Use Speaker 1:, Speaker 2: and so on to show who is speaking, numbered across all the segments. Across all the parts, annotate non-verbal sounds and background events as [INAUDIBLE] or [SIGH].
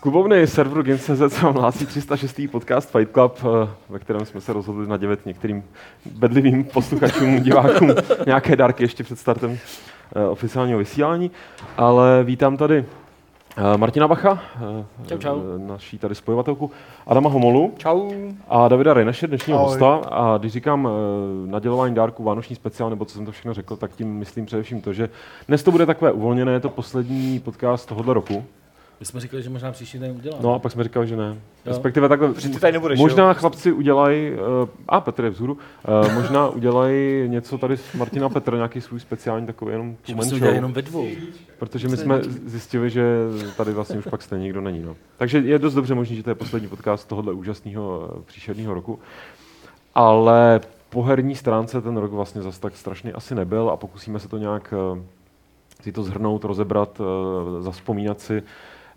Speaker 1: klubovny serveru Games.cz se vám hlásí 306. podcast Fight Club, eh, ve kterém jsme se rozhodli nadělit některým bedlivým posluchačům, [LAUGHS] divákům nějaké dárky ještě před startem eh, oficiálního vysílání. Ale vítám tady eh, Martina Bacha, eh,
Speaker 2: čau, čau.
Speaker 1: naší tady spojovatelku, Adama Homolu
Speaker 2: čau.
Speaker 1: a Davida Rejnaše, dnešního Ahoj. hosta. A když říkám eh, nadělování dárků vánoční speciál, nebo co jsem to všechno řekl, tak tím myslím především to, že dnes to bude takové uvolněné, je to poslední podcast tohohle roku.
Speaker 2: My jsme říkali, že možná příští den uděláme.
Speaker 1: No a pak jsme říkali, že ne. Jo. Respektive takhle.
Speaker 3: Že ty tady nebudeš,
Speaker 1: možná jo? chlapci udělají, uh, a Petr je vzhůru, uh, možná udělají něco tady s Martina a Petr, nějaký svůj speciální takový jenom tu
Speaker 2: menšou. jenom ve dvou.
Speaker 1: Protože my jsme zjistili, že tady vlastně už pak stejně nikdo není. No. Takže je dost dobře možné, že to je poslední podcast tohohle úžasného eh, příšerného roku. Ale po herní stránce ten rok vlastně zas tak strašný asi nebyl a pokusíme se to nějak uh, si to zhrnout, rozebrat, uh, zaspomínat si.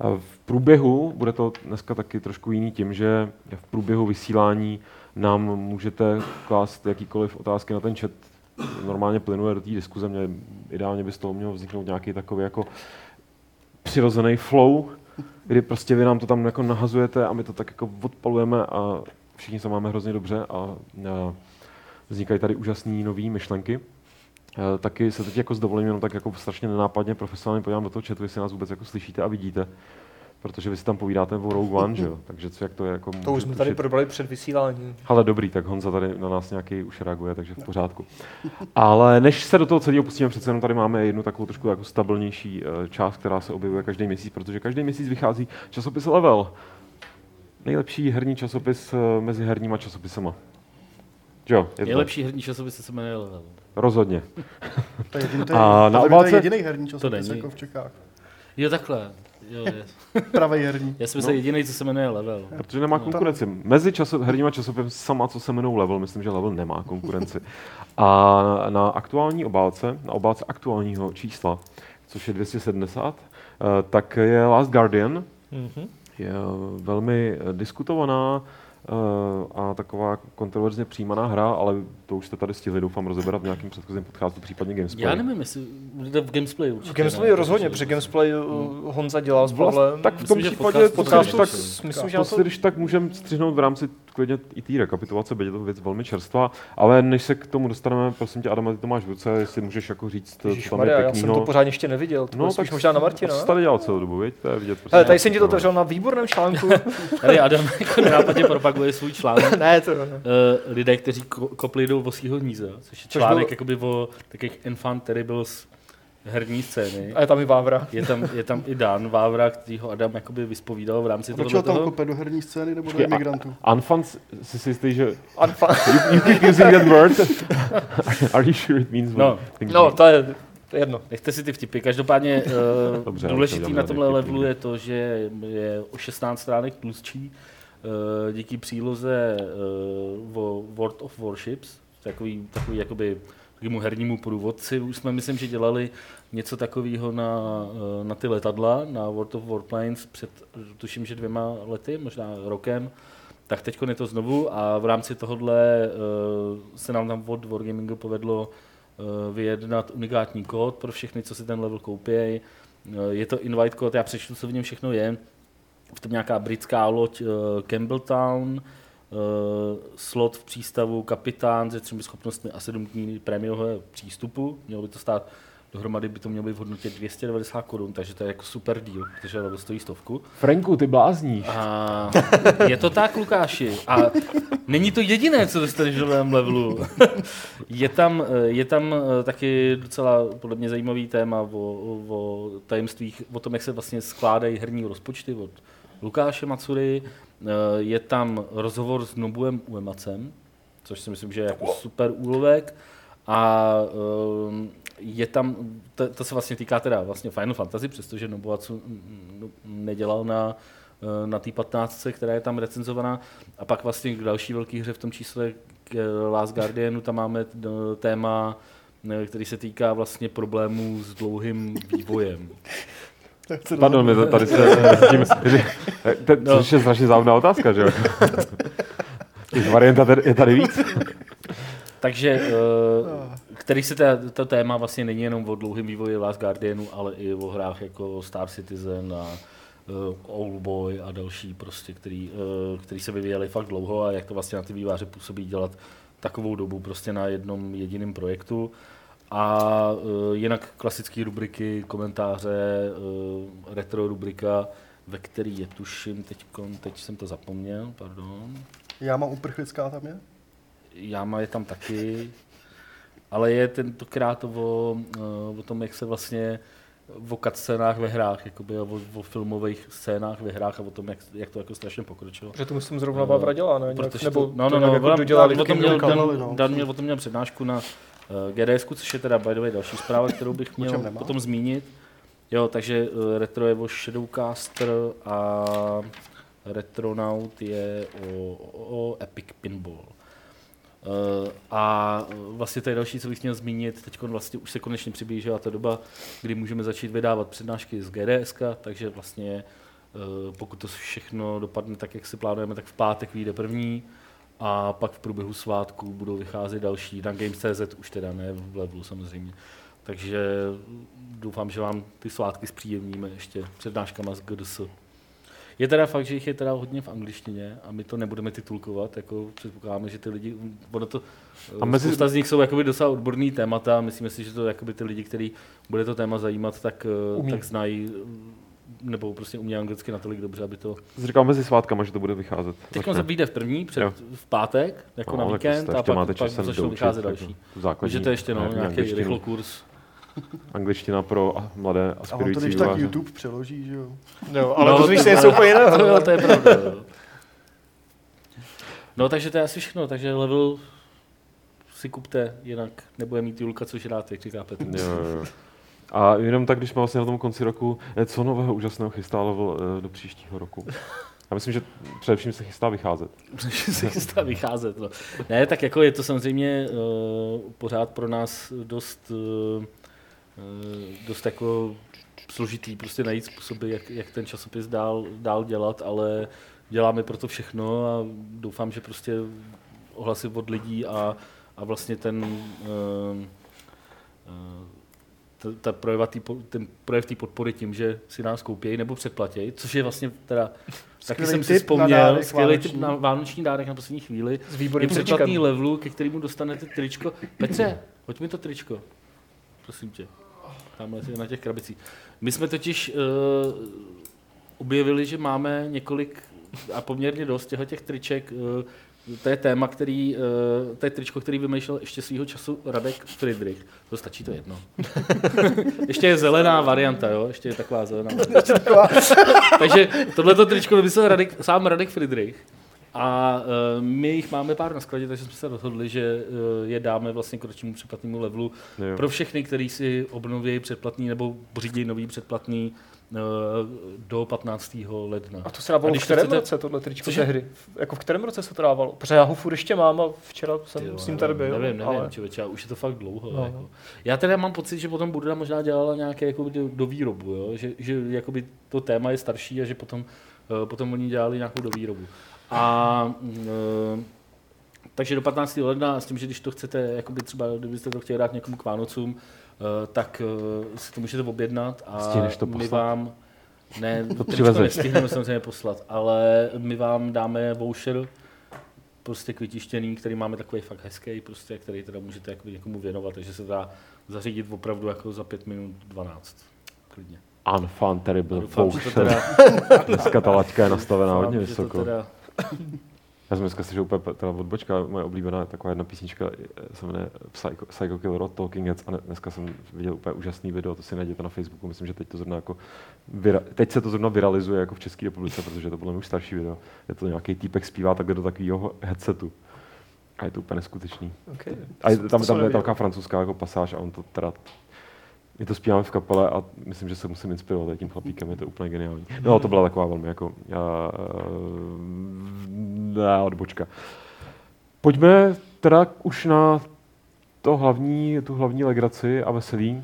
Speaker 1: Eh, V průběhu, bude to dneska taky trošku jiný tím, že v průběhu vysílání nám můžete klást jakýkoliv otázky na ten chat. Normálně plynuje do té diskuze, mě ideálně by z toho měl vzniknout nějaký takový jako přirozený flow, kdy prostě vy nám to tam jako nahazujete a my to tak jako odpalujeme a všichni se máme hrozně dobře a, a vznikají tady úžasné nové myšlenky taky se teď jako s dovolením jenom tak jako strašně nenápadně profesionálně podívám do toho chatu, jestli nás vůbec jako slyšíte a vidíte. Protože vy si tam povídáte o Rogue One, že jo? Takže co, jak to je jako...
Speaker 3: To už jsme tady tušit. probrali před vysíláním.
Speaker 1: Ale dobrý, tak Honza tady na nás nějaký už reaguje, takže v pořádku. Ale než se do toho celého pustíme, přece jenom tady máme jednu takovou trošku jako stabilnější část, která se objevuje každý měsíc, protože každý měsíc vychází časopis Level. Nejlepší herní časopis eh, mezi herníma časopisama. Jo,
Speaker 2: je Nejlepší herní časopis se jmenuje Level.
Speaker 1: Rozhodně.
Speaker 4: to je, to je, a na obálce... to je jediný herní časopis jako v Čechách.
Speaker 2: Jo, takhle. Jo,
Speaker 4: Pravý herní.
Speaker 2: Já jsem no. jediný, co se jmenuje Level.
Speaker 1: Protože nemá konkurenci. Mezi časop, herníma časopisem sama, co se jmenou Level, myslím, že Level nemá konkurenci. A na aktuální obálce, na obálce aktuálního čísla, což je 270, eh, tak je Last Guardian. Mm-hmm. Je velmi eh, diskutovaná, eh, a taková kontroverzně přijímaná hra, ale to už jste tady stihli, doufám, rozeberat v nějakém předchozím podcastu, případně Gamesplay.
Speaker 2: Já nevím, jestli bude v Gamesplay určitě.
Speaker 3: V Gamesplay ne, rozhodně, protože Gamesplay hmm. Honza
Speaker 2: No,
Speaker 3: dělal s
Speaker 2: vlastně
Speaker 3: Pavlem.
Speaker 1: Tak v tom myslím, případě, podcast, to, tak, myslím, že to, když tak můžeme střihnout v rámci klidně i té rekapitulace, byť je to věc velmi čerstvá, ale než se k tomu dostaneme, prosím tě, Adama, ty to máš v ruce, jestli můžeš jako říct, Ježíš co tam Maria, je pěknýho.
Speaker 3: Já jsem to pořád ještě neviděl, to no, tak možná na Martina.
Speaker 1: To tady dělal celou dobu, viď? To je vidět.
Speaker 3: Prostě Hele, tady jsem ti to otevřel na výborném článku.
Speaker 2: tady Adam jako nápadně propaguje svůj článek.
Speaker 3: ne,
Speaker 2: [LAUGHS]
Speaker 3: to
Speaker 2: ne. lidé, kteří kopli do vosího hnízda, což je článek což byl... jakoby o takových enfant terribles herní scény.
Speaker 3: A je tam i Vávra.
Speaker 2: Je tam, je tam i Dan Vávra, který ho Adam jakoby vyspovídal v rámci toho.
Speaker 4: Proč tam kope do herní scény nebo do imigrantů?
Speaker 1: Anfan, si si jistý, že...
Speaker 2: [LAUGHS]
Speaker 3: Anfan.
Speaker 1: You, you keep using that word. [LAUGHS] Are you sure it means
Speaker 2: no.
Speaker 3: what? No, to je jedno.
Speaker 2: Nechte si ty vtipy. Každopádně uh, Dobře, důležitý na tomhle levelu je to, že je o 16 stránek tlustší uh, díky příloze uh, o World of Warships, takový, takový jakoby takovému hernímu průvodci. Už jsme, myslím, že dělali něco takového na, eh, na ty letadla, na World of Warplanes před, tuším, že dvěma lety, možná rokem. Tak teď je to znovu a v rámci tohohle uh, se nám tam od Wargamingu povedlo uh, vyjednat unikátní kód pro všechny, co si ten level koupějí. Uh, je to invite kód, já přečtu, co v něm všechno je. V tom nějaká britská loď uh, Campbelltown, uh, eh, slot v přístavu kapitán se třemi schopnostmi a sedm dní prémiového přístupu. Mělo by to stát dohromady by to mělo být v hodnotě 290 korun, takže to je jako super díl, protože level stojí stovku.
Speaker 1: Franku, ty blázníš.
Speaker 2: A je to tak, Lukáši. A není to jediné, co dostaneš do novém levelu. [LAUGHS] je, tam, je tam eh, taky docela podle mě zajímavý téma o, o tajemstvích, o tom, jak se vlastně skládají herní rozpočty od Lukáše Macury, Eh, je tam rozhovor s Nobuem Uemacem, což si myslím, že je jako super úlovek. A eh, je tam, to, to se vlastně týká teda vlastně Final Fantasy, přestože Nobuatsu nedělal na, eh, na té 15, která je tam recenzovaná. A pak vlastně k další velké hře v tom čísle k eh, Last Guardianu, tam máme eh, téma, eh, který se týká vlastně problémů s dlouhým vývojem.
Speaker 1: Pardon, my tady se
Speaker 3: [LAUGHS]
Speaker 1: tím, to, no. což je strašně závodná otázka, že jo? Varianta je tady víc.
Speaker 2: Takže, eh, který se ta, to téma vlastně není jenom o dlouhém vývoji Last Guardianu, ale i o hrách jako Star Citizen a Oldboy a další prostě, který, eh, který se vyvíjeli fakt dlouho a jak to vlastně na ty výváře působí dělat takovou dobu prostě na jednom jediném projektu. A eh, jinak klasické rubriky, komentáře, eh, retro rubrika, ve který je tuším, teď, teď jsem to zapomněl, pardon.
Speaker 4: Já mám uprchlická tam je?
Speaker 2: Jáma je tam taky, ale je tentokrát o, eh, o tom, jak se vlastně o scénách ve hrách, jakoby, a o, o filmových scénách ve hrách a o tom, jak, jak to jako strašně pokročilo.
Speaker 3: Že to myslím zrovna Vávra dělá, ne? Nějak,
Speaker 2: No. Protože
Speaker 3: nebo
Speaker 2: to, no, no,
Speaker 3: to
Speaker 2: no,
Speaker 3: nějak jako
Speaker 2: ona,
Speaker 3: dodělali
Speaker 2: Dan, o
Speaker 3: v
Speaker 2: tom
Speaker 3: Kingdom
Speaker 2: měl,
Speaker 3: Come.
Speaker 4: Come, no.
Speaker 2: Dan, Dan měl o tom měl přednášku na uh, GDS, což je teda by the way další zpráva, kterou bych měl
Speaker 4: čem nemá?
Speaker 2: potom zmínit. Jo, takže uh, Retro je o Shadowcaster a Retronaut je o, o, o Epic Pinball. Eh, a vlastně to je další, co bych měl zmínit. Teď vlastně už se konečně přiblížila ta doba, kdy můžeme začít vydávat přednášky z GDS, takže vlastně eh, pokud to všechno dopadne tak, jak si plánujeme, tak v pátek vyjde první a pak v průběhu svátku budou vycházet další, na Games.cz už teda, ne v levelu samozřejmě. Takže doufám, že vám ty svátky zpříjemníme ještě přednáškama z GDS. Je teda fakt, že jich je teda hodně v angličtině a my to nebudeme titulkovat, jako předpokládáme, že ty lidi, ono to,
Speaker 1: A mezi-
Speaker 2: a mezi... spousta z nich jsou jakoby docela odborný témata a myslíme si, že to jakoby ty lidi, který bude to téma zajímat, tak, eh,
Speaker 3: Umí.
Speaker 2: tak znají eh, nebo prostě umí anglicky natolik dobře, aby to...
Speaker 1: Říkal mezi svátkama, že to bude vycházet.
Speaker 2: Teď
Speaker 1: Začne.
Speaker 2: vyjde v první, před,
Speaker 1: Jo.
Speaker 2: v pátek, jako
Speaker 1: No,
Speaker 2: na
Speaker 1: tak
Speaker 2: víkend
Speaker 1: jste-
Speaker 2: a
Speaker 1: ještě
Speaker 2: pak,
Speaker 1: máte
Speaker 2: pak
Speaker 1: čas se
Speaker 2: začnou
Speaker 1: doučit,
Speaker 2: vycházet
Speaker 1: jako
Speaker 2: další.
Speaker 1: tu základní
Speaker 2: Takže to je ještě no,
Speaker 1: herní
Speaker 2: nějaký
Speaker 1: angličtinu.
Speaker 2: rychlokurs.
Speaker 1: Angličtina pro a- mladé
Speaker 4: A on to
Speaker 1: aspirující
Speaker 4: když tak
Speaker 1: vývojáře.
Speaker 4: YouTube přeloží, že jo?
Speaker 3: No, ale
Speaker 2: No,
Speaker 3: to
Speaker 2: to-
Speaker 3: víš, je něco
Speaker 2: [LAUGHS]
Speaker 3: úplně jiného.
Speaker 2: No, to je pravda. jo. No, takže to je asi všechno. Takže level si kupte, jinak nebude mít Julka, což rád, jak říká Petr.
Speaker 1: Jo,
Speaker 2: [LAUGHS]
Speaker 1: jo, jo. A jenom tak, když jsme vlastně na tom konci roku, eh, co nového úžasného chystá level eh, do příštího roku? Já myslím, že především se chystá vycházet.
Speaker 2: že se chystá vycházet. No. Ne, tak jako je to samozřejmě uh, pořád pro nás dost, uh, dost jako složitý prostě najít způsoby, jak, jak ten časopis dál, dál dělat, ale děláme pro to všechno a doufám, že prostě ohlasy od lidí a, a vlastně ten uh, uh, ta, ta projeva tý, po- ten projev té podpory tím, že si nás koupějí nebo předplatějí, což je vlastně teda, taky
Speaker 4: Skvělý
Speaker 2: jsem si
Speaker 4: tip na
Speaker 2: vzpomněl,
Speaker 4: dárek
Speaker 2: skvělý
Speaker 4: vánoční.
Speaker 2: tip na vánoční dárek na poslední chvíli,
Speaker 3: S
Speaker 2: je
Speaker 3: výborným
Speaker 2: předplatný
Speaker 3: předčatným.
Speaker 2: levelu, ke kterému dostanete tričko. Petře, hoď mi to tričko. Prosím tě. Tamhle je na těch krabicích. My jsme totiž uh, objevili, že máme několik a poměrně dost těchto těch triček. Uh, to je téma, který, uh, to je tričko, který vymýšlel ještě svýho času Radek Friedrich. To stačí to jedno. [LAUGHS] ještě je zelená varianta, jo? Ještě je taková zelená varianta. Takže tohleto tričko vymyslel Radek, sám Radek Friedrich. A uh, my jich máme pár na skladě, takže jsme se rozhodli, že uh, je dáme vlastně k ročnímu předplatnému levelu
Speaker 1: Jo.
Speaker 2: pro všechny, kteří si obnoví předplatný nebo pořídí nový předplatný eh, do 15. ledna.
Speaker 3: A to se dávalo
Speaker 2: A
Speaker 3: v
Speaker 2: když to
Speaker 3: kterém
Speaker 2: chcete-
Speaker 3: roce tohle tričko
Speaker 2: Cože?
Speaker 3: tehdy? Jako v kterém roce se to dávalo? Protože já ho furt ještě mám a včera jsem
Speaker 2: jo,
Speaker 3: s ním tady byl.
Speaker 2: Nevím, nevím, ale...
Speaker 3: ale...
Speaker 2: člověče, já už je to fakt dlouho. No.
Speaker 3: No.
Speaker 2: Jako. Já teda mám pocit, že potom Buda možná dělala nějaké jako do, do výrobu, jo? že, že jakoby to téma je starší a že potom, eh, potom oni dělali nějakou do výrobu. A eh, takže do 15. ledna s tím, že když to chcete, jakoby třeba kdybyste to chtěli dát někomu k Vánocům, eh, tak eh, si to můžete objednat a
Speaker 1: Stihneš to
Speaker 2: my
Speaker 1: poslat?
Speaker 2: vám ne, to
Speaker 1: přivezeš.
Speaker 2: nestihneme samozřejmě poslat, ale my vám dáme voucher, prostě k vytištěný, který máme takový fakt hezký, prostě, který teda můžete jakoby někomu věnovat, takže se dá zařídit opravdu jako za 5 minut 12. Klidně.
Speaker 1: Unfun
Speaker 2: A
Speaker 1: terrible
Speaker 2: doufám, že to
Speaker 1: voucher.
Speaker 2: teda,
Speaker 1: Dneska ta laťka je nastavená
Speaker 2: doufám,
Speaker 1: hodně
Speaker 2: že to
Speaker 1: vysoko.
Speaker 2: teda
Speaker 1: Já jsem dneska slyšel úplně pe- teda odbočka, moje oblíbená taková jedna písnička eh, se jmenuje Psycho, Psycho Killer od Talking Heads a ne- dneska jsem viděl úplně úžasný video, to si najděte na Facebooku, myslím, že teď to zrovna jako vira, teď se to zrovna viralizuje jako v České republice, protože je to podle mě už starší video. Je to nějaký týpek zpívá takhle do takového headsetu. A je to úplně neskutečný.
Speaker 3: Okay.
Speaker 1: A je,
Speaker 3: To
Speaker 1: tam,
Speaker 3: jsem
Speaker 1: tam je
Speaker 3: neviděl.
Speaker 1: taková francouzská jako pasáž a on to teda my to zpíváme v kapele a myslím, že se musím inspirovat tady tím chlapíkem, je to úplně geniální. No to byla taková velmi jako uh, ne, odbočka. Pojďme teda už na to hlavní, tu hlavní legraci a veselí,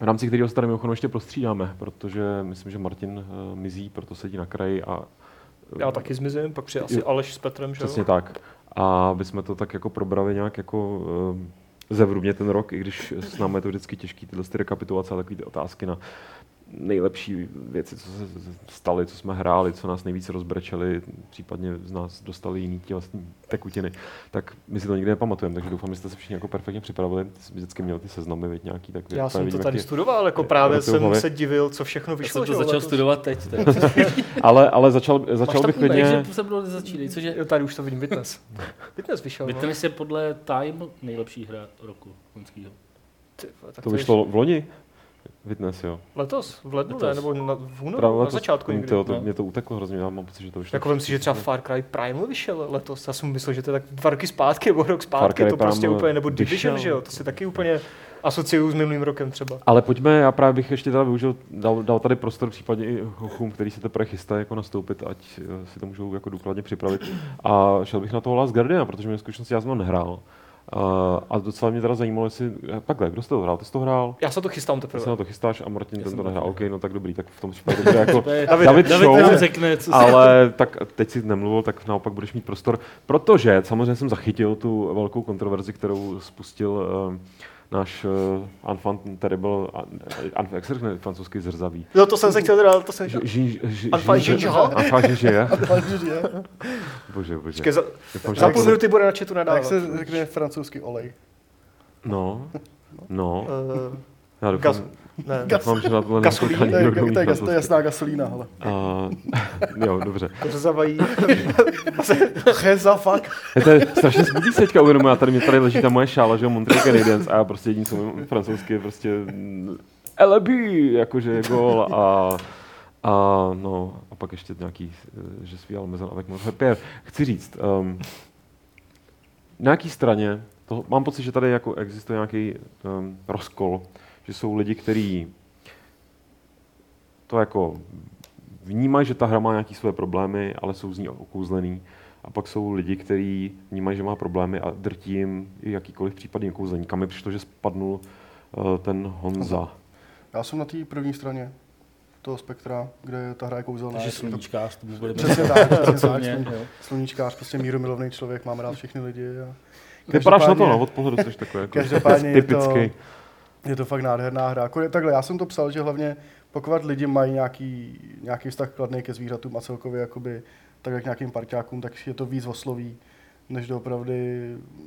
Speaker 1: v rámci kterého se tady mimochodem ještě prostřídáme, protože myslím, že Martin uh, mizí, proto sedí na kraji a
Speaker 3: Já taky zmizím, pak přijde asi
Speaker 1: Jo.
Speaker 3: Aleš s Petrem, že jo?
Speaker 1: Přesně tak. A aby jsme to tak jako probrali nějak jako ehm, zevrubně ten rok, i když s námi je to vždycky těžký, tyhle ty rekapitulace a takové ty otázky na nejlepší věci, co se staly, co jsme hráli, co nás nejvíc rozbrečeli, případně z nás dostali jiný ti vlastní tekutiny, tak my si to nikdy nepamatujeme, takže doufám, že jste se všichni jako perfektně připravili. Ty jsi vždycky měl ty seznamy, věď, nějaký tak
Speaker 3: Já jsem to
Speaker 1: vidím,
Speaker 3: tady
Speaker 1: jak ti-
Speaker 3: studoval, jako
Speaker 1: je-
Speaker 3: právě
Speaker 1: rotuju
Speaker 3: jsem
Speaker 1: hlavy.
Speaker 3: se divil, co všechno
Speaker 2: Já
Speaker 3: vyšlo.
Speaker 2: jsem to
Speaker 3: že jo,
Speaker 2: začal
Speaker 3: letos.
Speaker 2: studovat teď. Teda.
Speaker 1: Ale, ale začal,
Speaker 2: Máš
Speaker 1: začal
Speaker 2: tam
Speaker 1: bych
Speaker 2: klidně...
Speaker 1: klidně...
Speaker 2: že se mnou nezačínej, což je...
Speaker 3: Jo, Tady už to vidím, Witness. Witness vyšel, no.
Speaker 2: Vytrnis je podle Time nejlepší hra roku loňskýho.
Speaker 3: Ty vole, tak
Speaker 1: To
Speaker 3: je
Speaker 1: vyšlo v loni? Witness, jo.
Speaker 3: Letos, v lednu, ne,
Speaker 2: Letos.
Speaker 3: nebo na, v únoru,
Speaker 1: Právě
Speaker 3: No, na
Speaker 1: to-
Speaker 3: začátku někdy.
Speaker 1: tyjo, to,
Speaker 2: no.
Speaker 1: Mě to uteklo hrozně, já mám pocit, že to no. vyšlo.
Speaker 3: Jako vím si, že třeba Far Cry Primal vyšel letos, já jsem myslel, že to je tak dva roky zpátky, nebo rok
Speaker 1: Far
Speaker 3: zpátky,
Speaker 1: Cry
Speaker 3: to prostě
Speaker 1: Primal
Speaker 3: úplně, nebo
Speaker 1: vyšel.
Speaker 3: Division, že jo, to si taky úplně asociuju s minulým rokem třeba.
Speaker 1: Ale pojďme, já právě bych ještě teda využil, dal, dal tady prostor případně i hochům, který se teprve chystá jako nastoupit, ať eh, si to můžou jako důkladně připravit. A šel bych na toho Last Guardiana, protože mě zkušenosti já jsem ho nehrál. A, a docela mě teda zajímalo, jestli... eh, Takhle, kdo jste to hrál? Ty jsi to hrál?
Speaker 3: Já se to
Speaker 1: Ty
Speaker 3: chystám teprve.
Speaker 1: se na to chystáš a Martin ten
Speaker 2: jsem
Speaker 1: to
Speaker 2: to
Speaker 1: nehrál. OK, no tak dobrý, tak v tom případě to bude
Speaker 3: [LAUGHS]
Speaker 1: jako
Speaker 2: David,
Speaker 1: David,
Speaker 2: David
Speaker 1: Show.
Speaker 2: nám řekne, co se...
Speaker 1: Ale tak teď si nemluvil, tak naopak budeš mít prostor, protože samozřejmě jsem zachytil tu velkou kontroverzi, kterou spustil eh, náš uh, Enfant Terrible, uh, jak se řekne francouzský zrzavý.
Speaker 3: No to jsem se chtěl dát, to jsem
Speaker 1: Ž-
Speaker 3: chtěl.
Speaker 1: ži- ži-
Speaker 3: Enfant
Speaker 1: ži-
Speaker 3: Žinžoha.
Speaker 1: Enfant Žinžoha.
Speaker 4: Takže,
Speaker 1: [LAUGHS] Bože, bože.
Speaker 3: Počkej, za,
Speaker 1: Doufám, že-
Speaker 3: za půl minuty bude na chatu
Speaker 4: Jak
Speaker 3: nadávat.
Speaker 4: se řekne francouzský olej?
Speaker 1: No, no,
Speaker 3: Uh,
Speaker 1: já
Speaker 3: gas,
Speaker 1: doufám,
Speaker 3: ne,
Speaker 1: doufám, že na tohle
Speaker 3: Gasolín,
Speaker 1: nekouká
Speaker 4: To je,
Speaker 1: nikdo, kdo
Speaker 4: to
Speaker 1: umí
Speaker 4: je, to je, gas- to je
Speaker 1: francouzsky.
Speaker 4: jasná gasolína, hele.
Speaker 1: prostě. A- [LAUGHS] Jo, dobře.
Speaker 4: [LAUGHS]
Speaker 3: Rzavají.
Speaker 4: Cheza, fuck.
Speaker 1: Je to je strašně smutný se teďka uvědomuji, já tady, mě tady leží ta moje šála, že jo, Montreal Canadiens a já prostě jediný, co mluvím francouzsky, je prostě LB, jakože je gol a, a no, a pak ještě nějaký, eh, že svý Almezan avec mon frère. Chci říct, um, na jaký straně, to, mám pocit, že tady jako existuje nějaký um, rozkol, že jsou lidi, kteří to jako vnímají, že ta hra má nějaké své problémy, ale jsou z ní okouzlený. A pak jsou lidi, kteří vnímají, že má problémy a drtí jim i jakýkoliv případný okouzlení. Kam mi přišlo, že spadnul eh, ten Honza.
Speaker 4: Já jsem na té první straně toho spektra, kde ta hra je kouzelná.
Speaker 2: Takže
Speaker 4: Je to-
Speaker 2: sluníčkář, tomu bude
Speaker 4: Přesně tak, přesně tak.
Speaker 2: Pracovně, jo.
Speaker 4: Sluníčkář, prostě mírumilovný člověk, mám rád všechny lidi. A...
Speaker 1: Vypadáš na to,
Speaker 4: Každopádně-
Speaker 1: no, od pohledu jsi takový jako [LAUGHS]
Speaker 4: Každopádně je to-
Speaker 1: typický.
Speaker 4: Je to fakt nádherná hra. Akorát takhle, já jsem to psal, že hlavně pokud lidi mají nějaký, nějaký vztah kladný ke zvířatům a celkově jakoby, tak jak nějakým parťákům, tak je to víc osloví, než doopravdy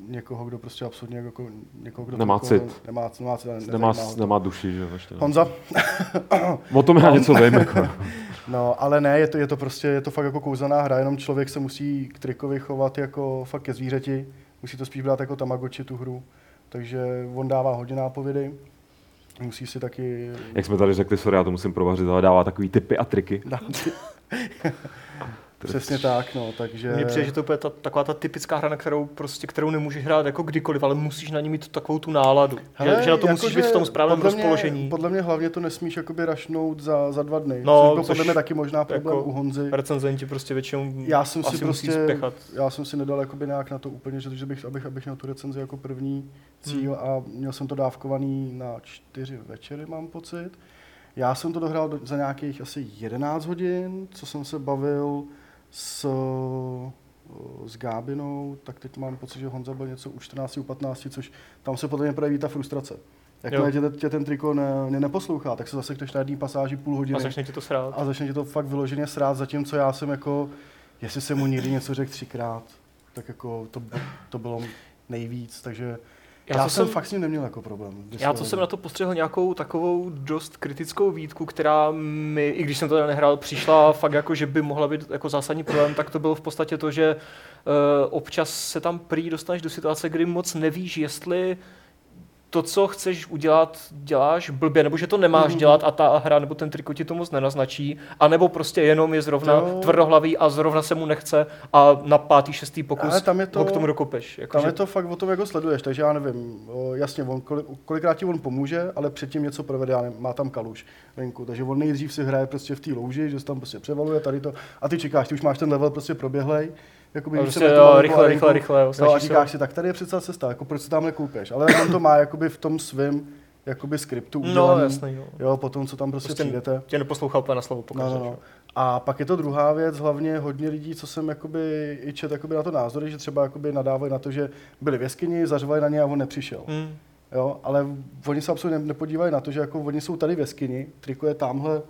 Speaker 4: někoho, kdo prostě absolutně jako, někoho, kdo
Speaker 1: Nemá
Speaker 4: to-
Speaker 1: cit.
Speaker 4: Nemá, nemá cit, a ne-
Speaker 1: Nemá,
Speaker 4: nezajímá ho to.
Speaker 1: nemá duši, že jo, ještě. no.
Speaker 4: Honza,
Speaker 1: O tom já něco vím, jako.
Speaker 4: No, ale ne, je to, je to prostě, je to fakt jako kouzelná hra, jenom člověk se musí k trikovi chovat jako fakt ke zvířeti, musí to spíš brát jako Tamagotchi tu hru, takže on dává hodně nápovědy, musí si taky...
Speaker 1: Jak jsme tady řekli, sorry, já to musím provařit, ale dává takový typy a triky.
Speaker 3: [LAUGHS]
Speaker 4: dát- Přesně tak, no, takže...
Speaker 3: Mně přijde, že to bude ta, taková ta typická hra, na kterou, prostě, kterou nemůžeš hrát jako kdykoliv, ale musíš na ní mít takovou tu náladu. Hele, že, že na to
Speaker 4: jako
Speaker 3: musíš
Speaker 4: že
Speaker 3: být v tom správném
Speaker 4: podle mě-
Speaker 3: rozpoložení.
Speaker 4: Podle mě hlavně to nesmíš jakoby rašnout za, za dva dny,
Speaker 3: No,
Speaker 4: no, což byl
Speaker 3: což
Speaker 4: podle mě taky možná problém
Speaker 3: jako
Speaker 4: u Honzy.
Speaker 3: Recenzenti prostě většinou
Speaker 4: Já jsem
Speaker 3: asi
Speaker 4: si
Speaker 3: musí
Speaker 4: prostě,
Speaker 3: spěchat.
Speaker 4: já jsem si nedal jakoby nějak na to úplně, že, že bych, abych, abych měl tu recenzi jako první cíl a měl jsem to dávkovaný na čtyři večery, mám pocit. Já jsem to dohrál do, za nějakých asi 11 hodin, co jsem se bavil s, eh, s Gábinou, tak teď mám pocit, že Honza byl něco u 14, u 15, což tam se podle mě projeví ta frustrace. Jakmile tě, tě ten triko ne, ne, neposlouchá, tak se zase kteš na jedné pasáži půl hodiny
Speaker 3: A začne ti to srát.
Speaker 4: a začne tě to fakt vyloženě srát, zatímco já jsem jako, jestli jsem mu někdy něco řekl třikrát, tak jako to, b- to bylo nejvíc, takže
Speaker 3: Já
Speaker 4: já,
Speaker 3: co
Speaker 4: já jsem
Speaker 3: jsem-
Speaker 4: fakt s ním neměl jako problém.
Speaker 3: Já co jsem na to postřehl nějakou takovou dost kritickou výtku, která mi, i když jsem to teda nehrál, přišla fakt jako, že by mohla být jako zásadní problém, tak to bylo v podstatě to, že uh, občas se tam prý dostaneš do situace, kdy moc nevíš, jestli to, co chceš udělat, děláš blbě, nebo že to
Speaker 4: Mhm.
Speaker 3: nemáš dělat a ta hra nebo ten triko ti to moc nenaznačí, anebo prostě jenom je zrovna
Speaker 4: Jo.
Speaker 3: tvrdohlavý a zrovna se mu nechce a na pátý, šestý pokus
Speaker 4: Ale tam je to-
Speaker 3: ho k tomu dokopeš. Jako,
Speaker 4: Tam
Speaker 3: že-
Speaker 4: je to fakt o tom, jako sleduješ, takže já nevím, o, jasně, on kolik, kolikrát ti on pomůže, ale předtím něco provede, já nevím, má tam kaluš venku, takže on nejdřív si hraje prostě v té louži, že se tam prostě převaluje, tady to, a ty čekáš, ty už máš ten level prostě proběhlej, jakoby,
Speaker 3: A
Speaker 4: když
Speaker 3: prostě
Speaker 4: se
Speaker 3: jo,
Speaker 4: vrtí malou
Speaker 3: rychle, rychle,
Speaker 4: arenkou,
Speaker 3: rychle, jo,
Speaker 4: jo, a
Speaker 3: snažíš se-
Speaker 4: říkáš si, tak tady je přece cesta, jako proč se tam nekoupeš, ale on to má jakoby v tom svým jakoby skriptu
Speaker 3: no,
Speaker 4: udělaný,
Speaker 3: jasný, jo.
Speaker 4: Jo, potom, co tam prostě,
Speaker 3: Prostě
Speaker 4: prostě přijdete.
Speaker 3: Tě neposlouchal úplně na slovo,
Speaker 4: No,
Speaker 3: pokažeš.
Speaker 4: no, no. A pak je to druhá věc, hlavně hodně lidí, co jsem jakoby i čet jakoby na to názory, že třeba jakoby nadávají na to, že byli v jeskyni, zařvali na ně a on nepřišel.
Speaker 3: Mm.
Speaker 4: Jo, ale oni se absolutně nepodívají na to, že jako oni jsou tady ve skyni, triko je tamhle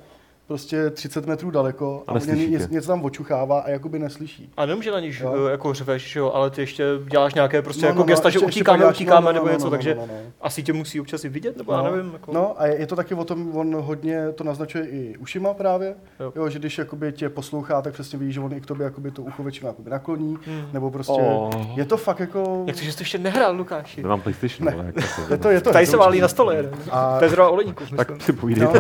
Speaker 4: prostě 30 metrů daleko a, a oni něco, něco tam očuchává a jakoby neslyší.
Speaker 3: A nemůže na níž no. jako řveš, jo, ale ty ještě děláš nějaké prostě no, jako no, gesta, no, že utíkáme, utíkáme no, nebo no, něco, no, no, takže no, no, no. asi tě musí občas i vidět, nebo
Speaker 4: no.
Speaker 3: já nevím. Jako...
Speaker 4: No a je, je to taky o tom, on hodně to naznačuje i ušima právě, jo, jo že když jakoby tě poslouchá, tak přesně víš, že on i k tobě jakoby to ucho většinou jakoby nakloní, hmm. nebo prostě oh. je to fakt jako...
Speaker 3: Hm. Jak to, že jsi to ještě nehrál, Lukáši?
Speaker 1: Nemám PlayStation,
Speaker 4: ne. je to, je to,
Speaker 3: Tady se válí na stole, to je zrovna olejníku.
Speaker 1: Tak si povídejte.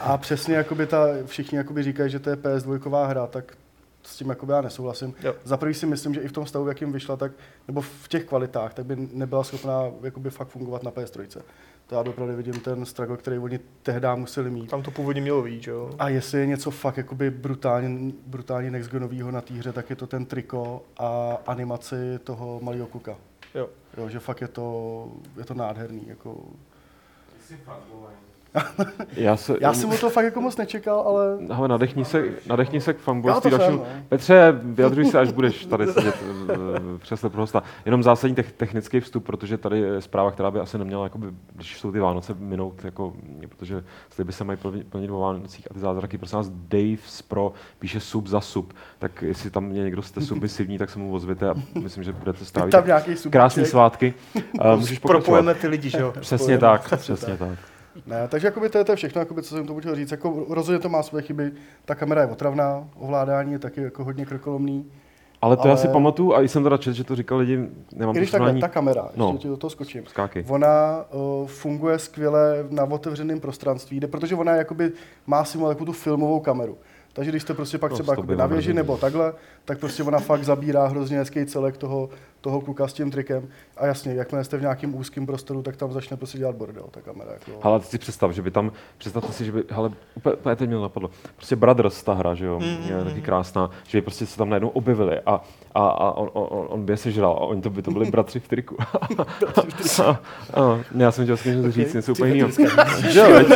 Speaker 4: A přesně jakoby ta, všichni jakoby říkají, že to je PS2 hra, tak s tím jakoby já nesouhlasím. Jo. Za prvý si myslím, že i v tom stavu, v jakým vyšla, tak, nebo v těch kvalitách, tak by nebyla schopná jakoby fakt fungovat na PS3. To já opravdu vidím ten struggle, který oni tehdy museli mít.
Speaker 3: Tam to původně mělo víc, jo.
Speaker 4: A jestli je něco fakt jakoby brutálně, brutálně next na té hře, tak je to ten triko a animaci toho malého kuka.
Speaker 3: Jo.
Speaker 4: jo. že fakt je to, je to nádherný. Jako...
Speaker 5: Jsi
Speaker 1: já, se,
Speaker 4: já jsem o to fakt jako moc nečekal, ale...
Speaker 1: Hele, nadechni se, nadechni se k fanboyství dalšímu.
Speaker 4: no.
Speaker 1: Ne? Petře, vyjadřuj se, až budeš tady sedět v křesle pro hosta. Jenom zásadní te- technický vstup, protože tady je zpráva, která by asi neměla, jakoby, když jsou ty Vánoce minout, jako, protože sliby se mají plnit o Vánocích a ty zázraky. Prosím vás, Dave Pro píše sub za sub, tak jestli tam je někdo jste submisivní, tak se mu ozvěte a myslím, že budete strávit
Speaker 4: tam nějaký subček.
Speaker 1: krásný svátky. Uh, můžeš pokračovat.
Speaker 3: Propojeme ty lidi, že jo?
Speaker 1: Přesně tak, přesně tak.
Speaker 4: Ne, takže jakoby to je, to je všechno, jakoby, co jsem tomu chtěl říct. Jako, rozhodně to má své chyby. Ta kamera je otravná, ovládání je taky jako hodně krkolomný.
Speaker 1: Ale to ale... já si pamatuju a jsem teda čet, že to říkal lidi, nemám
Speaker 4: I když takhle, ta kamera, no. ještě ti do toho skočím.
Speaker 1: Skáky.
Speaker 4: Ona uh, funguje skvěle na otevřeném prostranství, kde, protože ona jakoby má simulovat jako tu filmovou kameru. Takže když jste prostě pak no, třeba na věži nebo takhle, tak prostě ona fakt zabírá hrozně hezký celek toho, toho kluka s tím trikem. A jasně, jakmile jste v nějakém úzkém prostoru, tak tam začne prostě dělat bordel ta kamera. Jako... [LAUGHS]
Speaker 1: Hele, ty si představ, že by tam, představte si, že by, hele, úplně, úplně teď mě napadlo, prostě Brothers ta hra, že jo, mm-hmm. je taky krásná, že by prostě se tam najednou objevili a, a, a on, on, on, by je sežral a oni to by to byli bratři v triku. [LAUGHS] a, a, já jsem chtěl okay. říct něco úplně jiného. [LAUGHS]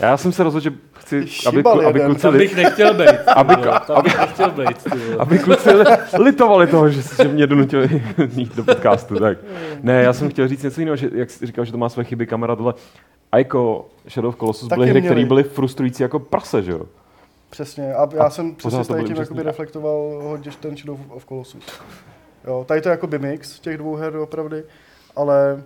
Speaker 1: Já jsem se rozhodl, že chci, aby, aby kluci...
Speaker 2: Tam bych nechtěl být.
Speaker 1: Aby,
Speaker 2: tam bych nechtěl být.
Speaker 1: Aby kluci litovali toho, že, že mě donutil chtěl [LAUGHS] jít do podcastu, tak. Ne, já jsem chtěl říct něco jiného, že, jak jsi říkal, že to má své chyby, kamera, tohle. Aiko, Shadow of Colossus
Speaker 4: Taky
Speaker 1: byly hry,
Speaker 4: měli.
Speaker 1: které byly frustrující jako prase, že jo?
Speaker 4: Přesně, a já a jsem přesně s tím jakoby reflektoval hodně ten Shadow of Colossus. Jo, tady to je jakoby mix těch dvou her opravdu, ale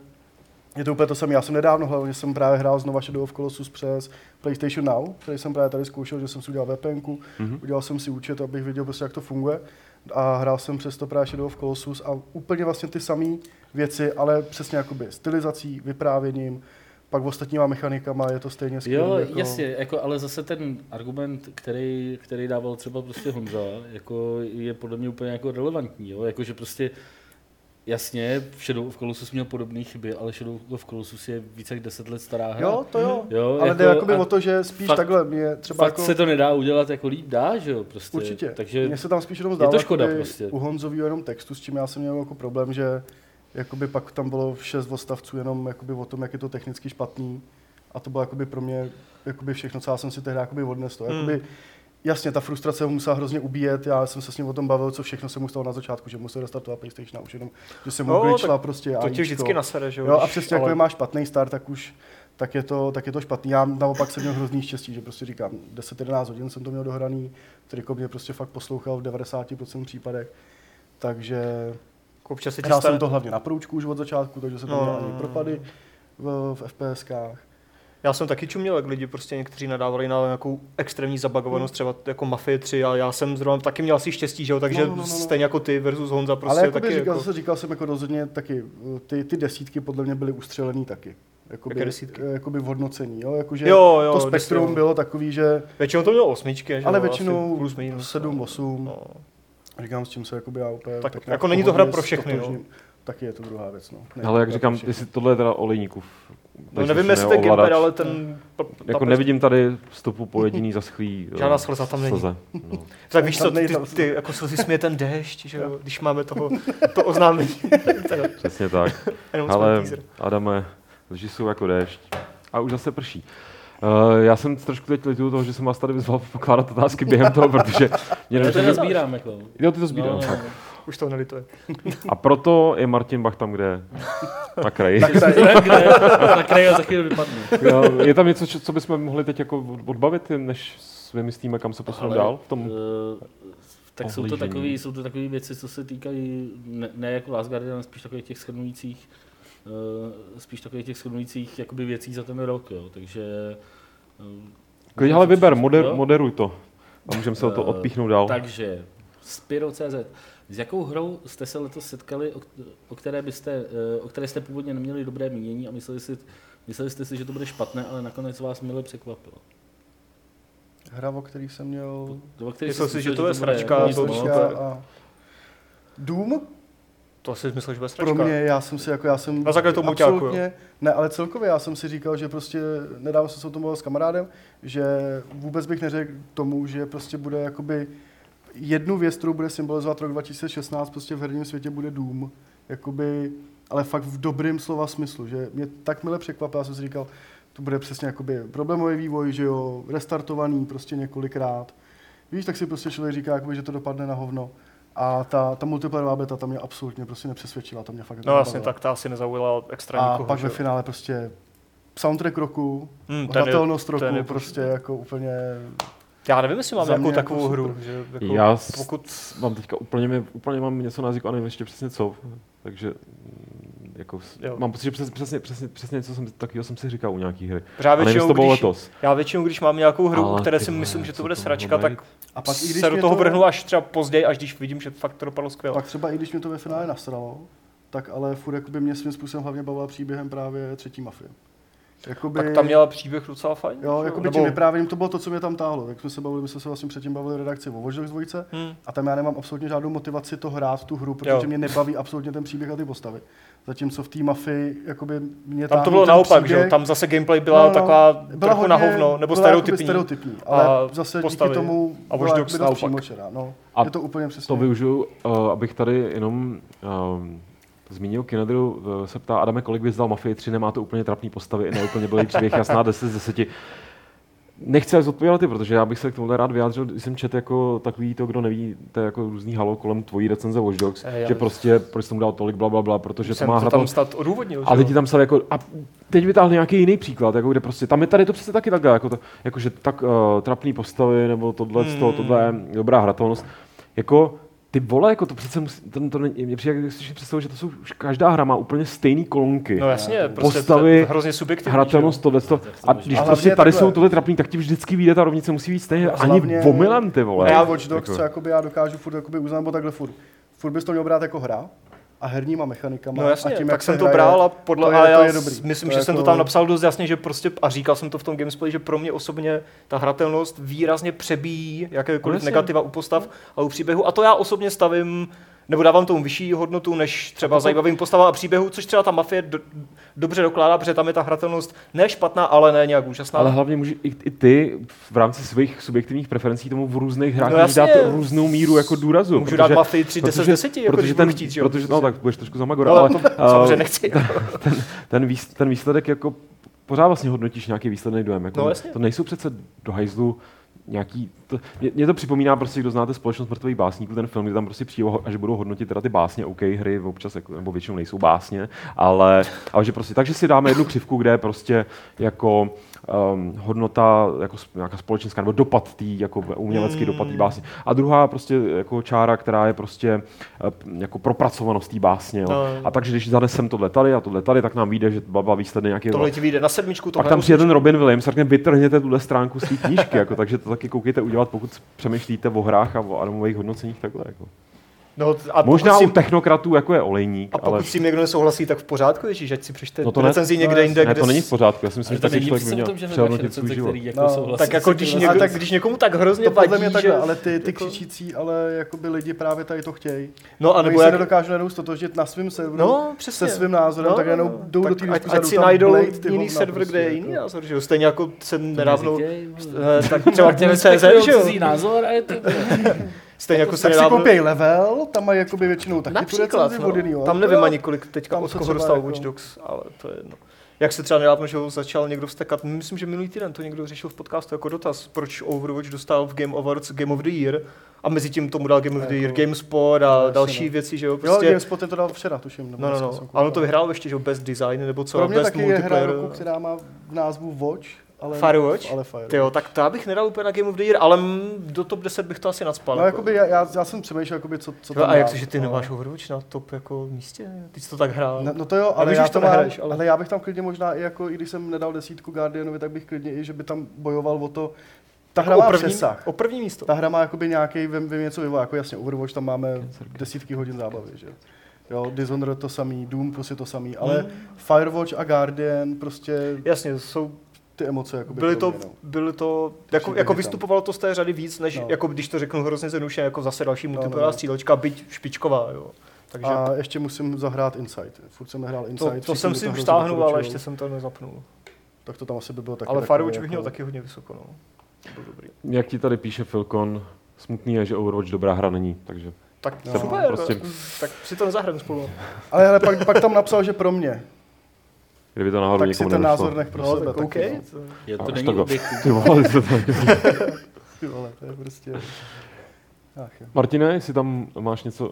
Speaker 4: je to úplně to samé. Já jsem nedávno hlavně jsem právě hrál znova Shadow of Colossus přes PlayStation Now, který jsem právě tady zkoušel, že jsem si udělal VPN, mm-hmm. udělal jsem si účet, abych viděl prostě, jak to funguje a hrál jsem přes to právě Shadow of Colossus a úplně vlastně ty samé věci, ale přesně jakoby stylizací, vyprávěním, pak ostatníma mechanikama je to stejně skvělé.
Speaker 2: Jo,
Speaker 4: jako...
Speaker 2: jasně, jako, ale zase ten argument, který, který dával třeba prostě Honza, jako je podle mě úplně jako relevantní, jo? Jako, že prostě Jasně, Shadow of Colossus měl podobné chyby, ale Shadow of Colossus je více jak 10 let stará hra.
Speaker 4: Jo, to jo.
Speaker 2: Mhm.
Speaker 4: jo ale jako, jde jakoby o to, že spíš
Speaker 2: fakt,
Speaker 4: takhle mě třeba
Speaker 2: fakt
Speaker 4: jako...
Speaker 2: se to nedá udělat jako líp dá, že jo? Prostě.
Speaker 4: Určitě.
Speaker 2: Takže
Speaker 4: mě se tam spíš jenom
Speaker 2: zdálo,
Speaker 4: je
Speaker 2: to škoda prostě.
Speaker 4: u Honzovýho jenom textu, s čím já jsem měl jako problém, že jakoby pak tam bylo šest odstavců jenom jakoby o tom, jak je to technicky špatný. A to bylo jakoby pro mě jakoby všechno, co já jsem si tehdy jakoby odnesl. Hmm. Jakoby, jasně, ta frustrace ho musela hrozně ubíjet. Já jsem se s ním o tom bavil, co všechno se mu stalo na začátku, že musel restartovat PlayStation a už jenom, že se mu no, glitchla prostě.
Speaker 3: To tě vždycky nasere, že
Speaker 4: jo? a přesně, ale... jako má špatný start, tak už tak je, to, tak je to špatný. Já naopak jsem měl hrozný štěstí, že prostě říkám, 10-11 hodin jsem to měl dohraný, triko mě prostě fakt poslouchal v 90% případech. Takže
Speaker 3: jako Občas se
Speaker 4: hrál jsem to hlavně na proučku už od začátku, takže se tam no. ani propady v, v FPSkách.
Speaker 3: Já jsem taky čuměl, jak lidi prostě někteří nadávali na nějakou extrémní zabagovanost, třeba jako Mafie 3, a já jsem zrovna taky měl asi štěstí, že jo, takže no, no, no, no. stejně jako ty versus Honza prostě
Speaker 4: Ale jakoby
Speaker 3: taky
Speaker 4: říkal,
Speaker 3: jako...
Speaker 4: zase říkal jsem jako rozhodně taky, ty, ty desítky podle mě byly ustřelený taky. Jakoby,
Speaker 3: Jaké desítky?
Speaker 4: jakoby v hodnocení, jo? Jakože
Speaker 3: Jo, jo,
Speaker 4: to spektrum
Speaker 3: desítky, jo.
Speaker 4: bylo takový, že...
Speaker 3: Většinou to mělo osmičky, že
Speaker 4: ale
Speaker 3: jo,
Speaker 4: většinou
Speaker 3: asi plus minus.
Speaker 4: 7, 8,
Speaker 3: No.
Speaker 4: říkám, s tím se jakoby já úplně
Speaker 3: Tak
Speaker 4: tak
Speaker 3: jako
Speaker 4: nějak
Speaker 3: není to hra
Speaker 4: pohodlně
Speaker 3: pro všechny, jo.
Speaker 4: ztotožním. Taky je to druhá věc, no. Ne,
Speaker 1: Ale jak
Speaker 4: to je
Speaker 1: říkám,
Speaker 4: pro všechny.
Speaker 1: jestli tohle je teda olejníkův.
Speaker 3: No nevím, jestli to je gamepad, ale ten... ta-
Speaker 1: Jako
Speaker 3: ta-
Speaker 1: nevidím tady stopu po jediný [LAUGHS] zaschlý eh,
Speaker 3: Žádná slza tam není. [LAUGHS]
Speaker 1: slze. No.
Speaker 3: Tak víš co,
Speaker 4: Tam
Speaker 3: ty,
Speaker 4: nejsem.
Speaker 3: ty jako slzy směje ten déšť, že jo, když máme toho, to [LAUGHS] oznámení. Teda,
Speaker 1: Přesně tak.
Speaker 3: jenom jsme
Speaker 1: Ale
Speaker 3: teaser.
Speaker 1: Adame, lži jsou jako déšť. A už zase prší. Uh, já jsem trošku teď lituju toho, že [LAUGHS] jsem vás tady vyzval pokládat otázky během toho, protože mě
Speaker 2: To
Speaker 1: nevím,
Speaker 2: teda sbírám, jako.
Speaker 1: Jo, ty to sbírám.
Speaker 2: No,
Speaker 1: No,
Speaker 2: no,
Speaker 1: no.
Speaker 2: no.
Speaker 3: Už to nelituje.
Speaker 1: A proto je Martin Bach tam, kde je. na [LAUGHS] kraji.
Speaker 2: Tak se jinak, kde, na kraji ho za chvíli vypadne.
Speaker 1: Jo, je tam něco, čo- co bychom mohli teď jako od- odbavit, než s- vymyslíme, kam se posuneme dál? V tom...
Speaker 2: Eh, tak jsou to,
Speaker 1: ohlížení.
Speaker 2: takový, jsou to takové věci, co se týkají ne, ne jako Last Guardian, ale spíš takových těch shrnujících, eh, spíš takových těch shrnujících jakoby věcí za ten rok, jo. takže... eh,
Speaker 1: Klidně, ale vyber, moder,
Speaker 2: Jo?
Speaker 1: moderuj to. A můžeme se o to
Speaker 2: No. Eh,
Speaker 1: odpíchnout dál.
Speaker 2: Takže, Spiro.cz. S jakou hrou jste se letos setkali, o, o, které byste, eh, o které jste původně neměli dobré mínění a mysleli, si, mysleli jste si, že to bude špatné, ale nakonec vás mile překvapilo?
Speaker 4: Hra, o který jsem měl...
Speaker 2: Nebo který
Speaker 3: Myslel
Speaker 2: jste
Speaker 3: si,
Speaker 2: myslel,
Speaker 3: že to je
Speaker 2: bude jako
Speaker 3: sračka,
Speaker 2: nic
Speaker 3: no, to
Speaker 2: moc?
Speaker 3: už
Speaker 4: Slyška
Speaker 3: super.
Speaker 4: a Doom
Speaker 3: To asi myslel, že bude
Speaker 4: pro
Speaker 3: sračka.
Speaker 4: mě, já jsem si jako, já jsem...
Speaker 3: Na základě toho muťáku,
Speaker 4: absolutně, Ne, ale celkově já jsem si říkal, že prostě, nedávno jsem se o tom mluvil s kamarádem, že vůbec bych neřekl tomu, že prostě bude jakoby jednu věc, kterou bude symbolizovat rok 2016, prostě v herním světě bude Doom. Jakoby, ale fakt v dobrým slova smyslu, že mě takmile překvapilo, já jsem si říkal, to bude přesně jakoby problémový vývoj, že jo, restartovaný prostě několikrát. Víš, tak si prostě člověk říká, jakoby, že to dopadne na hovno. A ta, ta multiplayerová beta, ta mě absolutně prostě nepřesvědčila, ta mě fakt
Speaker 3: No jasně,
Speaker 4: nebavila.
Speaker 3: tak ta asi nezaujala extra
Speaker 4: A
Speaker 3: nikoho.
Speaker 4: pak
Speaker 3: že
Speaker 4: ve
Speaker 3: jo.
Speaker 4: finále prostě soundtrack roku,
Speaker 3: Hmm, ten je-
Speaker 4: hratelnost
Speaker 3: ten
Speaker 4: roku,
Speaker 3: je-
Speaker 4: prostě jako úplně...
Speaker 3: Já nevím, jestli mám
Speaker 4: Za
Speaker 3: nějakou
Speaker 4: mě jako
Speaker 3: takovou
Speaker 4: super.
Speaker 3: hru. Že jako,
Speaker 1: Já s-
Speaker 3: pokud...
Speaker 1: Mám teďka úplně, mě- úplně mám něco na jazyku a nevím ještě přesně co. Takže mm, jako, s-
Speaker 3: Jo.
Speaker 1: mám pocit, že přes, přesně, přesně, přesně něco jsem, takového jsem si říkal u nějaký hry.
Speaker 3: Právě
Speaker 1: A nevím, jestli
Speaker 3: většinou,
Speaker 1: to bylo
Speaker 3: když,
Speaker 1: letos.
Speaker 3: já většinou, když mám nějakou hru, u
Speaker 1: Ale
Speaker 3: které
Speaker 1: ty
Speaker 3: si
Speaker 1: vole,
Speaker 3: myslím, že to
Speaker 1: co
Speaker 3: bude
Speaker 1: to
Speaker 3: sračka,
Speaker 1: mohlo
Speaker 3: tak
Speaker 1: být?
Speaker 4: A pak i když
Speaker 3: se do
Speaker 4: mě
Speaker 3: toho
Speaker 4: to,
Speaker 3: vrhnu až třeba později, až když vidím, že fakt to dopadlo skvěle.
Speaker 4: Pak třeba i když mě to ve finále nasralo, tak ale furt jakoby mě svým způsobem hlavně bavila příběhem právě třetí mafie. Jakoby,
Speaker 3: Tak tam měla příběh docela fajn. že
Speaker 4: Jo, jakoby tím vyprávěním to bylo to, co mě tam táhlo. Jak jsme se bavili, my jsme se vlastně předtím bavili v redakci o Watch Dogs 2,
Speaker 3: Hmm.
Speaker 4: A tam já nemám absolutně žádnou motivaci to hrát, tu hru, protože
Speaker 3: Jo.
Speaker 4: mě nebaví absolutně ten příběh a ty postavy. Zatímco v té mafii, jakoby mě
Speaker 3: Tam to
Speaker 4: táhnou
Speaker 3: bylo
Speaker 4: ten
Speaker 3: naopak, že
Speaker 4: příběh. No,
Speaker 3: jo? Tam zase gameplay byla taková trochu na hovno, nebo
Speaker 4: byla jakoby
Speaker 3: stereotypní.
Speaker 4: stereotypní, ale
Speaker 3: A
Speaker 4: zase
Speaker 3: postavy.
Speaker 4: díky tomu
Speaker 3: A Watch
Speaker 4: byla
Speaker 3: Dogs
Speaker 4: jakoby dost
Speaker 3: naopak.
Speaker 4: přímočará. No.
Speaker 1: A
Speaker 4: je to úplně přesně.
Speaker 1: To využiju, uh, abych tady jenom um, zmínil Kinedru, uh, se ptá Adame, kolik bys dal Mafii 3, nemá to úplně trapný postavy, ne úplně byl příběh,
Speaker 3: [LAUGHS]
Speaker 1: jasná 10 z 10. Nechci až zodpovědět, protože já bych se k tomu rád vyjádřil, když jsem čet jako takový to, kdo neví, to je jako různý halo kolem tvojí recenze Watch Dogs,
Speaker 3: Eh, já-
Speaker 1: že prostě, proč jsem mu dal tolik, bla, bla, bla, protože to
Speaker 3: Jsem
Speaker 1: má
Speaker 3: to
Speaker 1: hratelnost
Speaker 3: tam snad odůvodnil,
Speaker 1: a
Speaker 3: že jo?
Speaker 1: lidi tam psali jako, a teď vytáhl nějaký jiný příklad, jako kde prostě, tam je tady to přesně taky takhle, jako, to, jako že tak uh, trapný postavy, nebo tohle,
Speaker 3: Hmm.
Speaker 1: hmm. to, tohle je dobrá hratelnost. Jako, ty vole, jako to přece musí, to, to není, mě přijde, jak si představu, že to jsou, už každá hra má úplně stejný kolonky.
Speaker 3: No jasně, prostě
Speaker 1: Postavy,
Speaker 3: to je hrozně subjektivní.
Speaker 1: Hratelnost, tohle, to, a když
Speaker 4: A hlavně
Speaker 1: prostě tady
Speaker 4: takhle.
Speaker 1: jsou tohle trapný, tak ti vždycky vyjde ta rovnice, musí být stejně,
Speaker 4: A
Speaker 1: ani
Speaker 4: hlavně-
Speaker 1: omylem, ty vole.
Speaker 4: Já Watch Dogs,
Speaker 1: Jako-
Speaker 4: co jakoby já dokážu furt jakoby uznat, nebo takhle furt. Furt bys to měl brát jako hra a herníma mechanikama.
Speaker 3: No jasně,
Speaker 4: a tím,
Speaker 3: tak
Speaker 4: jak
Speaker 3: jsem
Speaker 4: se
Speaker 3: to
Speaker 4: hraje,
Speaker 3: bral a podle,
Speaker 4: to je,
Speaker 3: a já
Speaker 4: to je
Speaker 3: s-
Speaker 4: dobrý.
Speaker 3: myslím,
Speaker 4: To
Speaker 3: že
Speaker 4: je
Speaker 3: jsem to
Speaker 4: jako-
Speaker 3: tam napsal dost jasně, že prostě, a říkal jsem to v tom gameplay, že pro mě osobně ta hratelnost výrazně přebíjí
Speaker 1: No
Speaker 3: jakékoliv
Speaker 1: jasně.
Speaker 3: negativa u postav a u příběhu a to já osobně stavím nebo dávám tomu vyšší hodnotu než třeba zajímavým postavám a příběhu, což třeba ta mafie do, dobře dokládá, protože tam je ta hratelnost ne špatná, ale ne nějak úžasná.
Speaker 1: Ale hlavně může i, i ty v rámci svých subjektivních preferencí tomu v různých hrách
Speaker 3: No
Speaker 1: no dát
Speaker 3: jasně.
Speaker 1: různou míru jako důrazu.
Speaker 3: Můžu dát Mafii tři 10 z 10, jako když
Speaker 1: protože,
Speaker 3: budu
Speaker 1: ten,
Speaker 3: chtít, že jo,
Speaker 1: protože, no
Speaker 3: prostě.
Speaker 1: tak budeš trošku za Magora,
Speaker 3: no,
Speaker 1: ale
Speaker 3: to,
Speaker 1: eh,
Speaker 3: [LAUGHS] samozřejmě nechci. jako
Speaker 1: ten, výs, ten, výsledek jako pořád vlastně hodnotíš nějaký výsledný dojem. Jako
Speaker 3: No,
Speaker 1: no,
Speaker 3: jasně.
Speaker 1: to nejsou přece do hajzlu nějaký, to, mě, mě, to připomíná prostě, kdo znáte společnost mrtvých básníků, ten film, kde tam prostě přijde, ho- a že budou hodnotit teda ty básně, OK, hry občas, jako, nebo většinou nejsou básně, ale, ale že prostě, takže si dáme jednu křivku, kde je prostě jako um, hodnota, jako sp- nějaká společenská, nebo dopad tý, jako umělecký dopad
Speaker 3: Hmm.
Speaker 1: tý básně. A druhá prostě jako čára, která je prostě eh, p- jako propracovanost tý básně. Jo.
Speaker 3: No.
Speaker 1: A takže když zanesem tohle tady a tohle tady, tak nám vyjde, že baba výsledný nějaký [LAUGHS]
Speaker 3: Tohle ti vyjde na sedmičku, tohle
Speaker 1: pak tam přijde ten Robin Williams, řekne, vytrhněte tuhle stránku z té knížky, jako, takže to taky koukejte udělat, pokud přemýšlíte o hrách a o Adamových hodnoceních takhle. Jako.
Speaker 3: No, a
Speaker 1: Možná
Speaker 3: pokud
Speaker 1: u
Speaker 3: si-
Speaker 1: technokratů, jako je Olejník,
Speaker 3: A pokud
Speaker 1: ale
Speaker 3: s tím někdo nesouhlasí, tak v pořádku, Ježíš, ať si přečte
Speaker 1: No
Speaker 3: no
Speaker 1: to
Speaker 3: to
Speaker 1: ne-
Speaker 3: recenzi
Speaker 4: to
Speaker 3: někde
Speaker 4: ne-
Speaker 3: jinde,
Speaker 1: ne,
Speaker 3: kde
Speaker 1: to není
Speaker 3: s-
Speaker 1: v pořádku. Já si myslím, že
Speaker 2: Ale to
Speaker 1: takový
Speaker 2: není
Speaker 1: člověk by
Speaker 2: vždycky o
Speaker 1: měl
Speaker 2: tom, že hledáš
Speaker 1: přehodnotit svůj
Speaker 2: recenze,
Speaker 1: život.
Speaker 2: který jako
Speaker 4: No,
Speaker 2: souhlasí
Speaker 3: tak
Speaker 2: se
Speaker 3: jako
Speaker 2: svým
Speaker 3: když
Speaker 2: názorem.
Speaker 3: někdo,
Speaker 4: A
Speaker 3: tak
Speaker 4: tak
Speaker 3: když někomu tak hrozně
Speaker 4: to podle
Speaker 3: vadí,
Speaker 4: mě
Speaker 3: že...
Speaker 4: takhle, ale ty, ty
Speaker 3: jako-
Speaker 4: křičící, ale jakoby lidi právě tady to chtějí.
Speaker 3: No,
Speaker 4: A
Speaker 3: anebo
Speaker 4: nebo jak... se
Speaker 3: jak...
Speaker 4: nedokážu najednou stotožit na svým serveru
Speaker 3: No, přesně.
Speaker 4: se svým názorem,
Speaker 3: No,
Speaker 4: no, tak
Speaker 3: no,
Speaker 4: najednou
Speaker 3: no.
Speaker 4: jdou do
Speaker 3: Tak
Speaker 4: té
Speaker 3: ať,
Speaker 4: diskuze,
Speaker 3: ať
Speaker 4: jdou
Speaker 3: si
Speaker 4: tam
Speaker 3: najdou
Speaker 4: Blade, ty
Speaker 3: jiný
Speaker 4: hovna
Speaker 3: server, kde je
Speaker 4: prostě,
Speaker 3: jiný
Speaker 4: jako.
Speaker 3: názor, že jo? Stejně jako jsem nedávno...
Speaker 2: Neříkej, vole.
Speaker 3: eh, Tak třeba
Speaker 2: Tě
Speaker 3: CZ,
Speaker 2: respektujou
Speaker 3: že jo?
Speaker 2: cizí názor a je to...
Speaker 3: Stejně jako se
Speaker 4: Tak si
Speaker 3: nedávno...
Speaker 4: koupěj level, tam mají jakoby většinou taky tu
Speaker 3: Například,
Speaker 4: recenzi
Speaker 3: no.
Speaker 4: od jinýho
Speaker 3: Tam nevím
Speaker 4: autora.
Speaker 3: ani kolik teďka
Speaker 4: Tam
Speaker 3: od
Speaker 4: se
Speaker 3: koho
Speaker 4: třeba
Speaker 3: dostal
Speaker 4: jako-
Speaker 3: Watch Dogs, ale to je jedno. jak se třeba nedávno že ho začal někdo vstekat. Myslím, že minulý týden to někdo řešil v podcastu jako dotaz, proč Overwatch dostal v Game Awards Game of the Year a mezi tím tomu dal Game of the Year, GameSpot a
Speaker 4: jasně,
Speaker 3: další
Speaker 4: no.
Speaker 3: věci, že jo,
Speaker 4: Jo,
Speaker 3: prostě.
Speaker 4: GameSpot je to dal včera, tuším. nebo
Speaker 3: no, no,
Speaker 4: dneska
Speaker 3: no.
Speaker 4: jsem
Speaker 3: A on
Speaker 4: koukal.
Speaker 3: to vyhrál ještě, že jo, Best Design nebo co,
Speaker 4: Pro mě
Speaker 3: Best
Speaker 4: taky je hra
Speaker 3: Multiplayer.
Speaker 4: roku, která má v názvu Watch, ale
Speaker 3: Firewatch?
Speaker 4: Ale Firewatch.
Speaker 3: Tyjo, tak to já bych nedal úplně na Game of the Year, ale mm, do top 10 bych to asi nadspal.
Speaker 4: No,
Speaker 3: jako.
Speaker 4: jakoby, já, já, já jsem přemýšlel, jakoby, co, co
Speaker 3: Tyjo,
Speaker 4: tam
Speaker 3: a jak
Speaker 4: dát,
Speaker 3: to, že ty
Speaker 4: no.
Speaker 3: nemáš Overwatch na top jako místě? Ty jsi to tak hrál.
Speaker 4: No, no to jo, ale
Speaker 3: víš,
Speaker 4: já,
Speaker 3: že to
Speaker 4: to mám,
Speaker 3: nehraješ, ale-
Speaker 4: ale... já bych tam klidně možná i jako, i když jsem nedal desítku Guardianovi, tak bych klidně i, že by tam bojoval o to, ta hra
Speaker 3: o,
Speaker 4: má
Speaker 3: první,
Speaker 4: přesah.
Speaker 3: o první místo.
Speaker 4: Ta hra má jakoby nějaký, vím, vím něco vyvolá, jako jasně Overwatch, tam máme desítky hodin zábavy, že jo. Jo, Dishonored to samý, Doom prostě to samý, ale
Speaker 3: Hmm.
Speaker 4: Firewatch a Guardian prostě
Speaker 3: Jasně, jsou,
Speaker 4: ty emoce jakoby
Speaker 3: byly,
Speaker 4: pro
Speaker 3: to,
Speaker 4: mě, no.
Speaker 3: byly to, jako,
Speaker 4: Určitě
Speaker 3: jako
Speaker 4: je tam.
Speaker 3: vystupovalo to z té řady víc, než
Speaker 4: No.
Speaker 3: jako když to řeknu hrozně zjednodušeně, jako zase další
Speaker 4: no,
Speaker 3: multiplayer
Speaker 4: no.
Speaker 3: střílečka, byť špičková, jo. Takže
Speaker 4: A ještě musím zahrát Insight. Furt jsem nehrál Insight.
Speaker 3: to, to
Speaker 4: všichni
Speaker 3: jsem
Speaker 4: mi
Speaker 3: si
Speaker 4: to
Speaker 3: už
Speaker 4: hrozně
Speaker 3: stáhnul, ale
Speaker 4: doporučujou.
Speaker 3: ještě jsem to nezapnul.
Speaker 4: Tak to tam asi by bylo taky
Speaker 3: ale
Speaker 4: takové
Speaker 3: Firewatch bych
Speaker 4: jako-
Speaker 3: měl taky hodně vysoko, no. To bylo dobrý.
Speaker 1: Jak ti tady píše Filkon, smutný je, že Overwatch dobrá hra není, takže
Speaker 3: Tak
Speaker 4: No,
Speaker 3: super, eh,
Speaker 1: prostě-
Speaker 3: tak si to nezahrám spolu.
Speaker 4: Ale hele, pak, pak tam napsal, že pro mě.
Speaker 1: kdyby jako to náhodou
Speaker 4: tak si
Speaker 1: někomu
Speaker 4: ten
Speaker 1: nedošlo.
Speaker 4: názor nech pro
Speaker 3: No,
Speaker 4: sebe.
Speaker 3: tak
Speaker 4: taky,
Speaker 3: OK.
Speaker 4: no.
Speaker 3: to-
Speaker 2: Je
Speaker 1: A
Speaker 2: to
Speaker 1: až
Speaker 2: není
Speaker 1: takhle.
Speaker 2: objektivní.
Speaker 1: Ty vole, [LAUGHS] ty to tak-
Speaker 4: Ty vole, to je prostě... Ach, jo.
Speaker 1: Martine, jestli tam máš něco...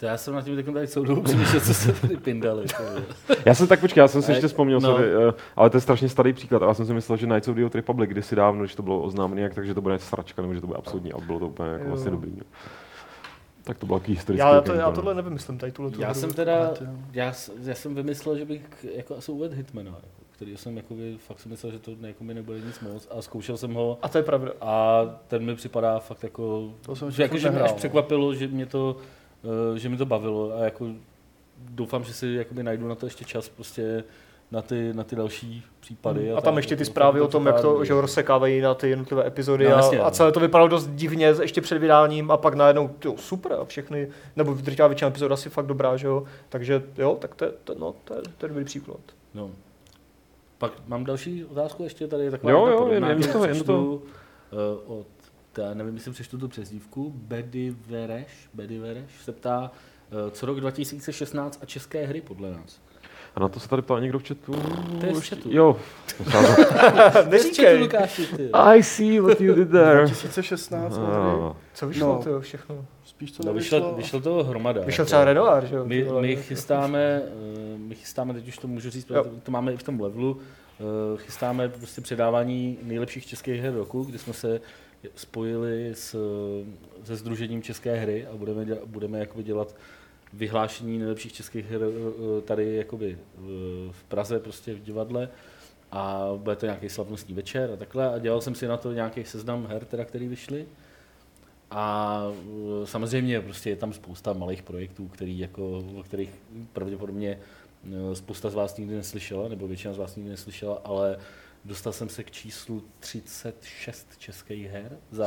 Speaker 2: To já jsem na tím takovým tady celou dobu přemýšlel, co se tady pindali. ty vole.
Speaker 1: Já jsem tak, počkej, já jsem si
Speaker 2: Ne,
Speaker 1: ještě vzpomněl,
Speaker 2: no.
Speaker 1: sorry, eh, ale to je strašně starý příklad. A já jsem si myslel, že Knights of the Old Republic kdysi dávno, když to bylo oznámené, jak takže to bude sračka, nebo že to bude absurdní, a bylo to úplně jako
Speaker 3: Jo.
Speaker 1: vlastně dobrý. no. Tak to bylo jaký historický
Speaker 3: Já, to,
Speaker 1: okénko,
Speaker 3: já
Speaker 1: no.
Speaker 3: tohle nevymyslím, tady tuhle tu
Speaker 2: Já
Speaker 3: hru.
Speaker 2: jsem teda,
Speaker 4: ale to jo.
Speaker 2: já, s- já jsem vymyslel, že bych jako asi uvedl Hitmana, jako, který jsem jako fakt jsem myslel, že to jako mi nebude nic moc a zkoušel jsem ho
Speaker 3: A to je pravda.
Speaker 2: a ten mi připadá fakt jako,
Speaker 4: To jsem
Speaker 2: že,
Speaker 4: ještě
Speaker 2: jako,
Speaker 4: furt
Speaker 2: že mě
Speaker 4: nehrál,
Speaker 2: až
Speaker 4: no.
Speaker 2: překvapilo, že mě to, eh, že mi to bavilo a jako doufám, že si jakoby najdu na to ještě čas prostě na ty, na ty další případy.
Speaker 3: Hmm. A tam
Speaker 2: tak,
Speaker 3: ještě ty
Speaker 2: jako,
Speaker 3: zprávy o
Speaker 2: fakt
Speaker 3: tom, jak to
Speaker 2: připadá
Speaker 3: že ho rozsekávají na ty jednotlivé epizody
Speaker 2: No,
Speaker 3: a,
Speaker 2: jasně,
Speaker 3: a
Speaker 2: no.
Speaker 3: celé to vypadalo dost divně z- ještě před vydáním a pak najednou, jo, super, a všechny, nebo drtivá většina epizod asi fakt dobrá, že jo, takže jo, tak to je, to, no, to je, to je dobrý příklad.
Speaker 2: No. Pak mám další otázku, ještě tady je taková
Speaker 1: Jo,
Speaker 2: jedna
Speaker 1: jo,
Speaker 2: podobná,
Speaker 1: jen- jen
Speaker 2: kterou
Speaker 1: to- jen
Speaker 2: přečtu, eh, od, já nevím, jestli přečtu tu přezdívku, Bedy Vereš, Bedy Vereš se ptá, eh, co rok 2016 a české hry podle nás.
Speaker 1: A na to se tady ptal někdo v chatu.
Speaker 2: To je z chatu.
Speaker 1: Jo.
Speaker 2: Četu,
Speaker 3: [LAUGHS] Neříkej,
Speaker 2: Lukáši, ty.
Speaker 1: I see what you did there.
Speaker 4: 2016, no, tady,
Speaker 1: Ah,
Speaker 3: co vyšlo,
Speaker 4: No.
Speaker 3: to jo, všechno.
Speaker 4: spíš to
Speaker 2: No,
Speaker 4: nevyšlo.
Speaker 2: vyšlo, vyšlo toho hromada.
Speaker 3: Vyšel
Speaker 2: jako.
Speaker 3: třeba Renoir, že jo? ty
Speaker 2: My,
Speaker 3: vole.
Speaker 2: my chystáme, eh, my chystáme, teď už to můžu říct,
Speaker 3: Jo.
Speaker 2: protože to máme i v tom levelu, eh, chystáme prostě předávání nejlepších českých her roku, kdy jsme se spojili s, eh, se Združením České hry a budeme, děla- budeme jakoby dělat vyhlášení nejlepších českých her eh, tady jakoby v- v Praze, prostě v divadle a bude to nějaký slavnostní večer a takhle a dělal jsem si na to nějaký seznam her, teda, který vyšly. A eh, samozřejmě prostě je tam spousta malých projektů, který jako, o kterých pravděpodobně eh, spousta z vás nikdy neslyšela, nebo většina z vás nikdy neslyšela, ale dostal jsem se k číslu 36 českých her za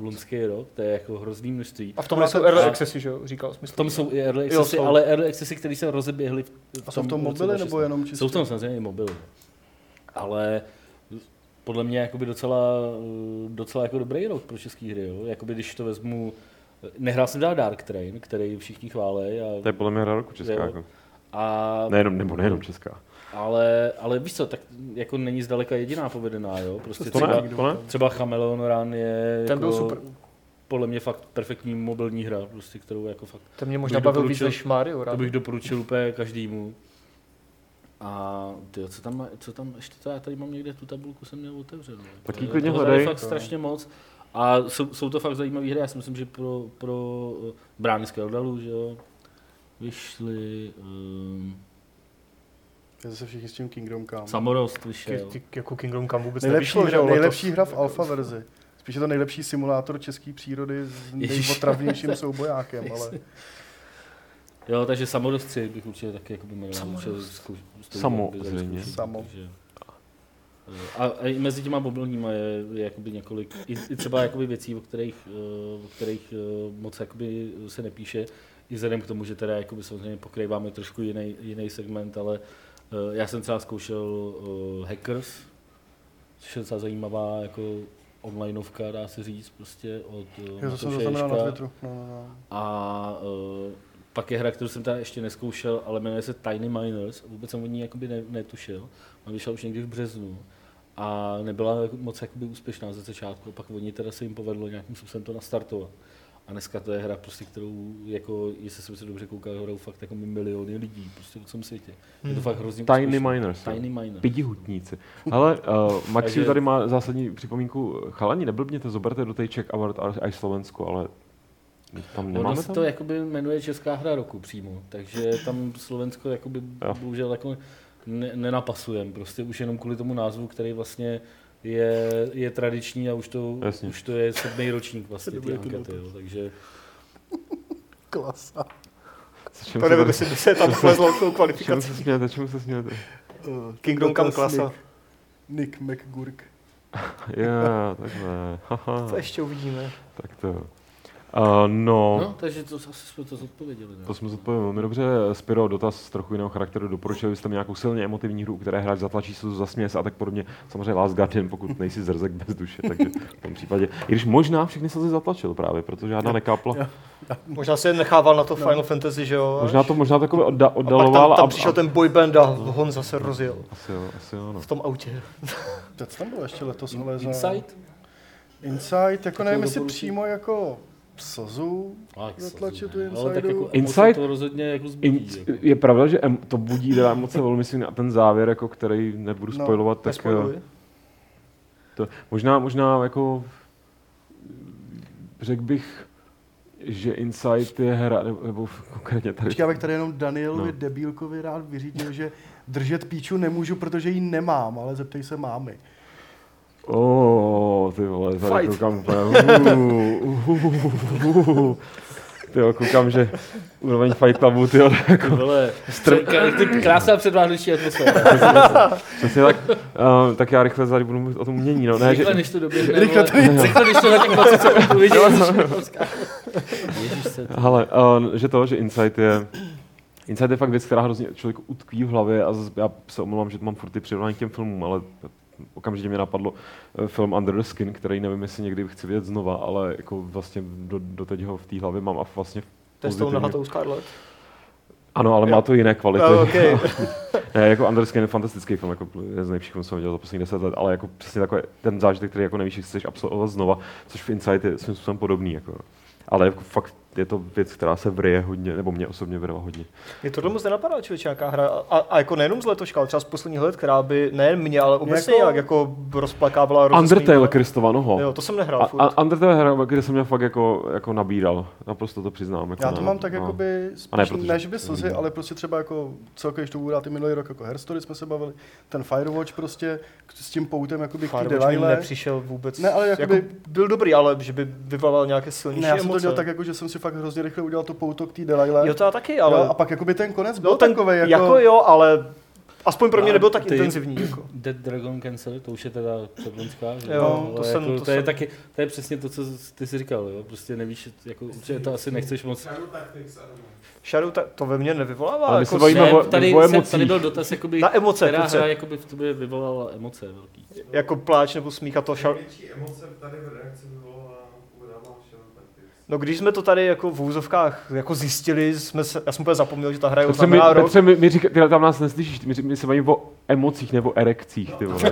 Speaker 2: loňský rok, to je jako hrozný množství.
Speaker 3: A v tomhle jsou early accessy, že jo, říkal jsi,
Speaker 2: V tom jsou i early
Speaker 3: Jo,
Speaker 2: accessy,
Speaker 3: jsou.
Speaker 2: ale early accessy, které se rozeběhly v,
Speaker 4: A jsou v tom
Speaker 2: roce
Speaker 4: mobily
Speaker 2: 2016.
Speaker 4: nebo jenom čistě?
Speaker 2: Jsou v tom samozřejmě i mobily. Ale podle mě jakoby docela, eh, docela jako dobrý rok pro český hry. Jo? Jakoby když to vezmu, eh, nehrál jsem dál Dark Train, který všichni chválej,
Speaker 1: to
Speaker 2: a,
Speaker 1: je podle mě hra roku česká.
Speaker 2: Jo.
Speaker 1: Jako.
Speaker 2: a,
Speaker 1: Nejenom, nebo nejenom česká.
Speaker 2: ale, ale víš co, tak jako není zdaleka jediná povedená, jo? Prostě
Speaker 1: To
Speaker 2: třeba,
Speaker 1: ne, to ne?
Speaker 2: třeba Chameleon Run je
Speaker 3: Ten
Speaker 2: jako,
Speaker 3: byl super.
Speaker 2: podle mě fakt perfektní mobilní hra, prostě, kterou jako fakt
Speaker 3: To mě možná
Speaker 2: bych
Speaker 3: bavil víc
Speaker 2: doporučil-
Speaker 3: než Mario,
Speaker 2: To
Speaker 3: rád.
Speaker 2: bych doporučil úplně každému. A ty, co tam, má- co tam, ještě to já tady mám někde, tu tabulku jsem měl otevřenou.
Speaker 1: Tak
Speaker 2: To-
Speaker 1: ji klidně
Speaker 2: toho tady
Speaker 1: hledej.
Speaker 2: je fakt strašně moc. A jsou, jsou to fakt zajímavé hry, já si myslím, že pro, pro eh, brány z Keldalu, že jo, vyšly, um,
Speaker 4: Je zase všichni s tím Kingdom Come.
Speaker 2: Samorost
Speaker 3: Ty-
Speaker 2: vyšel.
Speaker 3: ty- Jako Kingdom Come vůbec
Speaker 4: Nejlepší,
Speaker 3: nevyšlo, že
Speaker 4: hra,
Speaker 3: jo, letos.
Speaker 4: nejlepší hra v alfa verzi. Spíš je to nejlepší simulátor české přírody s nejotravnějším soubojákem, ale
Speaker 2: Jo, takže Samorost 3 bych určitě taky jako by
Speaker 1: Samo, zřejmě.
Speaker 4: Samo.
Speaker 2: eh, A, a i mezi těma mobilníma je, je jakoby několik, i, i třeba jakoby věcí, o kterých, eh, o kterých eh, moc jakoby se nepíše, i vzhledem k tomu, že teda jakoby samozřejmě pokrýváme trošku jiný, jiný segment, ale eh, já jsem třeba zkoušel eh, Hackers, což je docela zajímavá jako onlineovka, dá se říct, prostě od eh,
Speaker 4: jo, to jsem
Speaker 2: Matouše
Speaker 4: zaznamenal na
Speaker 2: Ježka.
Speaker 4: Twitteru. No, no, no.
Speaker 2: A eh, Pak je hra, kterou jsem teda ještě neskoušel, ale jmenuje se Tiny Miners. Vůbec jsem o ní jakoby ne, netušil. Ona vyšla už někdy v březnu a nebyla moc jakoby úspěšná ze začátku. A pak oni teda se jim povedlo nějakým způsobem to nastartovat. A dneska to je hra, prostě, kterou, jako, jestli jsem se dobře koukal, hrajou fakt jako miliony lidí prostě v celém světě. Je to fakt hrozně
Speaker 1: Tiny
Speaker 2: úspěšné.
Speaker 1: Miners, jo.
Speaker 2: Tiny Miners.
Speaker 1: Pidi hutníci. Ale uh, Maxi
Speaker 2: Takže-
Speaker 1: tady má zásadní připomínku. Chalani, neblbněte, zoberte do té Czech Award a- až Slovensko, ale tam
Speaker 2: Ono
Speaker 1: nemáme
Speaker 2: se
Speaker 1: tam?
Speaker 2: to jakoby jmenuje Česká hra roku přímo, takže tam Slovensko jakoby
Speaker 1: Jo.
Speaker 2: bohužel jako ne, nenapasujem, prostě už jenom kvůli tomu názvu, který vlastně je, je tradiční a už to,
Speaker 1: Jasně.
Speaker 2: už to je sedmý ročník vlastně ty
Speaker 4: Dobrý to
Speaker 2: ankety, jo, takže
Speaker 4: Klasa.
Speaker 1: S čím
Speaker 3: To
Speaker 1: se
Speaker 3: nevím,
Speaker 1: tady-
Speaker 3: jestli by
Speaker 2: [LAUGHS]
Speaker 3: se tam slezlo s tou
Speaker 1: Čemu
Speaker 3: kvalifikací.
Speaker 1: se smějete, čemu se smějete?
Speaker 4: Uh,
Speaker 3: Kingdom Come klasa.
Speaker 4: Nick McGurk.
Speaker 1: Jo, takhle, haha,
Speaker 3: To ještě uvidíme.
Speaker 1: tak to. Uh, no,
Speaker 2: no, takže to asi jsme to zodpověděli. Ne?
Speaker 1: To jsme zodpověděli velmi dobře. Spiro, dotaz trochu jiného charakteru. Doporučili byste mi nějakou silně emotivní hru, u které hráč zatlačí se zasměje se a tak podobně. Samozřejmě Last Guardian, pokud nejsi zrzek bez duše, takže v tom případě. I když možná všechny se zatlačil právě, protože žádná nekápla.
Speaker 3: Možná se nechával na to
Speaker 4: No.
Speaker 3: Final Fantasy, že jo?
Speaker 1: Možná to možná takové odda,
Speaker 3: a pak tam,
Speaker 1: oddaloval.
Speaker 3: tam přišel ten boyband a hon zase rozjel
Speaker 1: Asi jo, asi jo, no.
Speaker 3: v tom autě.
Speaker 4: To tam bylo ještě letos, ale za...
Speaker 2: Insight?
Speaker 4: Insight, jako nevím, jestli
Speaker 2: doporučuji.
Speaker 4: přímo jako Sazu.
Speaker 2: A, jak se
Speaker 4: Zatlačil tu
Speaker 2: rozhodne. Ale tak
Speaker 4: Insideru.
Speaker 2: jako Insight?
Speaker 1: Insight-
Speaker 2: to rozhodně jako
Speaker 1: In,
Speaker 2: zbudí.
Speaker 1: [LAUGHS]
Speaker 2: jako.
Speaker 1: je pravda, že em, to budí teda emoce velmi silně a ten závěr, jako, který nebudu
Speaker 4: No,
Speaker 1: spojovat, tak eh,
Speaker 3: Nespojuji.
Speaker 1: To, možná, možná jako řekl bych, že Insight je hra, nebo, nebo konkrétně tady.
Speaker 4: Počkej, já bych tady jenom Danielovi
Speaker 1: No.
Speaker 4: no. Debílkovi rád vyřídil, že držet píču nemůžu, protože ji nemám, ale zeptej se mámy.
Speaker 1: Oh, ty vole, tady
Speaker 3: Fight.
Speaker 1: koukám úplně. Uh, uh, uh, uh, uh. Ty jo, koukám, že úroveň Fight Clubu, ty jo,
Speaker 2: Ty vole, ty krásná předvánoční atmosféra.
Speaker 1: přesně tak. Uh, tak já rychle tady budu mluvit o tom umění, no. Ne, že,
Speaker 2: Rychle, než to doběhne.
Speaker 4: Rychle
Speaker 2: vole. Rychle, než to na těch
Speaker 1: [LAUGHS]
Speaker 2: 20 sekund uvidíš. Ježíš se,
Speaker 1: hele, uh, že to, že Insight je... Insight je fakt věc, která hrozně člověku utkví v hlavě a zase, já se omlouvám, že to mám furt ty přirovnání k těm filmům, ale okamžitě mě napadlo eh, film Under the Skin, který nevím, jestli někdy chci vidět znova, ale jako vlastně do, doteď ho v té hlavě mám a vlastně
Speaker 3: To je s tou
Speaker 1: pozitivně-
Speaker 3: nahatou Scarlett.
Speaker 1: Ano, ale má
Speaker 3: Jo.
Speaker 1: to jiné kvality. [LAUGHS]
Speaker 3: No, okay.
Speaker 1: Ne, jako Underskin je fantastický film, jako jeden z nejlepších filmů, co jsem viděl za posledních deset let, ale jako přesně takový ten zážitek, který jako nevíš, jestli chceš absolvovat znova, což v Insight je svým způsobem podobný. Jako. no. Ale jako fakt je to věc, která se vryje hodně, nebo mě osobně vyrva hodně.
Speaker 3: Mě tohle moc nenapadá, člověče, nějaká hra. A, a, jako nejenom z letoška, ale třeba z posledních let, která by nejen mě, ale obecně
Speaker 4: Jako-
Speaker 3: jako... jak jako rozplakávala. rozesmívala.
Speaker 1: Undertale, Kristova, no ho.
Speaker 3: Jo, to jsem nehrál
Speaker 1: A,
Speaker 3: furt.
Speaker 1: a Undertale je hra, kde jsem mě fakt jako, jako nabíral. Naprosto to přiznám. Jako
Speaker 4: Já to
Speaker 1: ne,
Speaker 4: mám tak
Speaker 1: no.
Speaker 4: jakoby spíš,
Speaker 1: A ne, protože- Mhm.
Speaker 4: než by slzy, ale prostě třeba jako celkově, když to bude dát i minulý rok, jako Herstory jsme se bavili, ten Firewatch prostě k- s tím poutem jakoby k té
Speaker 3: Firewatch mi
Speaker 4: Delilah.
Speaker 3: nepřišel vůbec.
Speaker 4: Ne, ale jakoby-
Speaker 3: jako byl dobrý, ale že by vyvolal nějaké silnější
Speaker 4: Ne, já jsem to
Speaker 3: emoce.
Speaker 4: dělal tak, jako, že jsem si fakt hrozně rychle udělal to pouto k té Delilah.
Speaker 3: Jo, to já taky, ale...
Speaker 4: ale... a pak jakoby ten konec byl
Speaker 3: no,
Speaker 4: no,
Speaker 3: ten,
Speaker 4: takový jako...
Speaker 3: jako... jo, ale aspoň pro mě
Speaker 2: No,
Speaker 3: nebyl tak
Speaker 2: ty-
Speaker 3: intenzivní. Jako.
Speaker 2: Dead Dragon Cancel, to už je teda předlonská, že
Speaker 3: Jo,
Speaker 2: Ale
Speaker 3: to jsem-
Speaker 2: jako,
Speaker 3: to
Speaker 2: to, je
Speaker 3: jsem-
Speaker 2: taky, to je přesně to, co ty jsi říkal, jo? prostě nevíš, jako, určitě to asi nechceš moc.
Speaker 3: Shadow, ta, to ve mně nevyvolává.
Speaker 1: Ale my
Speaker 3: jako
Speaker 1: se bavíme
Speaker 3: ne,
Speaker 1: o-
Speaker 2: tady,
Speaker 1: o
Speaker 2: jsem,
Speaker 1: emocích.
Speaker 2: tady byl dotaz, jakoby,
Speaker 3: Na emoce,
Speaker 2: která
Speaker 3: pojď se.
Speaker 2: hra jakoby v tobě vyvolala emoce velký.
Speaker 3: jako pláč nebo smích a to šar...
Speaker 5: Největší emoce tady v redakci vyvolala Udává Shadow Tactics.
Speaker 3: No když jsme to tady jako v úzovkách jako zjistili, jsme se, já jsem úplně zapomněl, že ta hra je
Speaker 1: Petře, my,
Speaker 3: oznámená rok.
Speaker 1: Petře, my, my říká, ty tam nás neslyšíš, my, ři- my se bavíme o emocích nebo erekcích, ty
Speaker 4: [LAUGHS]
Speaker 1: vole.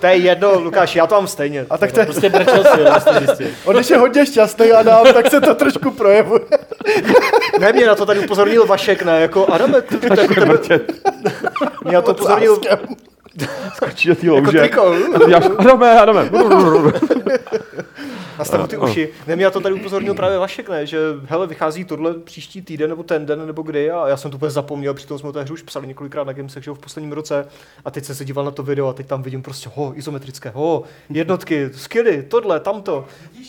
Speaker 3: To je jedno, Lukáš, já to mám stejně.
Speaker 4: A
Speaker 1: No,
Speaker 4: tak to je,
Speaker 2: Prostě brečel si, jo, vlastně zjistil.
Speaker 4: on když je hodně šťastný, Adam, tak se to
Speaker 1: [LAUGHS]
Speaker 4: trošku projevuje.
Speaker 3: Ne, mě na to tady upozornil Vašek, ne, jako Adame, ty, tak tebe, mě na to upozornil
Speaker 1: Skočí do té
Speaker 3: jako
Speaker 1: louže.
Speaker 3: triko,
Speaker 1: A ty děláš, Adame, Adame.
Speaker 3: nastavu ty uši. Ne, mě na to tady upozornil právě Vašek, ne, že hele, vychází tohle příští týden nebo ten den nebo kdy a já jsem to úplně zapomněl, přitom jsme o té hře už psali několikrát na Gamesech, že jo, v posledním roce a teď jsem se díval na to video a teď tam vidím prostě ho, izometrické, ho, jednotky, skilly, tohle, tamto.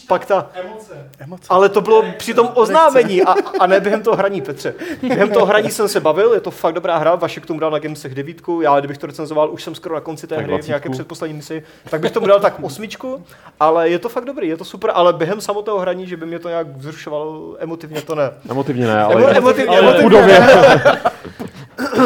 Speaker 3: Pak ta,
Speaker 5: Emoce.
Speaker 4: Emoce.
Speaker 3: Ale to bylo při tom oznámení a, a ne během toho hraní, Petře. Během toho hraní jsem se bavil, je to fakt dobrá hra, Vašek tomu dal na Gamesech devítku, já kdybych to recenzoval, už jsem skoro na konci té
Speaker 1: Tak
Speaker 3: hry v nějaké
Speaker 1: dvacítku.
Speaker 3: předposlední misi, tak bych tomu dal tak osmičku, ale je to fakt dobrý, je to super, ale během samotného hraní, že by mě to nějak vzrušovalo emotivně, to ne.
Speaker 1: Emotivně ne,
Speaker 3: Emo,
Speaker 1: ale...
Speaker 3: emotivně,
Speaker 2: ale-
Speaker 3: emotivně.
Speaker 1: Pudově.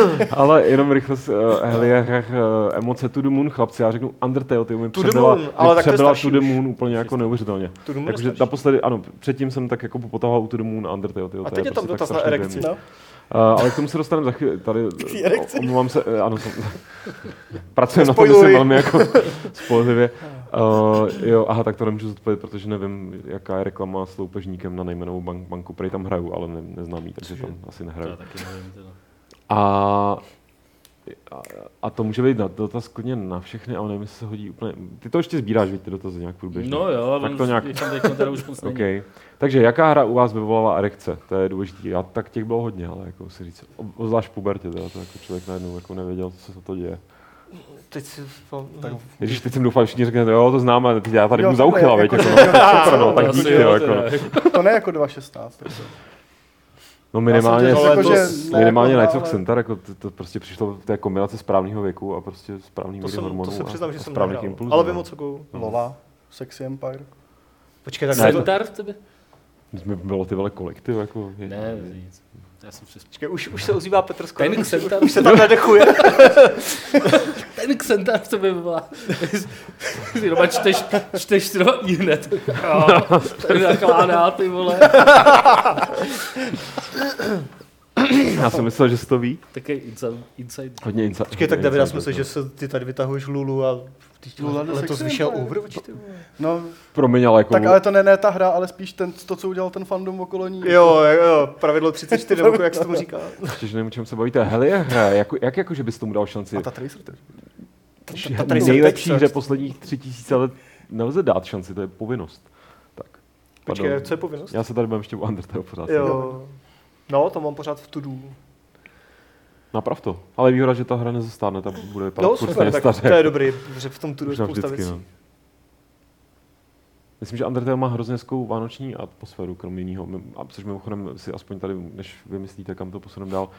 Speaker 1: [LAUGHS] ale jenom rychle z uh, Heliach, uh, emoce To the Moon, chlapci, já řeknu Undertale, ty mi
Speaker 3: To the
Speaker 1: přebyla,
Speaker 3: Moon, ale
Speaker 1: mi
Speaker 3: tak to je
Speaker 1: přebyla
Speaker 3: starší
Speaker 1: To the
Speaker 3: už.
Speaker 1: Moon úplně jako neuvěřitelně.
Speaker 3: To the Moon je
Speaker 1: Jakože
Speaker 3: starší.
Speaker 1: naposledy, ano, předtím jsem tak jako popotahoval u To the Moon a Undertale, tyjo,
Speaker 3: A
Speaker 1: to
Speaker 3: teď je tam
Speaker 1: prostě tak
Speaker 3: dotaz na
Speaker 1: strašně
Speaker 3: erekci.
Speaker 1: dojemný. Uh, ale k tomu se dostaneme za chvíli. Tady,
Speaker 3: té erekci.
Speaker 1: o- omlouvám se, eh, ano, jsem, [LAUGHS] pracujeme na tom,
Speaker 3: Nespojuji.
Speaker 1: myslím, velmi jako [LAUGHS] spolehlivě. Uh, jo, aha, tak to nemůžu zodpovědět, protože nevím, jaká je reklama s loupežníkem na nejmenovou bank, banku. Prej tam hraju, ale ne, neznám ji, takže tam asi nehraju.
Speaker 2: Já taky nevím, teda.
Speaker 1: A, a, a to může být na- dotaz klidně na všechny, ale nevím, jestli se hodí úplně... Ty to ještě sbíráš, víš, ty dotazy nějak průběžně.
Speaker 2: No jo, ale
Speaker 1: tak to nějak...
Speaker 2: tam teď teda už moc není.
Speaker 1: Okay. Takže jaká hra u vás vyvolala erekce? To je důležité. Já tak těch bylo hodně, ale jako si říct, o- obzvlášť v pubertě, teda, to jako člověk najednou jako nevěděl, co se to děje.
Speaker 3: No. Teď si...
Speaker 4: Tak
Speaker 1: Když teď jsem doufal, že všichni řeknete, jo, to známe, teď já tady
Speaker 4: Jo,
Speaker 1: budu za
Speaker 4: takhle,
Speaker 1: uchyla,
Speaker 4: jako
Speaker 1: jako,
Speaker 4: že-
Speaker 1: no, [LAUGHS] super, no,
Speaker 4: To
Speaker 1: tak
Speaker 4: asi
Speaker 1: díky,
Speaker 4: jo,
Speaker 1: jo, jako, no.
Speaker 2: teda.
Speaker 4: to ne jako 2.16. tak to-
Speaker 1: no minimálně,
Speaker 4: Já jsem
Speaker 3: Ale
Speaker 4: řekl,
Speaker 3: to-
Speaker 4: že ne,
Speaker 1: minimálně
Speaker 4: jako,
Speaker 1: Night of
Speaker 4: ale-
Speaker 1: Center, jako to, to, prostě přišlo v té kombinace správného věku a prostě správný
Speaker 3: To,
Speaker 1: míry
Speaker 3: jsem,
Speaker 1: hormonů
Speaker 3: to se
Speaker 1: a-
Speaker 3: přiznám, že
Speaker 1: a
Speaker 3: jsem
Speaker 1: správných
Speaker 3: nehrál.
Speaker 1: impulzů,
Speaker 3: ale
Speaker 1: no.
Speaker 3: vím, o co go.
Speaker 4: Lova, Sexy Empire.
Speaker 3: Počkej, tak
Speaker 1: Ne,
Speaker 3: to,
Speaker 2: Sektar v tebe?
Speaker 1: Jsme- Bylo ty vole kolektiv, jako... je-
Speaker 2: Ne, nic. Já jsem přesvědčen.
Speaker 3: počkej, už, už se ozývá Petr Skoro.
Speaker 2: Ten
Speaker 3: Už, se-
Speaker 2: Xentar-
Speaker 3: už se tam nadechuje.
Speaker 2: Ten Xentar v tebe volá. Ty doma čteš, čteš si no,
Speaker 1: [LAUGHS]
Speaker 2: hned. Jo, Ten nakládá, ty vole.
Speaker 1: Já jsem myslel, že se to ví.
Speaker 2: Taky inside. inside.
Speaker 1: Hodně insa-
Speaker 3: Počkej, tak
Speaker 1: hodně
Speaker 3: Davida
Speaker 1: insider,
Speaker 3: jsme
Speaker 1: no.
Speaker 3: se, že se ty tady vytahuješ Lulu a ty
Speaker 4: Lula
Speaker 3: ale to
Speaker 4: Sexy
Speaker 3: vyšel
Speaker 4: Empire.
Speaker 3: Overwatch, ty vole.
Speaker 4: No,
Speaker 1: Promiň, ale jako...
Speaker 4: tak ale to ne, ne ta hra, ale spíš ten, to, co udělal ten fandom okolo ní.
Speaker 3: Jo, jo, pravidlo 34, nebo jak se tomu říká.
Speaker 1: Ještě, že nevím, o čem se bavíte. Heli je hra. Jako, jak jako, že bys tomu dal šanci?
Speaker 4: A ta Tracer teď.
Speaker 3: ta- ta- ta-
Speaker 1: nejlepší
Speaker 3: ta-
Speaker 1: hře posledních tři tisíce let nelze dát šanci, to je povinnost. Tak.
Speaker 3: Počkej,
Speaker 1: pardon.
Speaker 3: co je povinnost?
Speaker 1: Já se tady budem ještě u Undertale pořád.
Speaker 3: Jo. No, to mám pořád v tudu.
Speaker 1: Naprav to. Ale výhoda, že ta hra nezastárne, ta bude vypadat
Speaker 3: No,
Speaker 1: furt
Speaker 3: super, tak
Speaker 1: nejstarší.
Speaker 3: to je dobrý, že v tom tudu je
Speaker 1: Možná
Speaker 3: spousta
Speaker 1: vždycky, no.
Speaker 3: věcí.
Speaker 1: Myslím, že Undertale má hrozně hezkou vánoční atmosféru, kromě jiného. Mim- A což mimochodem si aspoň tady, než vymyslíte, kam to posuneme dál,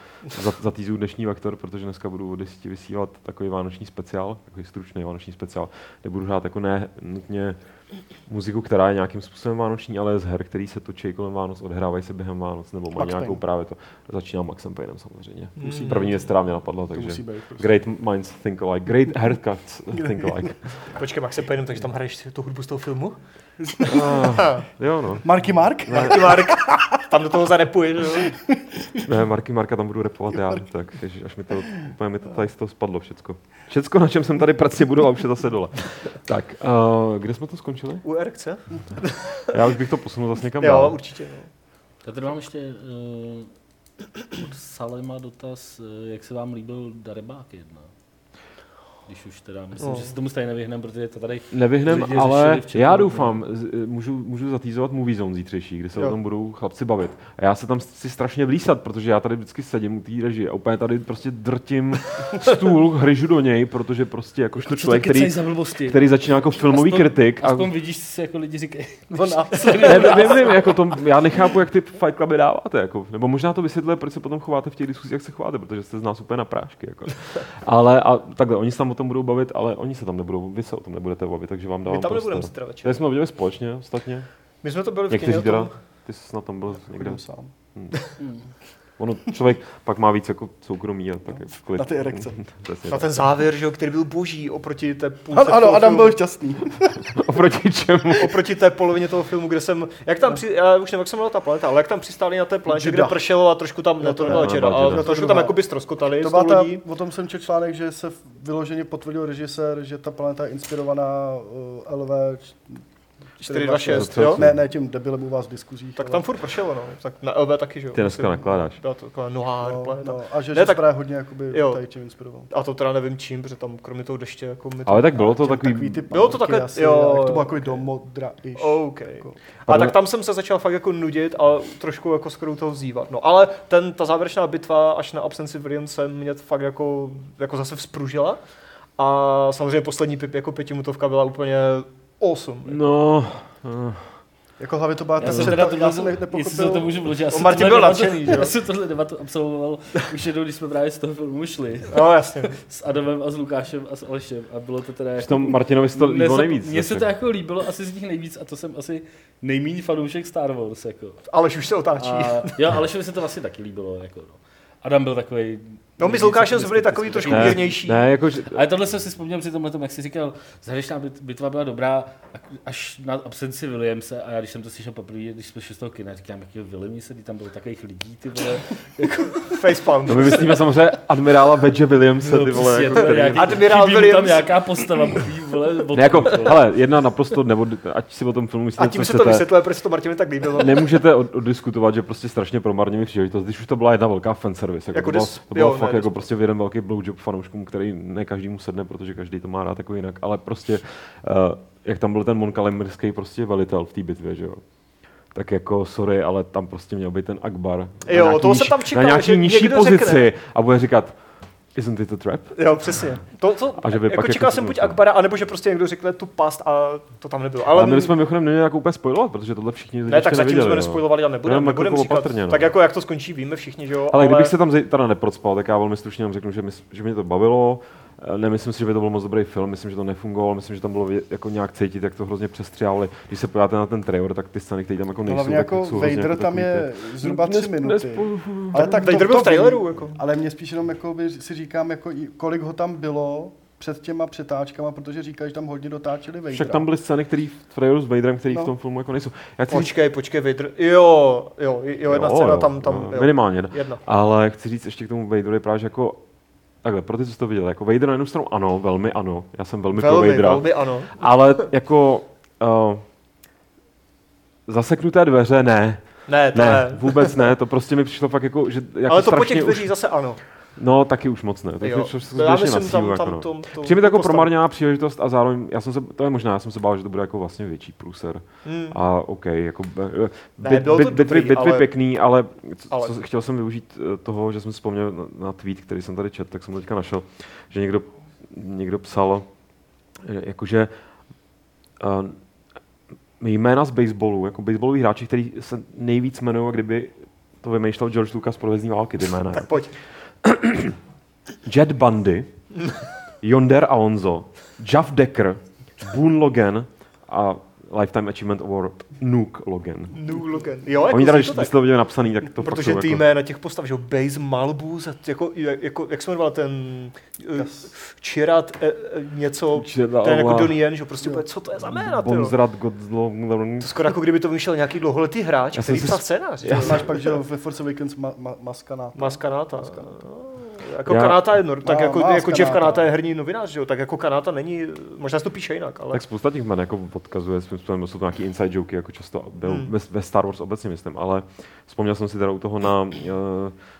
Speaker 1: za, za týzu dnešní vektor, protože dneska budu od 10 vysílat takový vánoční speciál, takový stručný vánoční speciál, kde budu hrát jako ne nutně muziku, která je nějakým způsobem vánoční, ale z her, který se točí kolem Vánoc, odehrávají se během Vánoc, nebo mají
Speaker 4: Max
Speaker 1: nějakou
Speaker 4: Payne.
Speaker 1: právě to. Začínal Maxem Paynem samozřejmě.
Speaker 3: Musí být.
Speaker 1: První věc, která mě napadla,
Speaker 4: To musí
Speaker 1: takže
Speaker 4: být. Prostě.
Speaker 1: Great minds think alike, great haircuts think alike.
Speaker 3: Počkej, Max, se pojedu, takže tam hraješ tu hudbu z toho filmu?
Speaker 1: Ah, jo no.
Speaker 4: Marky Mark?
Speaker 3: Marky Mark, tam do toho zarepuje, že jo?
Speaker 1: Ne, Marky Marka tam budu repovat já. Tak, ježiš, až mi to, úplně mi to tady z toho spadlo všecko. Všecko, na čem jsem tady pracně budoval, už je zase dole. Tak, uh, kde jsme to skončili?
Speaker 3: U Erekce?
Speaker 1: Já už bych to posunul zase někam
Speaker 3: Jo,
Speaker 1: dál.
Speaker 3: určitě. no.
Speaker 2: Já tady mám ještě uh, od Salema dotaz, eh, jak se vám líbil Darebák jedna. Když už teda, myslím,
Speaker 3: No.
Speaker 2: že se tomu stejně nevyhneme, protože to tady
Speaker 1: Nevyhnem,
Speaker 2: Lidi
Speaker 1: ale
Speaker 2: řešili v chatu.
Speaker 1: já doufám, z- eh, můžu, můžu zatýzovat Movie Zone zítřejší, kde se
Speaker 4: Jo.
Speaker 1: o tom budou chlapci bavit. A já se tam si strašně vlísat, protože já tady vždycky sedím u té režie a úplně tady prostě drtím stůl, hryžu do něj, protože prostě jakožto
Speaker 2: Co
Speaker 1: člověk,
Speaker 2: to kecej
Speaker 1: který,
Speaker 2: za blbosti.
Speaker 1: který začíná jako filmový
Speaker 2: Aspoň-
Speaker 1: kritik. a-
Speaker 2: Aspoň vidíš, co si jako lidi říkají.
Speaker 4: On a...
Speaker 1: ne, ne, ne, ne, jako to, já nechápu, jak ty Fight Cluby dáváte, jako, nebo možná to vysvětluje, proč se potom chováte v těch diskusích, jak se chováte, protože jste z nás úplně na prášky, jako. Ale, a takhle, oni se tam o tom budou bavit, ale oni se tam nebudou, vy se o tom nebudete bavit, takže vám dávám
Speaker 3: My tam nebudeme
Speaker 1: prostor.
Speaker 3: zítra večer.
Speaker 1: Tady jsme to viděli společně, ostatně.
Speaker 3: My jsme to byli v kyně
Speaker 1: Někteří
Speaker 3: o tom.
Speaker 1: teda, ty jsi na tom byl někde.
Speaker 4: Chodím sám.
Speaker 1: Ono, člověk pak má víc jako soukromí a tak v klid.
Speaker 4: Na ty erekce.
Speaker 1: [LAUGHS] Přesně
Speaker 3: Na
Speaker 1: tak.
Speaker 3: ten závěr, že jo, který byl boží oproti té půlce
Speaker 4: Ano, ano,
Speaker 3: toho
Speaker 4: Adam
Speaker 3: filmu.
Speaker 4: byl šťastný.
Speaker 1: Oproti čemu?
Speaker 3: oproti té polovině toho filmu, kde jsem, jak tam, při, já už nevím, jak se jmenovala ta planeta, ale jak tam přistáli na té planetě, kde
Speaker 4: Jeddah.
Speaker 3: pršelo a trošku tam, ne, to nebyla
Speaker 1: ne,
Speaker 3: Jeddah,
Speaker 1: nebyla
Speaker 3: ale
Speaker 1: Jeddah.
Speaker 3: trošku tam jakoby stroskotali
Speaker 4: To
Speaker 3: to
Speaker 4: byla
Speaker 3: tou
Speaker 4: ta,
Speaker 3: lodí.
Speaker 4: o tom jsem četl článek, že se vyloženě potvrdil režisér, že ta planeta je inspirovaná uh, LV č-
Speaker 3: 426,
Speaker 1: To je
Speaker 3: jo?
Speaker 1: co?
Speaker 4: Ne, ne, tím debilem u vás v diskuzích.
Speaker 3: Tak
Speaker 4: ale-
Speaker 3: tam furt pršelo, no. Tak na LB taky, že jo?
Speaker 1: Ty dneska nakládáš.
Speaker 3: Byla to taková nohár
Speaker 4: no,
Speaker 3: planeta.
Speaker 4: no, a že,
Speaker 3: Ne,
Speaker 4: že
Speaker 3: tak-
Speaker 4: tak... právě hodně jakoby,
Speaker 3: Jo.
Speaker 4: tady tím inspiroval.
Speaker 3: A to teda nevím čím, protože tam kromě toho deště jako mi to...
Speaker 1: Ale tak bylo to
Speaker 4: Takový
Speaker 1: takový...
Speaker 4: ty
Speaker 3: Bylo to
Speaker 4: pánky
Speaker 3: takhle-
Speaker 4: asi,
Speaker 3: jo,
Speaker 4: jak to
Speaker 3: jo,
Speaker 4: bylo jako takový domodra ish.
Speaker 3: OK.
Speaker 4: Jako.
Speaker 3: A
Speaker 1: Pardon.
Speaker 3: tak tam jsem se začal fakt jako nudit a trošku jako skoro toho vzývat. No ale ten, ta závěrečná bitva až na absenci Williamse mě fakt jako, jako zase vzpružila. A samozřejmě poslední pip, jako pětimutovka byla úplně awesome.
Speaker 1: No... eh.
Speaker 4: jako hlavně to byla
Speaker 2: Já
Speaker 4: ten
Speaker 2: jsem
Speaker 4: set,
Speaker 2: teda to
Speaker 4: já jsem ne-
Speaker 2: debatu, jestli se to
Speaker 4: nepochopil.
Speaker 2: můžu vložit, já jsem
Speaker 3: Martin
Speaker 2: tohle
Speaker 3: byl
Speaker 2: debatu-
Speaker 3: nadšený, že jo?
Speaker 2: Já jsem tohle debatu absolvoval [LAUGHS] už jednou, když jsme právě z toho filmu šli.
Speaker 3: No jasně.
Speaker 2: S Adamem a s Lukášem a s Alešem a bylo to teda jako...
Speaker 1: Přitom Martinovi se to líbilo
Speaker 2: Neza-
Speaker 1: nejvíc.
Speaker 2: Mně se
Speaker 1: zase.
Speaker 2: to jako líbilo asi z nich nejvíc a to jsem asi nejméně fanoušek Star Wars. Jako.
Speaker 3: Aleš už se otáčí.
Speaker 2: A, jo, Alešovi se to vlastně taky líbilo. Jako, no. Adam byl takový
Speaker 3: No, my s Lukášem jsme byli takový trošku
Speaker 1: Ne,
Speaker 3: mírnější.
Speaker 1: ne, jako, že,
Speaker 2: Ale tohle jsem si vzpomněl při tomhle, jak jsi říkal, zahraničná bit- bitva byla dobrá ak- až na absenci Williamse a já když jsem to slyšel poprvé, když jsme šli z toho kina, říkám, jaký Williamse, kdy tam bylo takových lidí, ty vole.
Speaker 3: [LAUGHS] Facepalm.
Speaker 1: no my myslíme samozřejmě admirála Vedge Williamse, [LAUGHS]
Speaker 3: No,
Speaker 1: ty vole, jako,
Speaker 2: Prostě to
Speaker 1: který,
Speaker 2: nějaký-
Speaker 3: Admirál
Speaker 2: chybí mu tam
Speaker 3: Williams.
Speaker 2: nějaká postava, mluví, vole, o
Speaker 1: ne, jako,
Speaker 2: tom, vole.
Speaker 1: hele, jedna naprosto, nebo ať si o tom filmu myslíte,
Speaker 3: no. A tím
Speaker 1: co
Speaker 3: se to
Speaker 1: chcete.
Speaker 3: vysvětluje, proč se to Martinovi tak líbilo.
Speaker 1: nemůžete od, oddiskutovat, že prostě strašně promarnili příležitost, když už to byla jedna velká fanservice. Jako
Speaker 3: Jako
Speaker 1: to bylo,
Speaker 3: dis-
Speaker 1: to bylo
Speaker 3: jo,
Speaker 1: fakt
Speaker 3: ne,
Speaker 1: jako
Speaker 3: dis-
Speaker 1: prostě v jeden velký blowjob fanouškům, který ne každému sedne, protože každý to má rád jako jinak, ale prostě, uh, jak tam byl ten monkalimirský prostě velitel v té bitvě, že jo? tak jako, sorry, ale tam prostě měl být ten Akbar. na
Speaker 3: Jo,
Speaker 1: nějaký
Speaker 3: toho jsem
Speaker 1: níž-
Speaker 3: tam čekal,
Speaker 1: Na nějaký
Speaker 3: že
Speaker 1: nižší
Speaker 3: někdo
Speaker 1: pozici
Speaker 3: řekne.
Speaker 1: a bude říkat, isn't it a trap?
Speaker 3: Jo, přesně. To, to,
Speaker 1: A že by
Speaker 3: jako
Speaker 1: pak
Speaker 3: čekal
Speaker 1: jako-
Speaker 3: jsem buď Akbara, anebo že prostě někdo řekne tu past a to tam nebylo.
Speaker 1: Ale,
Speaker 3: Ale,
Speaker 1: my jsme mimochodem neměli jako úplně spojovat, protože tohle všichni lidi
Speaker 3: ne, tak
Speaker 1: ještě
Speaker 3: zatím
Speaker 1: neviděli,
Speaker 3: jsme
Speaker 1: no.
Speaker 3: nespojovali a nebudeme
Speaker 1: Jenom jako
Speaker 3: nebudem říkat.
Speaker 1: opatrně, no.
Speaker 3: Tak jako jak to skončí, víme všichni, že jo.
Speaker 1: Ale kdybych se tam ze- teda neprocpal, tak já velmi stručně vám řeknu, že, mys, že mě to bavilo. Eh, Nemyslím si, že by to byl moc dobrý film, myslím, že to nefungovalo, myslím, že tam bylo vě- jako nějak cítit, jak to hrozně přestřiávali. Když se podíváte na ten trailer, tak ty scény, které tam jako nejsou,
Speaker 4: Hlavně
Speaker 1: tak
Speaker 4: jako
Speaker 1: jsou hrozně
Speaker 4: Vader
Speaker 1: jako
Speaker 4: tam
Speaker 1: takový
Speaker 4: je zhruba
Speaker 1: Nes-
Speaker 4: tři minuty.
Speaker 1: nespo-
Speaker 4: Ale tak
Speaker 3: Vader byl v
Speaker 4: vím,
Speaker 3: traileru, jako.
Speaker 4: Ale mě spíš jenom jako by si říkám, jako, i- kolik ho tam bylo před těma přetáčkama, protože říkají, že tam hodně dotáčeli
Speaker 1: ty.
Speaker 4: Vadera.
Speaker 1: Však tam byly scény, které v traileru s Vaderem, které
Speaker 4: No.
Speaker 1: v tom filmu jako nejsou. Já chci říct-
Speaker 3: Počkej, počkej, Vader. Jo, jo, jo, jedna
Speaker 1: Jo,
Speaker 3: scéna
Speaker 1: jo,
Speaker 3: tam, tam.
Speaker 1: jo,
Speaker 3: jo.
Speaker 1: Minimálně. ne?
Speaker 3: Jedna.
Speaker 1: Ale chci říct ještě k tomu Vaderovi právě, že jako Takhle, pro ty, co jste to viděli, jako Vader na jednu stranu ano, velmi ano, já jsem velmi, pro
Speaker 3: Velmi,
Speaker 1: Vadera,
Speaker 3: velmi ano.
Speaker 1: ale jako uh, zaseknuté dveře ne,
Speaker 3: Ne, to
Speaker 1: Ne,
Speaker 3: ne.
Speaker 1: vůbec ne, to prostě mi přišlo fakt jako, že jako
Speaker 3: Ale to po těch
Speaker 1: strašně
Speaker 3: dveří
Speaker 1: už,
Speaker 3: zase ano.
Speaker 1: No, taky už moc ne. Tak
Speaker 3: Jo.
Speaker 1: už se
Speaker 3: No, já
Speaker 1: zbytečně na sílu,
Speaker 3: myslím, tam,
Speaker 1: jako
Speaker 3: tam,
Speaker 1: no.
Speaker 3: tom, tom,
Speaker 1: Přijde mi to jako
Speaker 3: postavu.
Speaker 1: promarněná příležitost a zároveň, já jsem se, to je možná, já jsem se bál, že to bude jako vlastně větší průser.
Speaker 3: Hmm.
Speaker 1: A OK, jako eh,
Speaker 3: Ne,
Speaker 1: bit,
Speaker 3: bylo to
Speaker 1: bit, bitvy,
Speaker 3: dobrý,
Speaker 1: bitvy
Speaker 3: ale-
Speaker 1: pěkný, ale, co,
Speaker 3: Ale-
Speaker 1: Co, chtěl jsem využít eh, toho, že jsem si vzpomněl na, na tweet, který jsem tady četl, tak jsem ho teďka našel, že někdo, někdo psal, že jakože uh, jména z baseballu, jako baseballoví hráči, který se nejvíc jmenují, kdyby to vymýšlel George Lucas pro vězní války, ty jména.
Speaker 3: [LAUGHS] Tak pojď.
Speaker 1: Jet Bundy, Yonder Alonso, Jeff Decker, Boone Logan a Lifetime Achievement Award Nuke Logan.
Speaker 3: New Logan. Jo, jako
Speaker 1: Oni teda,
Speaker 3: zní
Speaker 1: když
Speaker 3: to
Speaker 1: to
Speaker 3: tak.
Speaker 1: tak. viděli napsaný, tak to
Speaker 3: Protože
Speaker 1: fakt
Speaker 3: ty
Speaker 1: jsou jako...
Speaker 3: jména těch postav, že jo, Base Malbus, a t- jako, jako, jak se jmenoval ten eh, Čirat eh, eh, něco,
Speaker 1: Čirat,
Speaker 3: ten jako
Speaker 1: ale-
Speaker 3: Donnie Yen, že jo, prostě úplně, co to je za jména, ty jo?
Speaker 1: Bonzrat, Godzlong...
Speaker 3: To skoro jako kdyby to vymýšlel nějaký dlouholetý hráč,
Speaker 1: Já jsem
Speaker 3: který
Speaker 1: si
Speaker 3: psal
Speaker 1: s-
Speaker 3: scénář. že
Speaker 4: Já
Speaker 3: jo.
Speaker 4: máš pak, že jo, ve Force Awakens ma, ma, maskana.
Speaker 3: Mas Kanáta. Jako
Speaker 1: Já-
Speaker 3: Kanáta je, nor- tak
Speaker 4: Má-
Speaker 3: jako,
Speaker 4: má
Speaker 3: jako Jeff
Speaker 4: Kanáta.
Speaker 3: Kanáta je herní novinář, že jo, tak jako Kanáta není, možná se to píše jinak, ale...
Speaker 1: Tak spousta těch jmen jako odkazuje svým způsobem, jsou to nějaký inside joky, jako často byl
Speaker 3: Hmm.
Speaker 1: hmm. ve, ve, Star Wars obecně, myslím, ale vzpomněl jsem si teda u toho na, uh,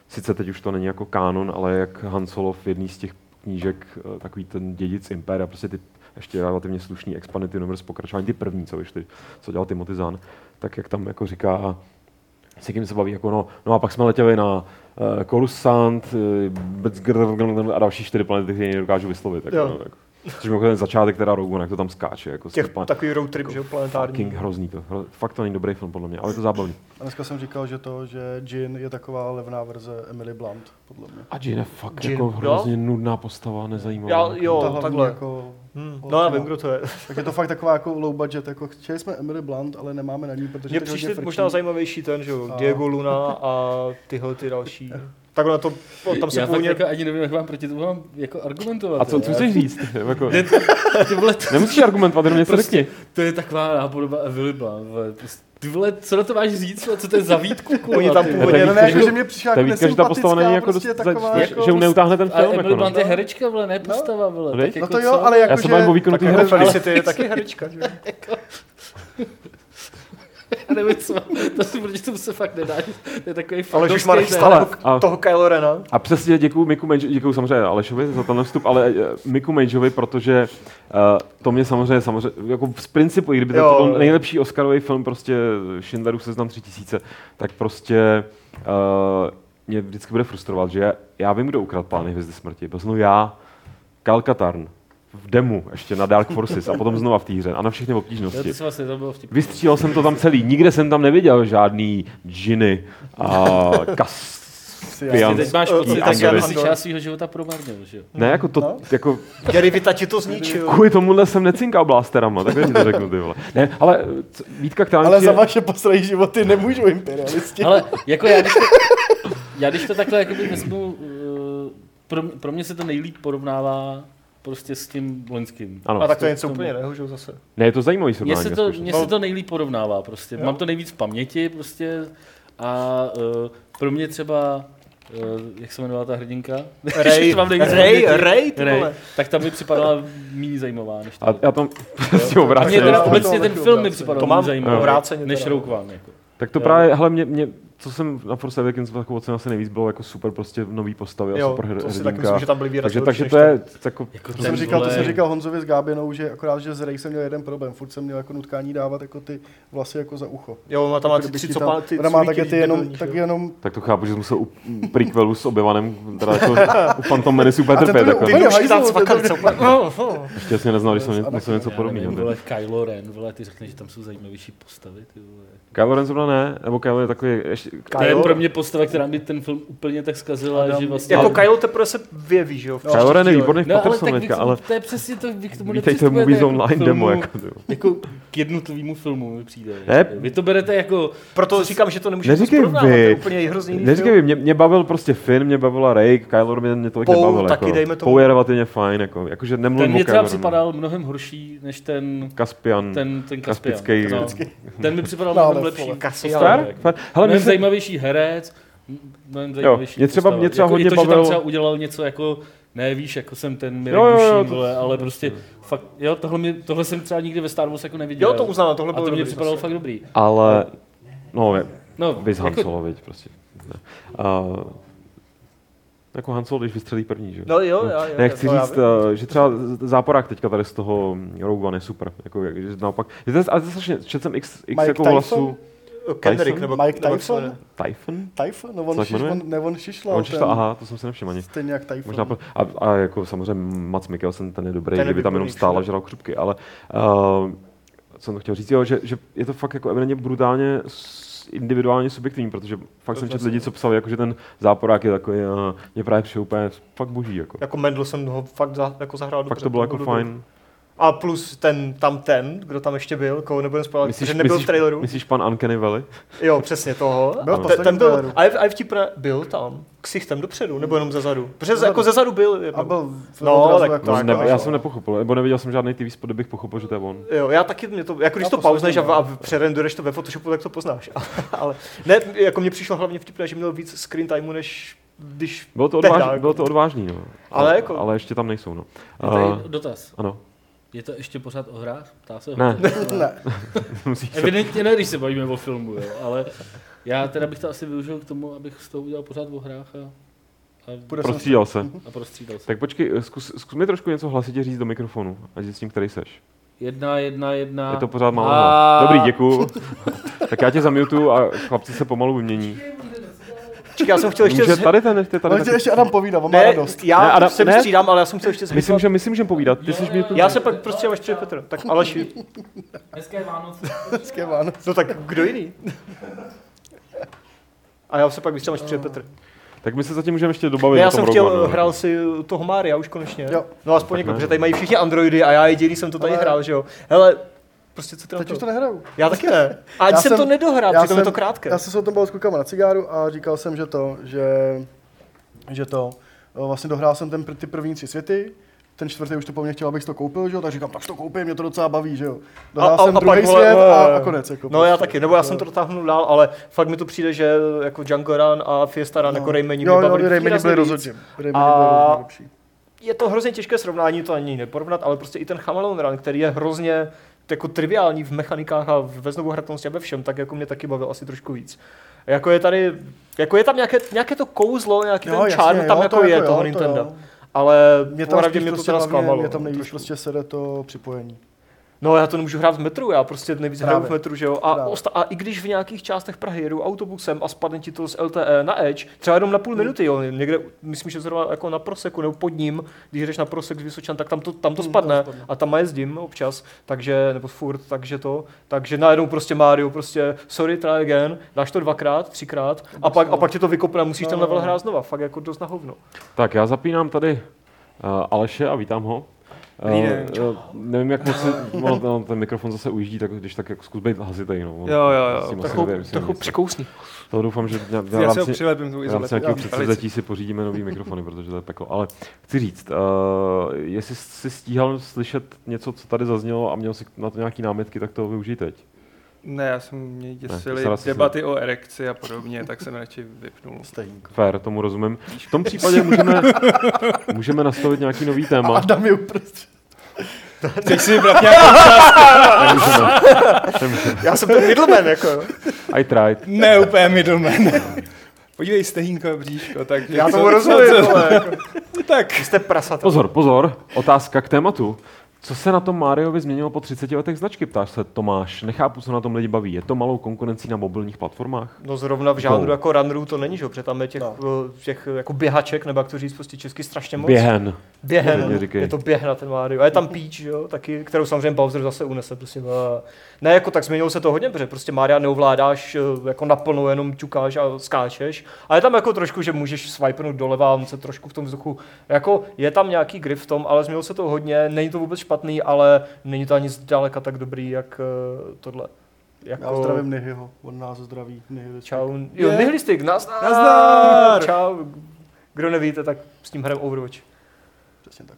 Speaker 1: sice teď už to není jako kanon, ale jak Han Solo v jedný z těch knížek, eh, takový ten dědic Impéria, prostě ty ještě relativně slušný expanity numerus pokračování, ty první, co vyšly, co dělal Timothy Zahn, tak jak tam jako říká, s někým se baví, jako no, no a pak jsme letěli na uh, Coruscant, uh, a další čtyři planety, které nedokážu vyslovit. Jako,
Speaker 3: Jo.
Speaker 1: no, jako. Což mimochodem začátek teda Rogue One, jak to tam skáče. Jako
Speaker 3: těch,
Speaker 1: sklepa-
Speaker 3: takový road trip, že jo,
Speaker 1: Fucking
Speaker 3: planetární.
Speaker 1: hrozný to. Hro, fakt to není dobrý film podle mě, ale je to zábavný.
Speaker 4: A dneska jsem říkal, že to, že Jin je taková levná verze Emily Blunt, podle mě.
Speaker 1: A Jean je fakt
Speaker 3: Jean,
Speaker 1: jako
Speaker 3: jo?
Speaker 1: hrozně nudná postava, nezajímavá.
Speaker 3: Já- jo.
Speaker 4: Ta hlavní
Speaker 3: takhle.
Speaker 4: Jako,
Speaker 3: Hmm. No já vím, kdo to je.
Speaker 4: tak je to fakt taková jako low budget, jako chtěli jsme Emily Blunt, ale nemáme na ní, protože
Speaker 3: Mně
Speaker 4: teď hodně
Speaker 3: přišli
Speaker 4: frčí.
Speaker 3: možná zajímavější ten, že jo,
Speaker 4: A-
Speaker 3: Diego Luna a tyhle ty další. Takhle na to, o, tam se
Speaker 2: já původně...
Speaker 3: původně...
Speaker 2: jako ani nevím, jak vám proti tomu mám jako argumentovat.
Speaker 1: A co,
Speaker 2: jo.
Speaker 1: co
Speaker 2: Já-
Speaker 1: chceš říct? [LAUGHS] Jako,
Speaker 2: Ne, ty vole, to,
Speaker 1: nemusíš argumentovat, jenom něco
Speaker 2: Prostě-
Speaker 1: řekni.
Speaker 2: to je taková nápodoba Evily Blunt, vole. Prostě, Ty vole, co na to máš říct, vole, co to je za výtku, kurva,
Speaker 3: Oni tam
Speaker 2: ty vole.
Speaker 3: původně-
Speaker 4: Ne, ne, ne,
Speaker 1: Víš,
Speaker 4: jako,
Speaker 1: že-
Speaker 4: že mě přišla
Speaker 1: Ta
Speaker 4: jako
Speaker 1: vítka, že ta postava není jako,
Speaker 4: prostě
Speaker 1: dost-
Speaker 4: taková
Speaker 1: za- že-
Speaker 4: jako
Speaker 1: že ji neutáhne ten
Speaker 2: A
Speaker 1: film.
Speaker 2: Emily
Speaker 1: Jako, no.
Speaker 2: Blunt je herečka, vole, ne postava, vole.
Speaker 1: No,
Speaker 2: tak
Speaker 4: No
Speaker 2: jako
Speaker 4: to jo,
Speaker 2: co?
Speaker 4: ale jako,
Speaker 1: Já se bavím o
Speaker 4: že...
Speaker 1: výkonu té
Speaker 3: Takhle
Speaker 1: herečky.
Speaker 3: Felicity je taky herečka, že jo.
Speaker 2: [LAUGHS] Já nevím, co, to si proti tomu se fakt nedá. To je takový fakt
Speaker 3: Ale
Speaker 2: dost
Speaker 3: Žužmar
Speaker 2: nejde.
Speaker 3: chystala
Speaker 1: A-
Speaker 3: toho Kylo Rena.
Speaker 1: A přesně děkuju Miku Menž, děkuju samozřejmě Alešovi za ten vstup, ale eh, Miku Menžovi, protože uh, to mě samozřejmě, samozřejmě, jako z principu, i kdyby to
Speaker 3: Jo.
Speaker 1: byl nejlepší Oscarový film, prostě Schindlerův seznam 3000, tak prostě uh, mě vždycky bude frustrovat, že já, já vím, kdo ukradl Pány hvězdy smrti. Byl jsem to já, Kyle Katarn, v demu ještě na Dark Forces a potom znova v té hře a na všechny
Speaker 2: Jo,
Speaker 1: obtížnosti.
Speaker 2: to si vlastně to bylo vtipný.
Speaker 1: Vystřílel jsem to tam celý, nikde jsem tam neviděl žádný džiny a kas.
Speaker 2: Ty teď máš
Speaker 3: Eh,
Speaker 2: pocit,
Speaker 1: eh,
Speaker 2: tak já
Speaker 1: Angelis.
Speaker 2: si část svého života promarnil, že jo?
Speaker 1: Ne, jako to,
Speaker 4: No.
Speaker 1: jako
Speaker 3: Derivita ti to zničil.
Speaker 1: Kvůli tomuhle jsem necinkal blásterama, tak ti to řeknu ty vole. Ne, ale c- Vítka, která mi
Speaker 4: Ale za
Speaker 1: přijde-
Speaker 4: vaše poslední životy nemůžu imperialisti.
Speaker 2: Ale jako já, když to, já když to takhle jakoby vezmu, eh, pro, mě- pro mě se to nejlíp porovnává prostě s tím loňským.
Speaker 1: Ano.
Speaker 3: A tak to je
Speaker 2: Prostě
Speaker 3: něco
Speaker 2: k tomu-
Speaker 3: úplně jiného, že jo, zase.
Speaker 1: Ne, je to zajímavý
Speaker 2: Mně
Speaker 1: srovnání.
Speaker 2: se, to,
Speaker 1: neskutečně.
Speaker 2: mně
Speaker 3: No.
Speaker 2: se to nejlíp porovnává prostě.
Speaker 3: Jo.
Speaker 2: Mám to nejvíc v paměti prostě a uh, pro mě třeba uh, jak se jmenovala ta hrdinka? [LAUGHS]
Speaker 3: Ray,
Speaker 2: Ještě mám nejvíc v
Speaker 3: Ray,
Speaker 2: paměti.
Speaker 3: Ray, ty
Speaker 2: Ray.
Speaker 3: vole.
Speaker 2: tak ta mi připadala méně zajímavá než
Speaker 1: A
Speaker 2: tohle.
Speaker 1: já [LAUGHS] tam prostě
Speaker 2: A mě
Speaker 1: obrátím.
Speaker 2: teda
Speaker 3: Já to
Speaker 2: obecně ten
Speaker 3: taky
Speaker 2: film mi
Speaker 3: obráceně.
Speaker 2: připadal
Speaker 3: To mám
Speaker 2: méně zajímavý
Speaker 3: obráceně
Speaker 2: než
Speaker 3: teda.
Speaker 2: Rogue One. Jako.
Speaker 1: Tak to
Speaker 2: Jo.
Speaker 1: právě, hele, mě, mě co jsem na Force Awakens jako ocenil asi nejvíc, bylo jako super prostě nový postavy a
Speaker 3: Jo,
Speaker 1: super her-
Speaker 3: to si taky
Speaker 1: hrdinka.
Speaker 3: myslím, že tam byli výrazně
Speaker 1: Takže, takže
Speaker 3: lepší než
Speaker 1: to je jako,
Speaker 2: Jako
Speaker 4: To
Speaker 2: ten
Speaker 4: jsem, říkal, to
Speaker 2: vole-
Speaker 4: jsem říkal Honzovi s Gábinou, že akorát, že z Ray jsem měl jeden problém. Furt jsem měl jako nutkání dávat jako ty vlasy jako za ucho.
Speaker 3: Jo, ona tam má ty
Speaker 4: Kdybych
Speaker 3: tři
Speaker 4: ti
Speaker 3: copá,
Speaker 4: tam-
Speaker 3: ty
Speaker 4: Ona má
Speaker 3: cvíky
Speaker 4: také Jako ty jenom,
Speaker 3: debilní,
Speaker 4: tak
Speaker 3: že jo.
Speaker 4: jenom
Speaker 1: tak to chápu, že jsem musel u u prequelu s obyvanem, teda jako u Phantom Menace úplně
Speaker 4: A ten to
Speaker 1: trpět,
Speaker 4: byl
Speaker 1: jako,
Speaker 3: Ty
Speaker 4: úplně-
Speaker 1: no.
Speaker 4: Jo,
Speaker 3: duši tam
Speaker 4: hajzlu,
Speaker 3: cvakali
Speaker 4: to-
Speaker 3: copá. No, no.
Speaker 1: ještě jasně neznal, že jsem
Speaker 4: Já
Speaker 1: něco- něco
Speaker 2: Já nevím,
Speaker 1: podobného.
Speaker 2: vole, Kylo Ren, vole, ty řekneš, že tam jsou zajímavější postavy, ty vole.
Speaker 1: Kylo Ren zrovna ne, nebo Kylo je takový, ještě,
Speaker 2: To je
Speaker 3: Kylo-
Speaker 2: pro mě postava, která mi ten film úplně tak zkazila, že vlastně... No,
Speaker 3: Jako Kylo teprve se vyjeví, že jo? v
Speaker 1: Kylo Ren je
Speaker 3: příští
Speaker 1: výborný v Patterson
Speaker 2: vy
Speaker 1: teďka,
Speaker 2: k tomu-
Speaker 1: Jako ale
Speaker 2: To je přesně to, vy k tomu
Speaker 1: vítejte
Speaker 2: nepřistupujete
Speaker 1: Movies
Speaker 2: jako k
Speaker 1: Online demo,
Speaker 2: filmu,
Speaker 1: jako, jo.
Speaker 2: Jako k jednotlivému filmu mi přijde.
Speaker 1: Ne.
Speaker 2: Vy to berete jako...
Speaker 3: díle. Proto říkám, že to nemůžu
Speaker 1: Neříkej
Speaker 3: porovnávat, to je
Speaker 1: vy,
Speaker 3: úplně hrozný jiný
Speaker 1: neříkej
Speaker 3: film.
Speaker 1: vy, mě, mě bavil prostě Finn, mě bavila Ray, Kylo Ren mě, mě tolik
Speaker 3: Poe
Speaker 1: nebavil.
Speaker 3: taky,
Speaker 1: jako.
Speaker 3: dejme tomu.
Speaker 1: Poe je relativně fajn, jako, jakože
Speaker 2: Ten
Speaker 1: nemluvím o
Speaker 2: mě třeba
Speaker 1: Kylo Renu.
Speaker 2: připadal mnohem horší, než ten...
Speaker 1: Kaspian.
Speaker 2: Ten, ten Kaspian.
Speaker 1: Kaspický-
Speaker 2: No. Ten mi připadal
Speaker 4: No, ale
Speaker 2: mnohem lepší.
Speaker 4: vole,
Speaker 3: Cassian.
Speaker 2: postava,
Speaker 1: Fair?
Speaker 2: jako.
Speaker 1: Fair. Hele, mě
Speaker 2: Mnohem
Speaker 1: se,
Speaker 2: zajímavější herec, mnohem zajímavější
Speaker 1: mě třeba-
Speaker 2: postava.
Speaker 1: mě třeba
Speaker 2: jako, i
Speaker 1: hodně
Speaker 2: to, že
Speaker 1: bavil-
Speaker 2: tam třeba udělal něco jako, ne víš, jako jsem ten Mirek
Speaker 1: Jo, jo, jo,
Speaker 2: Dušín,
Speaker 1: to-
Speaker 2: vole, ale prostě fakt, jo, tohle, mě, tohle jsem třeba nikdy ve Star Wars jako neviděl.
Speaker 3: Jo, to uznávám, tohle
Speaker 2: A
Speaker 3: bylo
Speaker 2: to mě
Speaker 3: dobrý
Speaker 2: připadalo
Speaker 3: zase.
Speaker 2: fakt dobrý.
Speaker 1: ale, no, je-
Speaker 2: No,
Speaker 1: vys Han
Speaker 2: jako-
Speaker 1: Solo, viď, prostě. Ne. A, jako Han Solo, když vystřelí první, že? jo?
Speaker 3: No jo, jo, jo.
Speaker 1: Ne, chci
Speaker 3: to já
Speaker 1: říct,
Speaker 3: vím.
Speaker 1: eh, že třeba z- záporák teďka tady z toho mm, Rogue One je super. Jako, jak- že naopak, je to, ale to je strašně, četl jsem x,
Speaker 4: Mike
Speaker 1: x jako
Speaker 4: Tyson?
Speaker 1: hlasu.
Speaker 3: Kendrick,
Speaker 1: uh, Tyson?
Speaker 3: nebo
Speaker 4: Mike
Speaker 3: nebo jak se
Speaker 4: Tyson?
Speaker 3: jmenuje.
Speaker 1: Typhon?
Speaker 4: Typhon, no
Speaker 1: Co
Speaker 4: on,
Speaker 1: tak
Speaker 4: šiš,
Speaker 1: jmenuje?
Speaker 4: on, ne, on
Speaker 3: No,
Speaker 4: šišla.
Speaker 1: On češla, aha, to jsem si nevšiml ani.
Speaker 4: Stejně jak Typhon.
Speaker 1: Možná, pro- a, a, jako samozřejmě Mats Mikkelsen, ten je dobrý,
Speaker 3: Ten je
Speaker 1: kdyby tam
Speaker 3: výborný
Speaker 1: jenom stál a
Speaker 3: všude.
Speaker 1: žral křupky, ale uh, co jsem to chtěl říct, jo, že, že, je to fakt jako evidentně brutálně s- individuálně subjektivní, protože fakt jsem četl lidi, co psali, jako, že ten záporák je takový, uh, mě právě přijde úplně fakt boží, jako.
Speaker 3: Jako Mendel jsem ho fakt za, jako zahrál dobře.
Speaker 1: Fakt to bylo jako
Speaker 3: byl dobrý.
Speaker 1: fajn.
Speaker 3: A plus ten, tam ten, kdo tam ještě byl, koho nebudem spojovat,
Speaker 1: Myslíš,
Speaker 3: že nebyl v traileru.
Speaker 1: myslíš pan Uncanny Valley?
Speaker 3: Jo, přesně toho.
Speaker 4: Byl
Speaker 3: A
Speaker 4: v
Speaker 3: te-
Speaker 4: posledním
Speaker 3: ten byl,
Speaker 4: traileru.
Speaker 3: a je, a je vtipné, byl tam, ksichtem dopředu, nebo jenom zezadu. Protože jako zezadu byl. jednou.
Speaker 4: A byl v
Speaker 3: No,
Speaker 4: odrazu
Speaker 3: tak
Speaker 4: jako
Speaker 3: to
Speaker 1: No,
Speaker 3: Tak,
Speaker 1: ne,
Speaker 3: ale-
Speaker 1: já jsem nepochopil, nebo neviděl jsem žádný TV spot, kde bych pochopil, že to je on.
Speaker 3: Jo, já taky mě to, jako když
Speaker 4: Já
Speaker 3: to pauzneš a,
Speaker 4: poslední,
Speaker 3: a přerenduješ to ve Photoshopu, tak to poznáš. [LAUGHS] Ale ne, jako mně přišlo hlavně vtipné, že měl víc screen timeu, než když
Speaker 1: Bylo to,
Speaker 3: tehdy,
Speaker 1: odvážný,
Speaker 3: jako.
Speaker 1: bylo to odvážný, no.
Speaker 3: Ale jako-
Speaker 1: ale ještě tam nejsou, no.
Speaker 2: Je tady
Speaker 1: Uh,
Speaker 2: dotaz.
Speaker 1: ano, [LAUGHS]
Speaker 2: Je to ještě pořád o hrách? Ptá [LAUGHS] se ho
Speaker 1: Ne.
Speaker 2: to?
Speaker 4: Ne,
Speaker 1: musíš se...
Speaker 2: Evidentně ne, když se bavíme o filmu, jo, ale já teda bych to asi využil k tomu, abych z toho udělal pořád o hrách a, a,
Speaker 4: bude jsem
Speaker 1: Prostřídal se.
Speaker 2: a prostřídal se.
Speaker 1: Tak počkej, zkus, zkus mi trošku něco hlasitě říct do mikrofonu, ať s tím, který seš.
Speaker 2: Jedna, jedna, jedna.
Speaker 1: Je to pořád málo.
Speaker 2: A-
Speaker 1: A... Dobrý, děkuju. [LAUGHS] tak já tě zamutuju a chlapci se pomalu vymění.
Speaker 3: Čekaj, já jsem chtěl ještě...
Speaker 1: Může
Speaker 3: z-
Speaker 1: tady ten, ještě tady
Speaker 4: Ale
Speaker 1: taky...
Speaker 4: tě No, ještě Adam povídá, on má
Speaker 3: ne,
Speaker 4: radost.
Speaker 3: já
Speaker 1: Ne, Adam,
Speaker 3: se
Speaker 1: ne.
Speaker 3: střídám, ale já jsem chtěl ještě zmínit.
Speaker 1: Myslím, že myslím, že povídat. Ty jsi mě tu...
Speaker 3: Já se pak prostředím ještě Petr. Tak Aleši.
Speaker 2: Hezké Vánoce.
Speaker 4: Hezké Vánoce.
Speaker 3: No tak kdo jiný? A já se pak vystřelím, až přijde Petr.
Speaker 1: Tak my se zatím můžeme ještě dobavit.
Speaker 3: Ne,
Speaker 1: o
Speaker 3: já
Speaker 1: tom
Speaker 3: jsem
Speaker 1: Rogue One,
Speaker 3: chtěl,
Speaker 1: no.
Speaker 3: hrál si toho Mária už konečně.
Speaker 4: Jo.
Speaker 3: No aspoň
Speaker 1: Tak
Speaker 3: někdo,
Speaker 1: ne.
Speaker 3: protože tady mají všichni Androidy a já jediný jsem to tady
Speaker 4: Ale-
Speaker 3: hrál, že jo. Hele, prostě co ty na
Speaker 4: Teď
Speaker 3: to?
Speaker 4: už to nehraju.
Speaker 3: Já taky ne. A ať
Speaker 4: Já
Speaker 3: jsem to
Speaker 4: jsem-
Speaker 3: nedohrál,
Speaker 4: já
Speaker 3: přitom je
Speaker 4: jsem-
Speaker 3: to krátké.
Speaker 4: Já jsem se o tom bavil s klukama na cigáru a říkal jsem, že to, že, že to, eh, vlastně dohrál jsem ten, pr- ty první tři světy, ten čtvrtý už to po mně chtěl, abych si to koupil, že jo, tak říkám, tak si to koupím, mě to docela baví, že jo. Dohrál jsem
Speaker 3: pak,
Speaker 4: druhý
Speaker 3: vole,
Speaker 4: svět
Speaker 3: vole,
Speaker 4: a, a konec, jako
Speaker 3: No já taky, nebo já jsem to dotáhnul dál, ale fakt mi to přijde, že jako Django Run a Fiesta Run, jako Raymani
Speaker 4: No. jo,
Speaker 3: mě
Speaker 4: jo,
Speaker 3: bavili
Speaker 4: Raymany
Speaker 3: výrazně
Speaker 4: byly
Speaker 3: víc.
Speaker 4: rozhodně. Raymany
Speaker 3: A-
Speaker 4: byly rozhodně lepší.
Speaker 3: Je to hrozně těžké srovnání, to ani neporovnat, ale prostě i ten Chameleon Run, který je hrozně jako triviální v mechanikách a ve znovu hratnosti a ve všem, tak jako mě taky bavil asi trošku víc. Jako je tady, jako je tam nějaké, nějaké to kouzlo, nějaký ten charm tam jako je toho Nintendo. Ale
Speaker 4: Mě tam
Speaker 3: opravdu
Speaker 4: spíš
Speaker 3: mě to
Speaker 4: prostě
Speaker 3: teda
Speaker 4: baví,
Speaker 3: zklamalo.
Speaker 4: mě tam nejvíc
Speaker 3: no, trošku.
Speaker 4: prostě sede to připojení.
Speaker 3: No já to nemůžu hrát v metru, já prostě nejvíc hraju
Speaker 4: Právě.
Speaker 3: v metru, že jo. A,
Speaker 4: Právě.
Speaker 3: osta- a i když v nějakých částech Prahy jedu autobusem a spadne ti to z LTE na Edge, třeba jenom na půl minuty, jo, někde, myslím, že zrovna jako na proseku nebo pod ním, když jdeš na prosek z Vysočan, tak tam to, tam to
Speaker 4: Hmm,
Speaker 3: spadne
Speaker 4: tam spadne.
Speaker 3: a tam jezdím občas, takže, nebo furt, takže to, takže najednou prostě Mario prostě, sorry, try again, dáš to dvakrát, třikrát a pak, a pak tě to vykopne a musíš
Speaker 4: No,
Speaker 3: ten
Speaker 4: no,
Speaker 3: level
Speaker 4: no.
Speaker 3: hrát znova, fakt jako dost na hovno.
Speaker 1: Tak já zapínám tady uh, Aleše a eh, vítám ho. Eh,
Speaker 6: den.
Speaker 1: eh, nevím, jak moc si, no, no, ten mikrofon zase ujíždí, tak když tak jako zkus být hazitej. No.
Speaker 6: Jo, jo, jo.
Speaker 1: S tím asi
Speaker 3: Trochu,
Speaker 1: nevím, jestli
Speaker 3: trochu
Speaker 1: nic.
Speaker 3: přikousni.
Speaker 1: To doufám, že na, na
Speaker 6: Já se ho
Speaker 1: rámci,
Speaker 6: přilepím tu
Speaker 1: v rámci
Speaker 6: izolaci.
Speaker 1: nějakého
Speaker 6: Jo, velice.
Speaker 1: předsevzetí si pořídíme nový mikrofony, protože to je peklo. Ale chci říct, uh, jestli jsi stíhal slyšet něco, co tady zaznělo a měl si na to nějaký námitky, tak to využij teď.
Speaker 6: Ne, já jsem mě
Speaker 1: Ne,
Speaker 6: děsily
Speaker 1: Sara si
Speaker 6: debaty o erekci a podobně, tak jsem radši vypnul.
Speaker 4: Stejnko.
Speaker 1: Fair, tomu rozumím. V tom případě můžeme, můžeme nastavit nějaký nový téma.
Speaker 4: Adam je uprostřed.
Speaker 6: Chceš si vybrat nějakou?
Speaker 1: Nemůžeme.
Speaker 3: Já jsem ten middleman,
Speaker 4: [LAUGHS]
Speaker 3: jako jo.
Speaker 1: I tried.
Speaker 6: Ne, úplně middleman. Podívej, stehínko, bříško,
Speaker 3: [LAUGHS]
Speaker 6: tak...
Speaker 3: Já tomu [LAUGHS] rozumím, vole. jako.
Speaker 6: Tak,
Speaker 3: Vy jste prasata.
Speaker 1: Pozor, pozor, otázka k tématu. Co se na tom Mariovi změnilo po 30 letech značky, ptáš se Tomáš. Nechápu, co na tom lidi baví. Je to malou konkurencí na mobilních platformách?
Speaker 3: No zrovna v žánru
Speaker 1: Go.
Speaker 3: jako runnerů to není, že jo, protože tam je těch,
Speaker 4: No.
Speaker 3: no. těch jako běhaček, nebo jak to říct prostě česky strašně moc.
Speaker 1: Běhen. Rozhodně
Speaker 3: Běhen,
Speaker 1: říkej.
Speaker 3: je to běh na ten Mario. A je tam Peach, jo, taky, kterou samozřejmě Bowser zase unese. Prostě. A ne, jako tak změnilo se to hodně, protože prostě Maria neovládáš eh, jako naplno, jenom ťukáš a skáčeš. A je tam jako trošku, že můžeš swipenout doleva a on se trošku v tom vzduchu. Jako je tam nějaký grip v tom, ale změnilo se to hodně. Není to vůbec špatný, ale není to ani zdaleka tak dobrý, jak eh, tohle. Jako...
Speaker 4: Já zdravím Nihyho, on nás zdraví. Nihy,
Speaker 3: Čau. Jo,
Speaker 6: Je.
Speaker 3: yeah. Nihilistik, nazdar.
Speaker 6: Nazdar!
Speaker 3: Čau. Kdo nevíte, tak s tím hrem Overwatch.
Speaker 4: Přesně tak.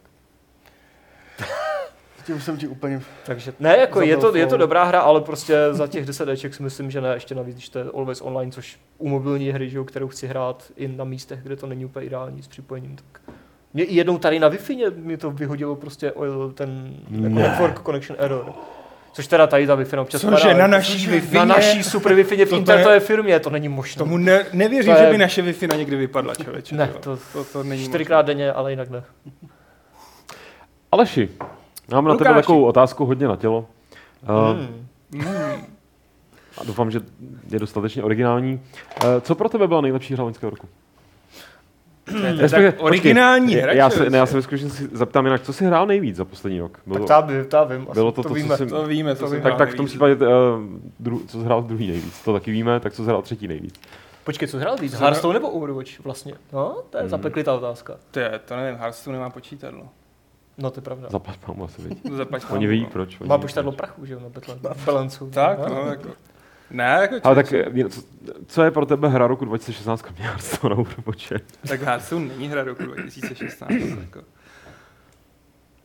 Speaker 4: [LAUGHS] Tím jsem ti úplně...
Speaker 3: Takže ne, jako je to,
Speaker 4: Zabil
Speaker 3: je to
Speaker 4: foul.
Speaker 3: dobrá hra, ale prostě za těch 10 Eček si myslím, že ne, ještě navíc, když to je Always Online, což u mobilní hry, že jo, kterou chci hrát i na místech, kde to není úplně ideální s připojením, tak mě i jednou tady na Wi-Fi mě- mě to vyhodilo prostě o- ten jako
Speaker 1: Ne.
Speaker 3: network connection error. Což teda tady ta Wi-Fi občas
Speaker 6: Cože,
Speaker 3: padá.
Speaker 6: na naší Wi-Fi?
Speaker 3: Na naší super Wi-Fi v
Speaker 6: To- to
Speaker 3: internetové firmě, to není možné.
Speaker 6: tomu ne, nevěřím,
Speaker 3: To je-
Speaker 6: že by naše Wi-Fi na někdy vypadla, člověče.
Speaker 3: Ne,
Speaker 6: jo.
Speaker 3: to-
Speaker 6: to, to není
Speaker 3: Čtyřikrát denně, ale jinak ne.
Speaker 1: Aleši, mám na tebe
Speaker 6: Lukáši.
Speaker 1: takovou otázku hodně na tělo. Uh,
Speaker 3: Hmm.
Speaker 1: A doufám, že je dostatečně originální. Eh, Co pro tebe byla nejlepší hra loňského roku?
Speaker 6: Eh,
Speaker 1: Respektive-
Speaker 6: Hmm, Tak originální
Speaker 1: počkej,
Speaker 6: hra, vlastně?
Speaker 1: já se, ne, já
Speaker 6: člověče.
Speaker 1: se ve skutečnosti zeptám jinak, co jsi hrál nejvíc za poslední rok? Bylo,
Speaker 3: Tak ta, vím, ta vím, asi
Speaker 1: bylo to, to,
Speaker 3: víme.
Speaker 1: co jsi,
Speaker 6: To víme, to,
Speaker 3: To
Speaker 6: to víme.
Speaker 3: víme.
Speaker 1: tak, tak v tom případě, eh, dru, co jsi hrál druhý nejvíc, to taky víme, tak co jsi hrál třetí nejvíc.
Speaker 3: Počkej, co hrál víc? Hearthstone nebo Overwatch vlastně? No, to je
Speaker 1: Hmm.
Speaker 3: zapeklitá otázka.
Speaker 6: To, je, to nevím, Hearthstone nemá počítadlo.
Speaker 3: No, to je pravda.
Speaker 1: Zaplať mám asi
Speaker 3: [LAUGHS]
Speaker 1: vidět.
Speaker 6: To Zaplať
Speaker 1: Oni prostě.
Speaker 6: pámu,
Speaker 1: vědí
Speaker 6: no.
Speaker 1: proč. oni
Speaker 3: Má
Speaker 1: vědí
Speaker 3: počítadlo
Speaker 1: proč.
Speaker 3: prachu, že jo, na betlen- balancu.
Speaker 6: Tak,
Speaker 3: No.
Speaker 6: no, jako. Ne, jako
Speaker 1: Ale
Speaker 6: člověče.
Speaker 1: tak, eh, co, co je pro tebe hra roku 2016 kromě Hearthstone na Overwatche?
Speaker 6: Tak Hearthstone není hra roku 2016.
Speaker 1: [LAUGHS]
Speaker 6: jako.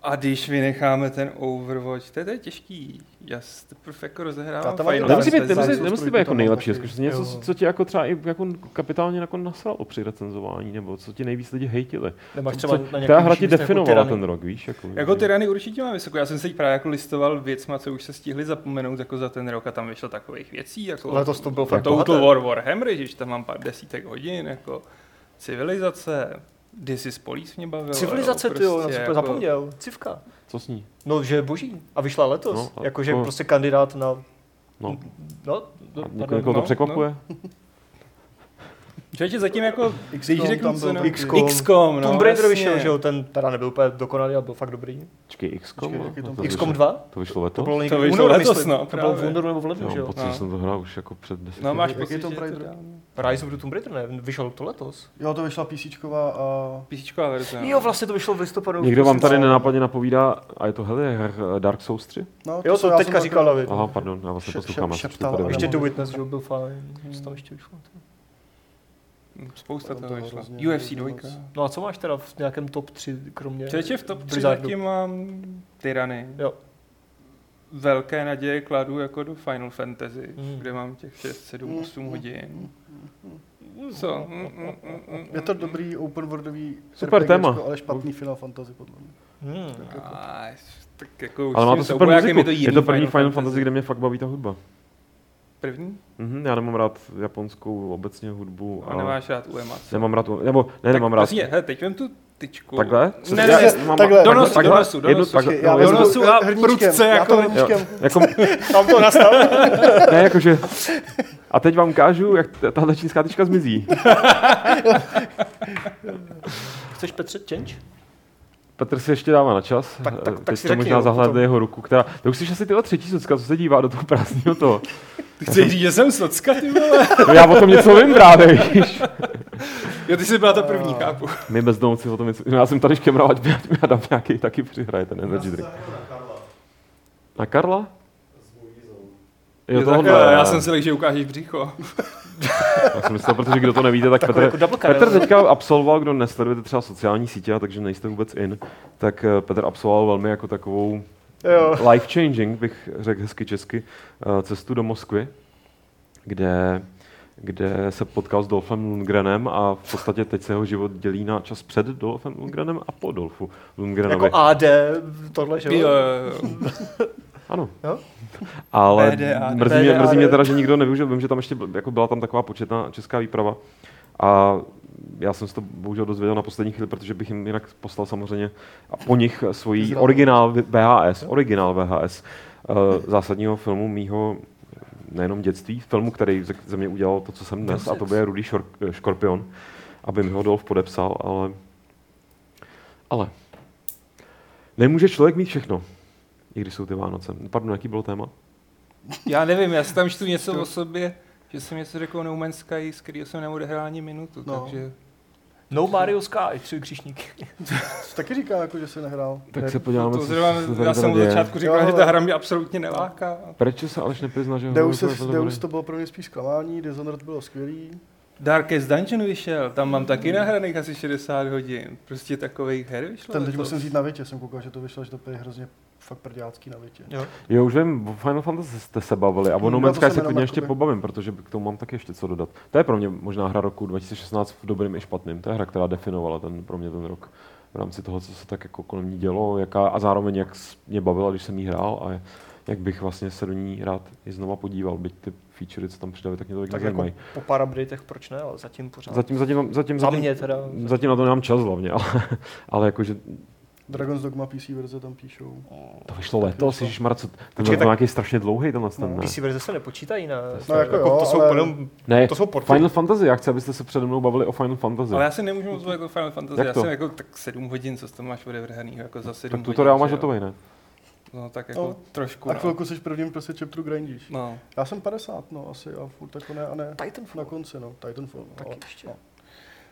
Speaker 6: A když vynecháme ten Overwatch, to je, to je těžký. Já s- teprve jako rozehrávám
Speaker 4: Ta- ta má
Speaker 6: Final
Speaker 4: to-
Speaker 1: Nemusí
Speaker 6: Fantasy.
Speaker 1: být, nemusí,
Speaker 4: Zajzu
Speaker 1: nemusí
Speaker 4: strojku
Speaker 1: být jako
Speaker 4: tam mám
Speaker 1: nejlepší,
Speaker 4: taky.
Speaker 1: zkušenost, něco,
Speaker 3: Jo.
Speaker 1: co, co tě jako třeba i jako kapitálně jako nasralo při recenzování, nebo co ti nejvíc lidi hejtili.
Speaker 3: Nemáš
Speaker 1: Co,
Speaker 3: třeba
Speaker 1: co,
Speaker 3: na nějaký
Speaker 1: ta hra
Speaker 3: vyšší
Speaker 1: ti
Speaker 3: místo jako
Speaker 1: definovala
Speaker 3: tyrany?
Speaker 1: ten rok, víš? Jako,
Speaker 6: Jako ty rany určitě mám vysokou. Já jsem se teď právě jako listoval věcma, co už se stihli zapomenout jako za ten rok a tam vyšlo takových věcí. Jako
Speaker 3: Letos to bylo fakt
Speaker 6: Total
Speaker 3: bohaté.
Speaker 6: War Warhammer, že tam mám pár desítek hodin, jako civilizace, This is Police mě prostě bavilo.
Speaker 3: Civilizace, ty jo, na co jako... zapomněl. Civka.
Speaker 1: Co s ní?
Speaker 3: No, že je boží. A vyšla letos.
Speaker 1: No, a
Speaker 3: Jakože
Speaker 1: to-
Speaker 3: prostě kandidát na...
Speaker 1: No,
Speaker 3: No, no,
Speaker 1: a někoho,
Speaker 3: pardon.
Speaker 1: někoho to
Speaker 6: no,
Speaker 1: překvapuje?
Speaker 6: Člověče, zatím jako, když
Speaker 4: tam
Speaker 6: řeknu,
Speaker 4: byl
Speaker 6: co
Speaker 4: taky.
Speaker 6: XCOM, XCOM, no,
Speaker 3: Tomb Raider
Speaker 6: jasně.
Speaker 3: vyšel, že jo, ten teda nebyl úplně dokonalý, ale byl fakt dobrý.
Speaker 1: Počkej, XCOM?
Speaker 4: Počkej,
Speaker 1: no,
Speaker 4: taky tam-
Speaker 1: to
Speaker 3: XCOM
Speaker 1: vyšlo-
Speaker 3: 2?
Speaker 1: To vyšlo letos?
Speaker 3: bylo někdy
Speaker 6: vyšlo
Speaker 3: v únoru,
Speaker 6: letos,
Speaker 3: myslím.
Speaker 6: no,
Speaker 3: to bylo v
Speaker 6: právě.
Speaker 3: únoru nebo v lednu,
Speaker 1: Já mám
Speaker 3: že jo.
Speaker 1: pocit, že
Speaker 6: No.
Speaker 1: jsem to hrál už jako před deseti
Speaker 6: No máš
Speaker 4: Jak je
Speaker 6: pocit,
Speaker 4: Tomb
Speaker 6: že je to
Speaker 4: Raider?
Speaker 6: dávno.
Speaker 3: Rise of the Tomb Raider, ne, vyšel to letos.
Speaker 4: Jo, to vyšla písíčková a...
Speaker 6: Písíčková verze. no.
Speaker 3: Jo, vlastně to vyšlo v listopadu.
Speaker 1: Někdo vám tady
Speaker 3: No.
Speaker 1: nenápadně napovídá, a je to hele, her- eh, Dark Souls 3?
Speaker 4: No,
Speaker 3: Jo,
Speaker 4: jsem-
Speaker 3: to
Speaker 4: já
Speaker 3: teďka
Speaker 4: jsem
Speaker 3: říkal
Speaker 4: jako-
Speaker 3: David.
Speaker 1: Aha, pardon, já vás
Speaker 4: Šep-
Speaker 1: neposlouchám. já jsem
Speaker 4: šep- šeptal
Speaker 1: připadal.
Speaker 4: Adam.
Speaker 3: Ještě The Witness, že jo, byl fajn. Co tam ještě vyšlo?
Speaker 6: Spousta
Speaker 4: Tam
Speaker 6: toho
Speaker 4: toho
Speaker 6: vyšlo.
Speaker 4: hrozně
Speaker 6: UFC 2.
Speaker 4: moc.
Speaker 3: No a co máš teda v nějakém top 3, kromě...
Speaker 6: Člověče v top 3
Speaker 3: Blizzardu?
Speaker 6: taky mám Tyrany.
Speaker 3: Jo.
Speaker 6: Velké naděje kladu jako do Final Fantasy,
Speaker 3: Mm.
Speaker 6: kde mám těch 6, 7,
Speaker 4: Mm,
Speaker 6: 8
Speaker 4: mm,
Speaker 6: hodin.
Speaker 4: mm,
Speaker 6: Co? Mm, mm, mm, mm,
Speaker 4: Je to dobrý open worldový
Speaker 1: Super
Speaker 4: RPGčko,
Speaker 1: téma.
Speaker 4: ale špatný Final Fantasy podle mě.
Speaker 3: Hmm.
Speaker 6: A, tak jako už
Speaker 1: Ale má to
Speaker 6: s tím
Speaker 1: super
Speaker 6: soubojákem
Speaker 1: muziku. Je
Speaker 6: jiný
Speaker 1: to první Final Fantasy, kde mě fakt baví ta hudba.
Speaker 6: První?
Speaker 1: Mhm, já nemám rád japonskou obecně hudbu.
Speaker 6: A nemáš rád UEMA.
Speaker 1: Nemám rád, nebo No. ne,
Speaker 6: tak
Speaker 1: nemám rád.
Speaker 6: Vlastně, hele, teď vem tu tyčku.
Speaker 1: Takhle?
Speaker 6: Ne,
Speaker 4: Já
Speaker 6: ne,
Speaker 4: se-
Speaker 1: mám-
Speaker 4: takhle.
Speaker 6: do nosu, do
Speaker 1: takhle,
Speaker 6: nosu, do
Speaker 1: jednu
Speaker 6: nosu.
Speaker 1: takhle,
Speaker 4: Počkej, já
Speaker 1: no,
Speaker 4: vezmu
Speaker 1: jednu-
Speaker 6: nosu a
Speaker 4: hrníčkem,
Speaker 6: prudce
Speaker 4: já to
Speaker 6: jako-
Speaker 1: jo,
Speaker 4: hrníčkem.
Speaker 1: jako,
Speaker 3: Tam to nastal.
Speaker 1: [LAUGHS] ne, jakože, a teď vám ukážu, jak t- tahle čínská tyčka zmizí.
Speaker 3: Chceš Petře change?
Speaker 1: Petr si ještě dává na čas.
Speaker 3: Tak-
Speaker 1: Eh,
Speaker 3: tak- tak
Speaker 1: Teď
Speaker 3: si
Speaker 1: to
Speaker 3: řekni,
Speaker 1: možná
Speaker 3: jo,
Speaker 1: zahlédne
Speaker 3: potom.
Speaker 1: jeho ruku, která... To už jsi asi tyhle třetí socka, co se dívá do toho prázdného toho.
Speaker 6: Ty chceš říct, že jsem socka, ty vole?
Speaker 1: No já o tom něco vím právě, víš.
Speaker 6: Jo, ty jsi byla ta první,
Speaker 3: Eh,
Speaker 6: chápu.
Speaker 1: My bezdomovci o tom něco... no, Já jsem tady škemrovat, já dám nějaký taky přihraje ten energy drink.
Speaker 5: na Karla
Speaker 1: Na Karla?
Speaker 5: z Mojí
Speaker 1: Jo,
Speaker 6: tak,
Speaker 1: tohle.
Speaker 6: eh, já jsem si řekl, že ukážeš břicho.
Speaker 1: Já jsem myslel, protože kdo to nevíte, tak Petr,
Speaker 3: jako double Karel.
Speaker 1: Petr teďka absolvoval, kdo nesledujete třeba sociální sítě, a takže nejste vůbec in, tak eh, Petr absolvoval velmi jako takovou
Speaker 3: Jo.
Speaker 1: life changing, bych řekl hezky česky, eh, cestu do Moskvy, kde, kde se potkal s Dolfem Lundgrenem a v podstatě teď se jeho život dělí na čas před Dolfem Lundgrenem a po Dolfu Lundgrenovi.
Speaker 3: Jako AD, tohle, že jo?
Speaker 6: Jo, jo, jo.
Speaker 1: Ano.
Speaker 3: Jo?
Speaker 1: Ale
Speaker 6: BDA.
Speaker 1: mrzí, mě,
Speaker 3: BDA,
Speaker 1: mrzí mě
Speaker 3: jo.
Speaker 1: teda, že nikdo nevyužil. Vím, že tam ještě byl- jako byla tam taková početná česká výprava. A já jsem se to bohužel dozvěděl na poslední chvíli, protože bych jim jinak poslal samozřejmě a po nich svoji
Speaker 4: Zdravo.
Speaker 1: originál VHS, originál VHS eh, zásadního filmu mýho nejenom dětství, filmu, který ze- ze mě udělal to, co jsem dnes, a to byl Rudý šor, eh, Škorpion, aby mi ho Dolf podepsal, ale... Ale... Nemůže člověk mít všechno, i když jsou ty Vánoce. Pardon, jaký bylo téma?
Speaker 6: Já nevím, já si tam čtu něco o sobě, že jsem něco řekl o No Man's Sky, z kterého jsem neodehrál ani minutu,
Speaker 4: No.
Speaker 6: takže...
Speaker 3: No Mario Sky, tři křišníky.
Speaker 4: Jsi taky říkal, jako, že jsi nehrál.
Speaker 1: Tak
Speaker 4: Ne-
Speaker 1: se podíváme,
Speaker 6: to
Speaker 1: co
Speaker 6: zrovna,
Speaker 1: se tady
Speaker 6: já jsem od
Speaker 1: děje.
Speaker 6: začátku říkal,
Speaker 4: Jo,
Speaker 6: že ta
Speaker 4: ale-
Speaker 6: hra mě absolutně neláká.
Speaker 1: Proč se Aleš neprizná, že ho
Speaker 4: Deus,
Speaker 1: bylo to
Speaker 4: se, Deus to bylo pro mě spíš zklamání, Dishonored bylo skvělý.
Speaker 6: Darkest Dungeon vyšel, tam mám taky
Speaker 4: Hmm.
Speaker 6: nahraných asi 60 hodin. Prostě takových her vyšlo.
Speaker 4: Ten teď
Speaker 6: letos.
Speaker 4: musím vzít na větě, jsem koukal, že to vyšlo, že to je hrozně fakt prdělácký na větě.
Speaker 6: Jo.
Speaker 1: Jo, už vím, o Final Fantasy jste se bavili a o
Speaker 4: No,
Speaker 1: No
Speaker 4: to
Speaker 1: Man's Sky
Speaker 4: jsem
Speaker 1: se
Speaker 4: jenom
Speaker 1: klidně ještě
Speaker 4: jakoby-
Speaker 1: pobavím, protože k tomu mám taky ještě co dodat. To je pro mě možná hra roku 2016 v dobrým i špatným. To je hra, která definovala ten, pro mě ten rok v rámci toho, co se tak jako kolem ní dělo jaká, a zároveň jak s- mě bavila, když jsem jí hrál a jak bych vlastně se do ní rád i znova podíval, byť ty featurey, co tam přidali, tak mě to tak
Speaker 3: Tak jako
Speaker 1: nezajímají.
Speaker 3: po pár updatech, proč ne, ale zatím pořád.
Speaker 1: Zatím, zatím, zatím,
Speaker 3: Za
Speaker 1: zatím,
Speaker 3: mě teda.
Speaker 1: zatím na to nemám čas hlavně, [LAUGHS] ale, ale jakože
Speaker 4: Dragon's Dogma PC verze tam píšou.
Speaker 1: To vyšlo letos,
Speaker 4: vyšlo.
Speaker 1: Ježíš Marco, ten byl
Speaker 3: Počkej, tak-
Speaker 1: nějaký strašně dlouhý tenhle ten,
Speaker 4: No,
Speaker 1: ne?
Speaker 3: PC verze se nepočítají na...
Speaker 4: No, jako jo,
Speaker 3: to jsou
Speaker 4: ale-
Speaker 3: jenom...
Speaker 1: ne?
Speaker 3: To jsou porty.
Speaker 1: Final Fantasy, já chci, abyste se přede mnou bavili o Final Fantasy.
Speaker 6: Ale já si nemůžu moc jako Final Fantasy,
Speaker 1: No. Jak
Speaker 6: já
Speaker 1: to?
Speaker 6: jsem jako tak 7 hodin, co s tom máš odevrhanýho, jako za 7
Speaker 1: tak
Speaker 6: hodin.
Speaker 1: tutoriál máš
Speaker 6: že jo.
Speaker 1: hotový, ne?
Speaker 6: No tak jako
Speaker 4: No.
Speaker 6: trošku.
Speaker 4: A
Speaker 6: no.
Speaker 4: chvilku jsi v prvním prostě chapteru grindíš.
Speaker 6: No.
Speaker 4: Já jsem 50, no asi, a furt jako ne a ne. Na
Speaker 3: Titanfall.
Speaker 4: konci, no, Titanfall.
Speaker 3: Tak
Speaker 4: ale-
Speaker 3: ještě.
Speaker 4: no.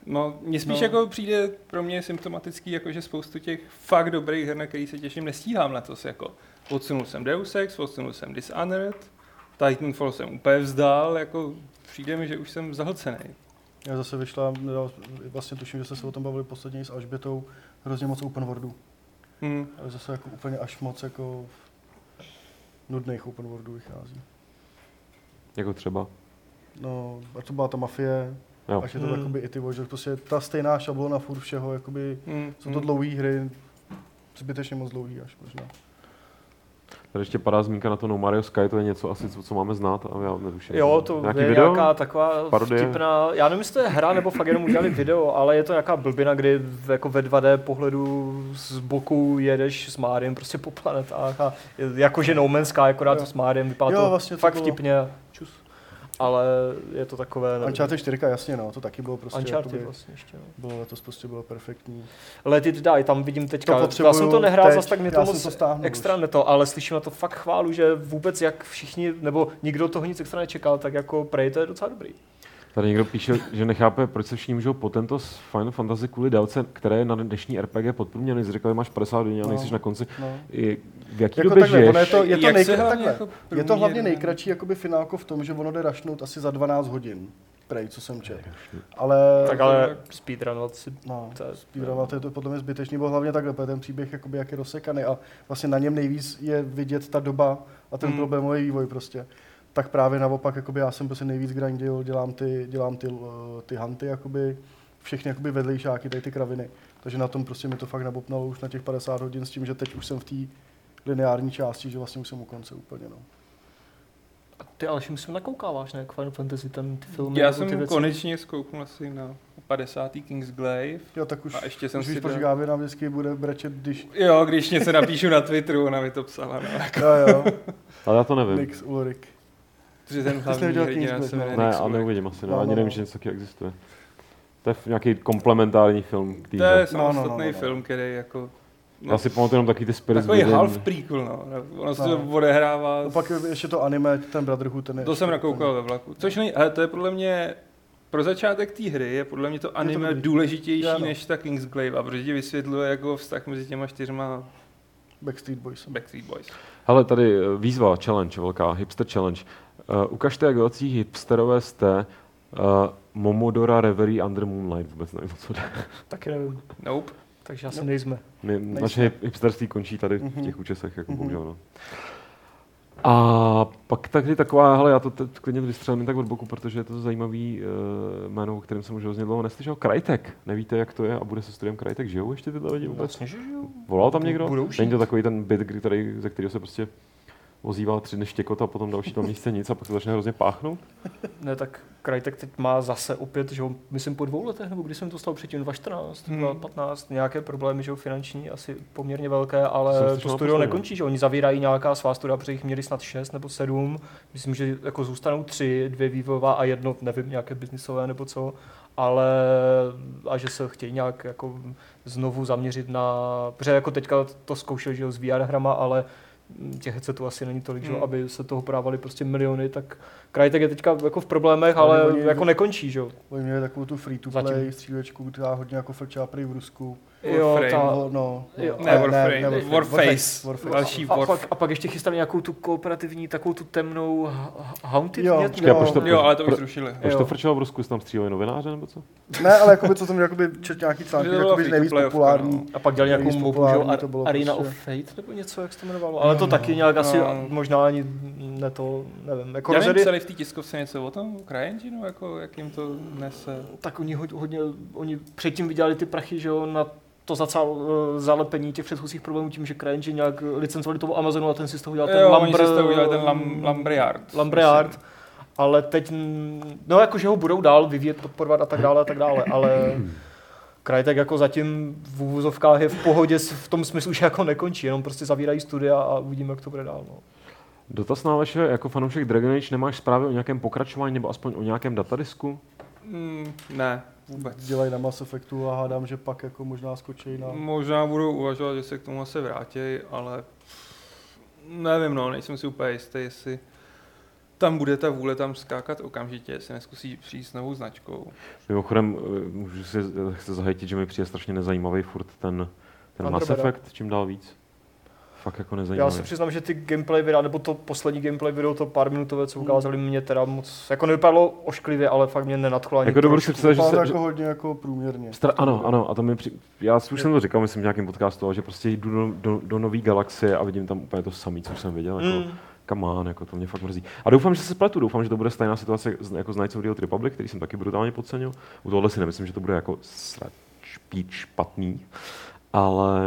Speaker 6: No, mně spíš
Speaker 4: No.
Speaker 6: jako přijde pro mě symptomatický, jako že spoustu těch fakt dobrých her, na který se těším, nestíhám letos. Jako. Odsunul jsem Deus Ex, odsunul jsem Dishonored, Titanfall jsem úplně vzdál, jako přijde mi, že už jsem zahlcený.
Speaker 4: Já zase vyšla, nedal- vlastně tuším, že jste se o tom bavili posledně i s Alžbětou, hrozně moc open worldů.
Speaker 6: Hm.
Speaker 4: Ale zase jako úplně až moc jako nudných open worldů vychází.
Speaker 1: Jako třeba.
Speaker 4: No, a to byla ta mafie,
Speaker 1: Jo.
Speaker 4: až je to
Speaker 3: Hmm.
Speaker 4: jakoby i ty Watch Dogs, prostě ta stejná šablona furt všeho, jakoby
Speaker 6: Hm.
Speaker 4: jsou to
Speaker 3: Hmm.
Speaker 6: hm.
Speaker 4: dlouhé hry, zbytečně moc dlouhý až možná.
Speaker 1: Tady ještě padá zmínka na to No Mario Sky, to je něco asi, co, co máme znát a já netuším.
Speaker 3: Jo, to
Speaker 1: Nějaký
Speaker 3: je
Speaker 1: video?
Speaker 3: nějaká taková
Speaker 1: Parodie?
Speaker 3: vtipná, já nevím, jestli to je hra, nebo fakt jenom udělali video, ale je to nějaká blbina, kdy v- jako ve 2D pohledu z boku jedeš s Máriem prostě po planetách a je- jakože No Man's Sky, akorát
Speaker 4: Jo.
Speaker 3: s Máriem vypadá
Speaker 4: Jo,
Speaker 3: to
Speaker 4: vlastně to
Speaker 3: fakt
Speaker 4: bylo.
Speaker 3: vtipně, čus. ale je to takové, nevím.
Speaker 4: Uncharted 4, jasně no, to taky bylo prostě
Speaker 3: Uncharted
Speaker 4: jakoby-
Speaker 3: vlastně ještě, no.
Speaker 4: bylo letos prostě bylo perfektní.
Speaker 3: Let it die, tam vidím
Speaker 4: To
Speaker 3: teďka, já
Speaker 4: potřebuju
Speaker 3: jsem to nehrál
Speaker 4: teď,
Speaker 3: zas tak mě to
Speaker 4: já
Speaker 3: moc
Speaker 4: jsem to stáhnul
Speaker 3: extra
Speaker 4: už.
Speaker 3: neto, ale slyším na to fakt chválu, že vůbec jak všichni, nebo nikdo toho nic extra nečekal, tak jako prej to je docela dobrý.
Speaker 1: Tady někdo píše, že nechápe, proč se všichni můžou po tento s Final Fantasy kvůli délce, které je na dnešní RPG podprůměrný, zřekali, máš 50 hodin a
Speaker 4: No.
Speaker 1: nejsi na konci.
Speaker 4: No.
Speaker 1: I v jaký
Speaker 4: Jako
Speaker 1: době
Speaker 4: takhle,
Speaker 1: žiješ?
Speaker 4: ono je to, je to,
Speaker 6: Jak se
Speaker 4: nejkra-
Speaker 6: hlavně
Speaker 4: takhle.
Speaker 6: jako
Speaker 4: je to hlavně
Speaker 6: průměrný-
Speaker 4: nejkratší jakoby finálko v tom, že ono jde rašnout asi za 12 hodin, prej, co jsem četl. Ale,
Speaker 3: Tak ale speedrunovat si
Speaker 4: no,
Speaker 3: to je
Speaker 4: Speedrunovat je to podle mě zbytečný, bo hlavně takhle, protože ten příběh jakoby jak je rozsekaný a vlastně na něm nejvíc je vidět ta doba a ten
Speaker 6: Mm.
Speaker 4: mm. problémový vývoj prostě. Tak právě naopak, jakoby já jsem prostě nejvíc grindil, dělám ty, dělám ty, l- ty hunty, jakoby všechny jakoby vedlejšáky, tady ty kraviny. Takže na tom prostě mi to fakt nabopnalo už na těch 50 hodin s tím, že teď už jsem v té lineární části, že vlastně už jsem u konce úplně. No.
Speaker 3: A ty Aleš, myslím, nakoukáváš, ne, k Final Fantasy, ten ty filmy,
Speaker 6: Já
Speaker 3: nebo ty
Speaker 6: jsem
Speaker 3: věci.
Speaker 6: konečně zkouknul asi na 50. King's Glaive.
Speaker 4: Jo, tak už,
Speaker 6: A ještě jsem
Speaker 4: už
Speaker 6: si
Speaker 4: víš,
Speaker 6: dal-
Speaker 4: proč Gáby nám vždycky bude brečet, když...
Speaker 6: Jo, když něco napíšu na Twitteru, ona mi to psala. No.
Speaker 4: Jo,
Speaker 6: [LAUGHS]
Speaker 4: jo,
Speaker 1: Ale já to nevím.
Speaker 4: Nix Ulrik.
Speaker 6: Protože ten
Speaker 4: jsi
Speaker 6: hlavní
Speaker 4: neviděl
Speaker 6: hrdina
Speaker 4: King's
Speaker 6: se
Speaker 4: Glaive,
Speaker 6: jmenuje
Speaker 1: Ne,
Speaker 6: Nick
Speaker 1: a
Speaker 6: Fury.
Speaker 1: neuvidím asi, ne.
Speaker 4: No,
Speaker 1: ani
Speaker 4: no,
Speaker 1: nevím,
Speaker 4: no.
Speaker 1: že něco taky existuje. To je f- nějaký komplementární film k té
Speaker 6: To
Speaker 1: hře.
Speaker 6: je
Speaker 4: no, no,
Speaker 6: samostatný
Speaker 4: no, no.
Speaker 6: film, který jako...
Speaker 1: Já si pamatuju jenom taky ty Spirits
Speaker 6: Takový
Speaker 1: Within.
Speaker 6: half prequel, no. Ono se
Speaker 4: No.
Speaker 6: to odehrává...
Speaker 4: A pak ještě to anime, ten Brotherhood, ten je
Speaker 6: To
Speaker 4: ještě
Speaker 6: jsem
Speaker 4: úplně-
Speaker 6: nakoukal ve vlaku. Což nej, ale to je podle mě Pro začátek té hry je podle mě to anime
Speaker 4: dobrý.
Speaker 6: důležitější
Speaker 4: Jo, no.
Speaker 6: než ta Kingsglaive, a protože ti vysvětluje jako vztah mezi těma čtyřma
Speaker 4: Backstreet Boys.
Speaker 6: Backstreet Boys.
Speaker 1: Hele, tady eh, výzva, challenge, velká, hipster challenge. Uh, ukažte, jak velcí hipsterové jste. Uh, Momodora Reverie Under Moonlight, vůbec nevím, o co jde.
Speaker 3: Taky nevím,
Speaker 6: Nope.
Speaker 3: takže asi nejsme.
Speaker 1: My, naše hip- hipsterství končí tady v
Speaker 3: Mhm.
Speaker 1: těch účesech, jako bohužel. No. A pak tady taková, hele, já to teď klidně vystřelím jen tak od boku, protože je to zajímavý uh, jméno, o kterém jsem už hrozně dlouho neslyšel. Krajtek. Nevíte, jak to je a bude se studiem Krajtek. Žijou ještě tyhle lidi vůbec?
Speaker 3: Vlastně, že jo.
Speaker 1: Volal tam někdo?
Speaker 3: Budou
Speaker 1: Není to
Speaker 3: žít.
Speaker 1: takový ten byt, kdy tady, ze kterého se prostě ozývá tři dny štěkot a potom další dva [LAUGHS] měsíce nic a pak se začne hrozně páchnout?
Speaker 3: Ne, tak Krajtek teď má zase opět, že jo, myslím po dvou letech, nebo když jsem to stal předtím, 2014,
Speaker 6: Hmm.
Speaker 3: 2015, nějaké problémy, že jo, finanční, asi poměrně velké,
Speaker 1: Jsem
Speaker 3: ale
Speaker 1: slyšel
Speaker 3: to
Speaker 1: na
Speaker 3: studio
Speaker 1: poslední.
Speaker 6: no.
Speaker 3: nekončí, že oni zavírají nějaká svá studia, protože jich měli snad šest nebo sedm, myslím, že jako zůstanou tři, dvě vývojová a jedno, nevím, nějaké biznisové nebo co, ale a že se chtějí nějak jako znovu zaměřit na, protože jako teďka to zkoušel, že jo, s VR hrama, ale mm, těch headsetů asi není tolik, že jo,
Speaker 6: Hmm.
Speaker 3: aby se toho právali prostě miliony, tak Krajtek je teďka jako v problémech,
Speaker 4: Ale
Speaker 3: ale
Speaker 4: oni-
Speaker 3: jako nekončí, že jo.
Speaker 4: Oni měli takovou tu free-to-play
Speaker 3: Zatím.
Speaker 4: střílečku, která hodně jako frčela prý v Rusku.
Speaker 3: Jo,
Speaker 6: Warframe.
Speaker 3: ta,
Speaker 4: No, no,
Speaker 3: Jo.
Speaker 6: Ne, Warframe. Warface.
Speaker 4: Warface.
Speaker 6: Další
Speaker 3: a
Speaker 6: Warface.
Speaker 3: pak, a pak ještě chystali nějakou tu kooperativní, takovou tu temnou ha- ha- Haunted
Speaker 4: Jo.
Speaker 3: něco?
Speaker 1: Počkej, a proč to,
Speaker 6: Jo, ale to už
Speaker 1: pro-
Speaker 6: zrušili.
Speaker 1: proč to
Speaker 3: No, jo.
Speaker 1: frčelo v Rusku, jestli tam stříleli novináře nebo co?
Speaker 4: Ne, ale jakoby, co jsem jakoby četl nějaký články,
Speaker 6: To byla
Speaker 4: jakoby nejvíc
Speaker 6: free-to-playovka,
Speaker 4: populární.
Speaker 3: A pak dělali
Speaker 4: Nejvíc
Speaker 3: nějakou mobu, že
Speaker 4: populární
Speaker 3: jo, Ar-
Speaker 4: to bylo
Speaker 3: Arena
Speaker 4: prostě.
Speaker 3: of Fate nebo něco, jak se to jmenovalo, ale to taky nějak asi,
Speaker 6: no.
Speaker 3: možná ani ne to, nevím, jako
Speaker 6: Já nevím,
Speaker 3: rozjeli-
Speaker 6: psali v té tiskovce něco o tom, o CryEngineu, jako jak jim to nese.
Speaker 3: tak oni hod- hodně, oni předtím vydělali ty prachy, že jo, na to zacál, eh, zalepení těch předchozích problémů tím, že CryEngine nějak licencovali toho Amazonu a ten si z toho udělal ten
Speaker 6: jo,
Speaker 3: Lambr...
Speaker 6: oni si z toho udělali ten lam, Lambriard.
Speaker 3: Lambreard, ale teď, mm, no jakože ho budou dál vyvíjet, podporovat a tak dále a tak dále, ale Krajtek jako zatím v úvozovkách je v pohodě s- v tom smyslu, že jako nekončí, jenom prostě zavírají studia a uvidíme, jak to bude dál. No.
Speaker 1: Dotaz na vaše, jako fanoušek Dragon Age, nemáš zprávy o nějakém pokračování nebo aspoň o nějakém datadisku?
Speaker 6: Mm, ne, vůbec. Mm,
Speaker 4: Dělají na Mass Effectu a hádám, že pak jako možná skočí na...
Speaker 6: Možná budou uvažovat, že se k tomu asi vrátí, ale nevím, no, nejsem si úplně jistý, jestli tam bude ta vůle tam skákat okamžitě, jestli neskusí přijít s novou značkou.
Speaker 1: Mimochodem, eh, můžu si eh, se zahajtit, že mi přijde strašně nezajímavý furt ten, ten Mass
Speaker 3: Andromeda.
Speaker 1: Effect, čím dál víc. Fakt jako
Speaker 3: Já
Speaker 1: nezajímavý.
Speaker 3: se přiznám, že ty gameplay videa, nebo to poslední gameplay video, to pár minutové, co ukázali, mě teda moc, jako nevypadalo ošklivě, ale fakt mě nenadchlo ani
Speaker 1: Jako dovedu si
Speaker 3: trošku.
Speaker 1: představit, že
Speaker 4: Vypadá
Speaker 1: se,
Speaker 4: to
Speaker 1: že-
Speaker 4: jako hodně jako průměrně.
Speaker 1: Stra- ano, ano, a to mi při- já si už jsem to říkal, myslím, v nějakém podcastu, ale že prostě jdu do, do, do nové galaxie a vidím tam úplně to samé, co jsem viděl. Jako,
Speaker 3: Mm.
Speaker 1: come on, jako to mě fakt mrzí. A doufám, že se spletu, doufám, že to bude stejná situace z- jako z Knights of the Old Republic, který jsem taky brutálně podcenil. U tohohle si nemyslím, že to bude jako srač, píč, špatný, ale...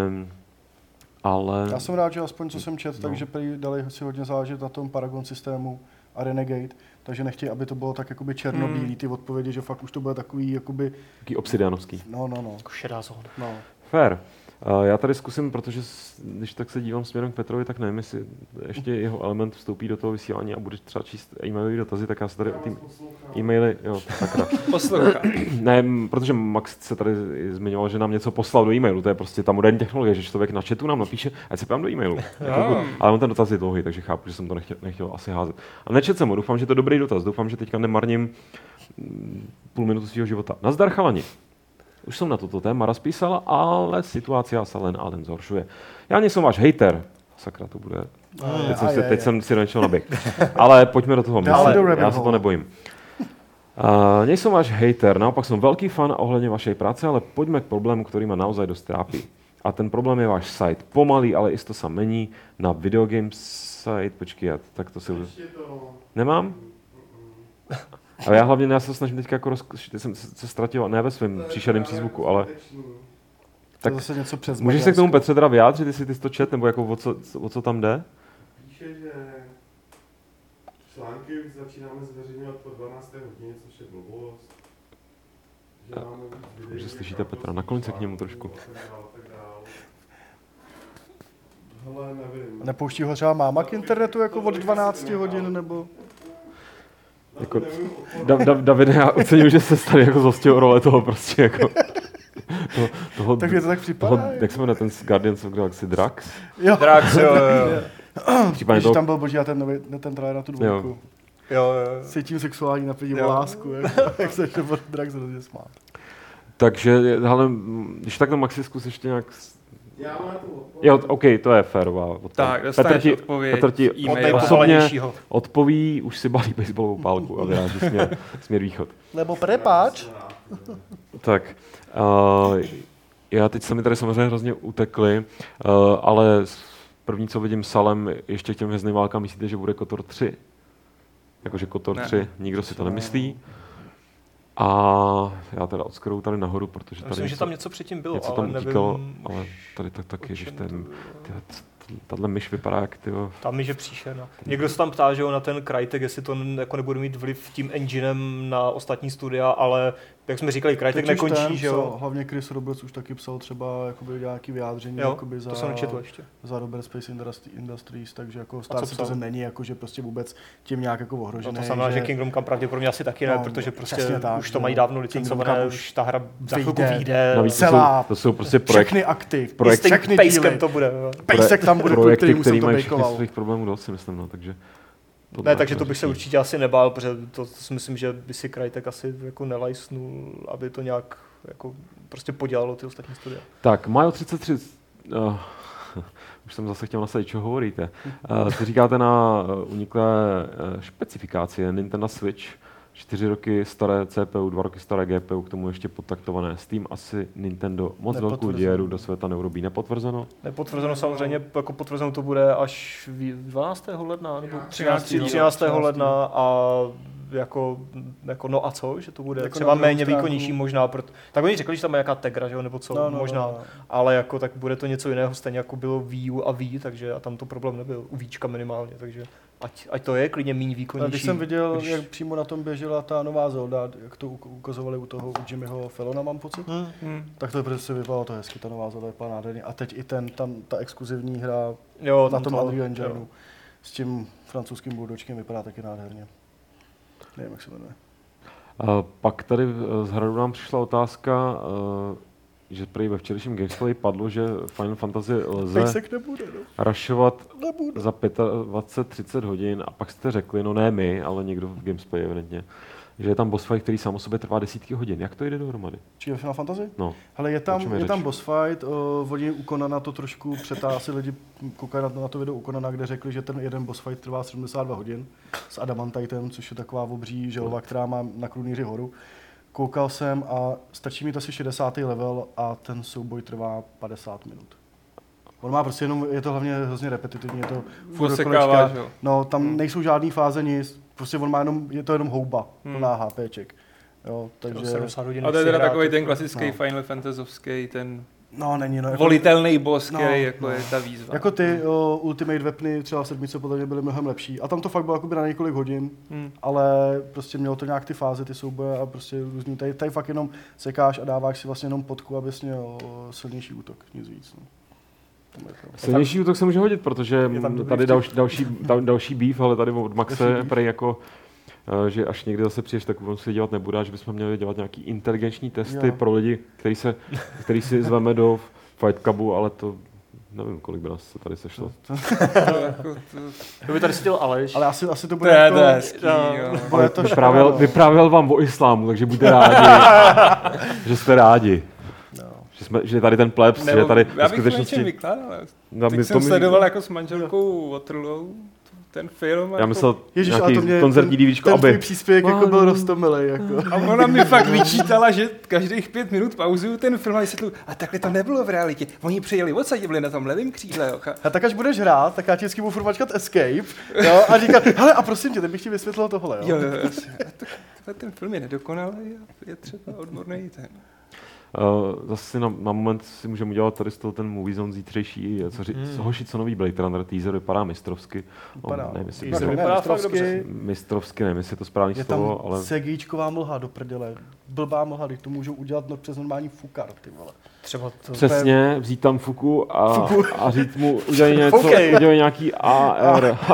Speaker 1: ale...
Speaker 4: Já jsem rád, že aspoň co jsem čet,
Speaker 1: No.
Speaker 4: takže prý dali si hodně záležet na tom Paragon systému a Renegade, takže nechtějí, aby to bylo tak jakoby černobílý ty odpovědi, že fakt už to bude takový jakoby,
Speaker 1: Taký obsidianovský.
Speaker 4: no, no, no,
Speaker 3: Jako šedá zóna.
Speaker 4: no.
Speaker 1: Fair. Uh, Já tady zkusím, protože s- když tak se dívám směrem k Petrovi, tak nevím, jestli ještě jeho element vstoupí do toho vysílání a bude třeba číst e-mailové dotazy, tak já se tady o ty e-maily, jo, sakra.
Speaker 6: Poslouchá.
Speaker 1: ne, m, protože Max se tady i zmiňoval, že nám něco poslal do e-mailu, to je prostě ta moderní technologie, že člověk na chatu nám napíše, ať se pám do e-mailu. Jako,
Speaker 6: Jo.
Speaker 1: Ale on ten dotaz je dlouhý, takže chápu, že jsem to nechtěl, nechtěl asi házet. A nečet jsem ho, doufám, že to je dobrý dotaz, doufám, že teďka nemarním mm, půl minutu svého života. Nazdar chalani. Už jsem na toto téma rozpísala, ale situace se len a len zhoršuje. Já nejsem váš hejter. Sakra, to bude.
Speaker 4: A
Speaker 1: Teď, jsem,
Speaker 4: a
Speaker 1: si,
Speaker 4: je,
Speaker 1: teď
Speaker 4: je.
Speaker 1: jsem si do něčeho naběh. Ale pojďme do toho.
Speaker 4: Dále
Speaker 1: myslím,
Speaker 4: do rabbit
Speaker 1: já se to
Speaker 4: hole.
Speaker 1: nebojím. [LAUGHS] Uh, nejsem váš hejter, naopak jsem velký fan ohledně vaší práce, ale pojďme k problému, který má naozaj dost trápí. A ten problém je váš site. Pomalý, ale isto sa mení na videogame site. Počkej, já tak to si...
Speaker 5: Ještě to...
Speaker 1: Nemám? Ale já hlavně já se snažím teďka jako roz... Teď jsem se se ztratil, ne ve svém příšerném přízvuku, ale...
Speaker 4: To
Speaker 1: tak
Speaker 4: je zase něco přes
Speaker 1: Můžeš se k tomu Petře teda vyjádřit, jestli ty jsi to čet, nebo jako o co, o co tam jde?
Speaker 5: Píše, že články začínáme zveřejňovat po 12. hodině, což je blbost. Že máme víc videí,
Speaker 1: že
Speaker 5: jak
Speaker 1: slyšíte
Speaker 5: autorských
Speaker 1: Petra, nakloň se k němu
Speaker 5: článků
Speaker 1: trošku.
Speaker 5: a tak dál, a tak dál. Hele, nevím.
Speaker 4: Nepouští ho třeba máma k internetu jako od 12 hodin, nebo?
Speaker 5: Na to
Speaker 1: jako-
Speaker 5: nevím odpovědět.
Speaker 1: Da, da, Davide, já ocením, že se tady jako zhostil role toho prostě jako... To, toho,
Speaker 4: Tak mě to tak
Speaker 1: toho,
Speaker 4: připadá.
Speaker 1: jak se jmenuje ten z Guardians of Galaxy Drax?
Speaker 4: Jo,
Speaker 6: Drax, jo, jo, jo.
Speaker 1: Případně
Speaker 4: když
Speaker 1: toho,
Speaker 4: tam byl boží a ten, nový, ten trailer na tu dvojku.
Speaker 3: Jo, jo.
Speaker 4: Cítím sexuální napětí o
Speaker 3: Jo.
Speaker 4: lásku, jak,
Speaker 3: [LAUGHS]
Speaker 4: [LAUGHS] jak se ještě pod drak zrovna smát.
Speaker 1: Takže, ale když takhle Maxi zkus ještě nějak... s-
Speaker 5: Já mám tu odpověď.
Speaker 1: Jo, OK, to je férová odpověď.
Speaker 6: Tak, dostaneš
Speaker 1: ti-
Speaker 6: odpověď
Speaker 1: Petr ti
Speaker 6: z
Speaker 1: od-
Speaker 6: e-mailu.
Speaker 1: osobně
Speaker 6: Nejpovolenějšího.
Speaker 1: odpoví, už si balí baseballovou pálku a vyráží směr, směr východ.
Speaker 7: Nebo prepáč.
Speaker 1: Tak, uh, já teď se mi tady samozřejmě hrozně utekli, uh, ale s- první, co vidím salem, ještě k těm hvězdným válkám, myslíte, že bude Kotor 3? Jakože Kotor
Speaker 6: Ne.
Speaker 1: 3, nikdo si to nemyslí. A já teda odskroju tady nahoru, protože tady
Speaker 3: Myslím, že
Speaker 1: něco,
Speaker 3: tam něco předtím bylo,
Speaker 1: něco
Speaker 3: ale
Speaker 1: tam
Speaker 3: nevím.
Speaker 1: utíkalo, ale tady tak
Speaker 3: o
Speaker 1: taky, že
Speaker 3: čem
Speaker 1: ten,
Speaker 3: to bylo.
Speaker 1: tyhle, c- tahle myš vypadá jak tyjo,
Speaker 3: Tam je, že příšerna. Někdo se tam ptá, že jo, na ten Crytek, jestli to n- jako nebude mít vliv tím enginem na ostatní studia, ale jak jsme říkali, Crytek
Speaker 4: Teď už
Speaker 3: nekončí,
Speaker 4: ten
Speaker 3: že
Speaker 4: Psal,
Speaker 3: jo.
Speaker 4: hlavně Chris Roberts už taky psal třeba jakoby nějaký vyjádření
Speaker 3: Jo,
Speaker 4: jakoby za,
Speaker 3: to jsem nečetl ještě.
Speaker 4: za Robert Space Industri- Industries, takže jako Star
Speaker 3: co psal?
Speaker 4: Citizen není jako, že prostě vůbec tím nějak jako
Speaker 3: No
Speaker 4: ohrožený.
Speaker 3: to znamená, že Kingdom Come pravděpodobně asi taky ne,
Speaker 4: No,
Speaker 3: protože prostě
Speaker 4: přesně tak,
Speaker 3: už to
Speaker 4: že
Speaker 3: mají
Speaker 4: jo.
Speaker 3: dávno
Speaker 4: Kingdom
Speaker 3: licencované,
Speaker 4: Come
Speaker 3: už
Speaker 4: už
Speaker 3: ta hra za chvilku
Speaker 4: vyjde.
Speaker 3: vyjde.
Speaker 1: Navíc to
Speaker 4: Eh, celá-
Speaker 1: jsou, to jsou prostě projekt,
Speaker 4: všechny akty,
Speaker 1: projekt-
Speaker 3: Instinct
Speaker 4: všechny
Speaker 3: Pacecam
Speaker 4: díly.
Speaker 3: to bude. jo.
Speaker 4: Pejsek tam bude, kvůli
Speaker 1: projekty,
Speaker 4: kterému
Speaker 1: který
Speaker 4: jsem to
Speaker 1: mají všichni
Speaker 4: bejkoval.
Speaker 1: svých problémů dost, si myslím, no, takže... to
Speaker 3: Ne,
Speaker 1: tak
Speaker 3: takže to bych se
Speaker 1: neřeší.
Speaker 3: určitě asi nebál, protože to, to si myslím, že by si Crytek asi jako nelajsnul, aby to nějak jako prostě podělalo ty ostatní studia.
Speaker 1: Tak, Majo 33, uh, [LAUGHS] už jsem zase chtěl nasadit, co hovoríte. Uh, co říkáte na eh, uniklé eh, špecifikácie Nintendo Switch? Čtyři roky staré CPU, dva roky staré GPU, k tomu ještě podtaktované. S tím asi Nintendo moc velkou
Speaker 3: Nepotvrzeno.
Speaker 1: díru do světa neurobí. Nepotvrzeno?
Speaker 3: Nepotvrzeno samozřejmě, jako potvrzeno to bude až vý- 12. ledna, nebo 13.
Speaker 6: 13.
Speaker 3: 13. ledna a jako, jako, no a co, že to bude
Speaker 4: Jako
Speaker 3: třeba
Speaker 4: na druhou
Speaker 3: méně
Speaker 4: stránku-
Speaker 3: výkonnější možná, proto, tak oni řekli, že tam je nějaká Tegra, že jo, nebo co, no, no, možná, no, no. ale jako tak bude to něco jiného, stejně jako bylo Wii U a Wii, takže a tam to problém nebyl, u Víčka minimálně, takže ať, ať to je klidně méně
Speaker 4: A
Speaker 3: výkonnější.
Speaker 4: Když jsem viděl,
Speaker 3: když-
Speaker 4: když... jak přímo na tom běžela ta nová Zelda, jak to u- ukazovali u toho u Jimmyho Felona, mám pocit,
Speaker 3: Hmm.
Speaker 6: Hm.
Speaker 4: tak to prostě vypadalo to hezky, ta nová Zelda vypadá nádherně. A teď i ten, tam ta exkluzivní hra
Speaker 3: Jo,
Speaker 4: na tom
Speaker 3: to-
Speaker 4: Unreal Engineu
Speaker 3: jo.
Speaker 4: s tím francouzským buldočkem vypadá taky nádherně. Nevím, jak se jmenuje.
Speaker 1: Uh, pak tady eh, z Hradu nám přišla otázka, uh, že prý ve včerejším Gamesplay padlo, že Final Fantasy lze
Speaker 4: Pejsek nebude, no.
Speaker 1: rašovat
Speaker 4: Nebude.
Speaker 1: za 25-30 hodin a pak jste řekli, no ne my, ale někdo v Gamesplay evidentně, že je tam boss fight, který sám o sobě trvá desítky hodin. Jak to jde dohromady?
Speaker 4: Čili Final Fantasy?
Speaker 1: No,
Speaker 4: Hele, je
Speaker 1: O čem
Speaker 4: tam,
Speaker 1: je
Speaker 4: je tam
Speaker 1: řeč?
Speaker 4: boss fight, uh, oni u Konana to trošku přetá, asi lidi koukají na to, na to video u Konana, kde řekli, že ten jeden boss fight trvá 72 hodin s Adamantitem, což je taková obří želva, která má na krunýři horu. Koukal jsem a stačí mít asi 60. level a ten souboj trvá 50 minut. On má prostě jenom, je to hlavně hrozně repetitivní, je to furt
Speaker 6: Osekává,
Speaker 4: dokolečka.
Speaker 6: že jo?
Speaker 4: No, tam hmm. nejsou žádné fáze nic, prostě on má jenom, je to jenom houba, plná HPček. Jo, takže...
Speaker 3: 70 hodin
Speaker 6: A Hmm. to je
Speaker 3: nechci
Speaker 6: teda
Speaker 3: hrát,
Speaker 6: takový
Speaker 3: jako-
Speaker 6: ten klasický
Speaker 4: no.
Speaker 6: Final Fantasy, ten
Speaker 4: No, není, no. jako-
Speaker 6: volitelný boss,
Speaker 4: No,
Speaker 6: který jako
Speaker 4: no.
Speaker 6: je ta výzva.
Speaker 4: Jako ty o, Ultimate Weapony třeba v sedmice podle mě byly mnohem lepší. A tam to fakt bylo jakoby na několik hodin,
Speaker 6: Hmm.
Speaker 4: ale prostě mělo to nějak ty fáze, ty souboje a prostě různý. Tady, tady fakt jenom sekáš a dáváš si vlastně jenom potku, abys měl o, silnější útok, nic víc. No. Tam je to.
Speaker 1: silnější útok se může hodit, protože
Speaker 3: Je tam dobrý
Speaker 1: tady
Speaker 3: vtip.
Speaker 1: další, další, dal, další beef, ale tady od Maxe prej jako eh, že až někdy zase přijdeš, tak on si dělat nebude, a že bychom měli dělat nějaký inteligenční testy
Speaker 4: Jo.
Speaker 1: pro lidi, který, se, který si zveme do Fight Clubu, ale to nevím, kolik by nás tady sešlo.
Speaker 6: To, jako, to,
Speaker 3: Kdo by tady seděl Aleš?
Speaker 4: Ale asi, asi to
Speaker 6: to
Speaker 4: bude
Speaker 6: je
Speaker 4: jako,
Speaker 6: to hezký,
Speaker 3: no.
Speaker 6: jo.
Speaker 4: bude to
Speaker 1: Vyprávěl,
Speaker 4: škoda, no.
Speaker 1: vyprávěl vám o islámu, takže buďte
Speaker 4: [LAUGHS]
Speaker 1: rádi, že jste rádi.
Speaker 4: No.
Speaker 1: Že, jsme, že je tady ten plebs, že je
Speaker 6: Nebo-
Speaker 1: tady
Speaker 6: já
Speaker 1: ve
Speaker 6: bych to něčem
Speaker 1: skutečnosti... No,
Speaker 6: vykládal.
Speaker 1: Já,
Speaker 6: Teď jsem sledoval jako s manželkou Waterloo ten film.
Speaker 1: já
Speaker 6: jako-
Speaker 1: myslel
Speaker 4: Ježiš, a to
Speaker 1: nějaký
Speaker 4: mě,
Speaker 1: koncertní
Speaker 4: ten,
Speaker 1: DVDčko,
Speaker 4: ten tvůj
Speaker 1: aby...
Speaker 4: příspěvek jako byl roztomilej. Jako.
Speaker 6: A ona mi fakt vyčítala, že každých pět minut pauzuju ten film a vysvětlu, a takhle to nebylo v realitě. Oni přejeli odsaď, byli na tom levém křídle. Jo.
Speaker 4: A tak až budeš hrát, tak já ti vždycky budu furt mačkat Escape jo, a říkat, hele a prosím tě, teď bych ti vysvětlil tohle. Jo.
Speaker 6: Jo, jo, jo. A to, tohle ten film je nedokonalý a je třeba odborný ten.
Speaker 1: Uh, zase si na, na, moment si můžeme udělat tady z toho ten movie zone zítřejší, eh, co, ři, co hoši, co nový Blade Runner teaser vypadá mistrovsky.
Speaker 4: Hmm. Vypadá.
Speaker 1: On, nevím, jestli,
Speaker 4: Teaser
Speaker 1: mistro-
Speaker 4: vypadá
Speaker 3: Vypadá fakt
Speaker 4: mistrovsky.
Speaker 3: dobře.
Speaker 1: mistrovsky, nevím, jestli je to správný
Speaker 4: Je tam
Speaker 1: slovo, ale...
Speaker 4: segíčková mlha do prdele. Blbá mlha, teď to můžou udělat no, přes normální fukar, ty vole.
Speaker 3: Třeba to...
Speaker 1: Přesně, vzít tam Fuku a, a říct mu, udělej něco,
Speaker 4: Fukej.
Speaker 1: udělej nějaký AR.
Speaker 4: [LAUGHS]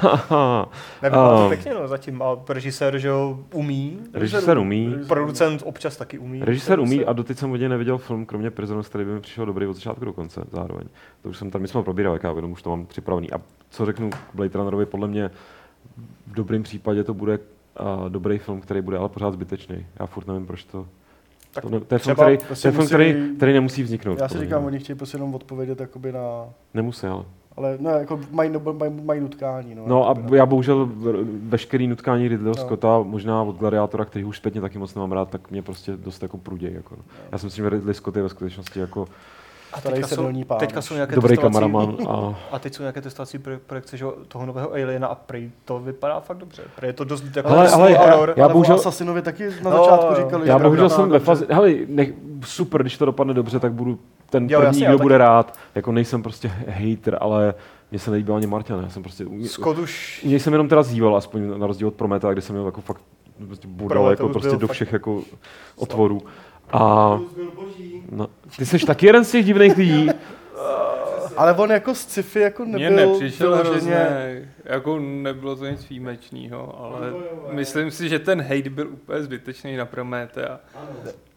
Speaker 1: Ha, ha, ha, ha.
Speaker 3: Nevypadá to
Speaker 1: Ehm.
Speaker 3: pěkně, no, zatím. A režisér, že jo, umí.
Speaker 1: Režisér umí.
Speaker 3: Producent občas taky umí.
Speaker 1: [LAUGHS] Režisér umí a doteď jsem hodně neviděl film, kromě Prisoners, který by mi přišel dobrý od začátku do konce zároveň. To už jsem tady, my jsme ho probírali, jak já vědom, už to mám připravený. A co řeknu k Blade Runnerovi, podle mě dobrém případě to bude uh, dobrý film, který bude ale pořád zbytečný. Já furt nevím, proč to...
Speaker 3: Tak
Speaker 1: to ne, to je film,
Speaker 3: třeba
Speaker 1: který,
Speaker 4: to si
Speaker 1: to je film
Speaker 4: musí-
Speaker 1: který, který, nemusí vzniknout.
Speaker 4: Já si
Speaker 1: podle mě.
Speaker 4: říkám, oni chtějí prostě jenom odpovědět jakoby na...
Speaker 1: Nemusí, ale...
Speaker 4: Ale no, jako mají, no, mají, mají nutkání. No,
Speaker 1: No a
Speaker 4: jakoby
Speaker 1: b-
Speaker 4: na-
Speaker 1: já bohužel r- veškerý nutkání Ridleyho
Speaker 4: No.
Speaker 1: no. Scotta, možná od Gladiátora, který už zpětně taky moc nemám rád, tak mě prostě dost jako pruděj. Jako, no. Já si myslím, že Ridley Scott je ve skutečnosti jako
Speaker 3: A
Speaker 4: Starej
Speaker 3: teďka
Speaker 4: se
Speaker 3: jsou,
Speaker 4: dolní pán.
Speaker 3: teďka jsou nějaké
Speaker 1: dobrý
Speaker 3: testovací- [LAUGHS]
Speaker 1: kameraman. A
Speaker 3: A teď jsou nějaké testovací pro- projekce že, jo, toho nového Aliena a prej to vypadá fakt dobře. Prej je to dost jako
Speaker 1: Hele,
Speaker 3: dost
Speaker 1: hele,
Speaker 3: horor.
Speaker 1: já
Speaker 4: ale
Speaker 1: bohužel-
Speaker 4: o Assassinovi taky na
Speaker 3: No,
Speaker 4: začátku
Speaker 3: jo.
Speaker 4: říkali,
Speaker 1: já
Speaker 4: že
Speaker 1: bohužel
Speaker 4: pravda,
Speaker 1: jsem ve
Speaker 4: no, dobře.
Speaker 1: fázi, hele, nech, super, když to dopadne dobře, tak budu ten
Speaker 3: Jo,
Speaker 1: jo, první,
Speaker 3: jasně, já
Speaker 1: kdo
Speaker 3: taky.
Speaker 1: bude rád. Jako nejsem prostě hater, ale mně se nelíbil ani Martin. Já jsem prostě... u mě-
Speaker 3: Scott už
Speaker 1: u něj jsem jenom teda zíval, aspoň na rozdíl od Prometa, kde jsem měl jako fakt prostě budal
Speaker 3: Prometheus
Speaker 1: jako prostě
Speaker 3: byl
Speaker 1: do
Speaker 3: fakt
Speaker 1: všech jako otvorů. A
Speaker 5: Plus byl boží.
Speaker 1: no, ty jsi taky jeden z těch divných lidí.
Speaker 4: Ale on jako z sci-fi jako
Speaker 6: Mně
Speaker 4: nebyl
Speaker 6: nepřišel
Speaker 4: vyloženě-
Speaker 6: hrozně, jako nebylo to nic výjimečného, ale myslím si, že ten hate byl úplně zbytečný na Prometea.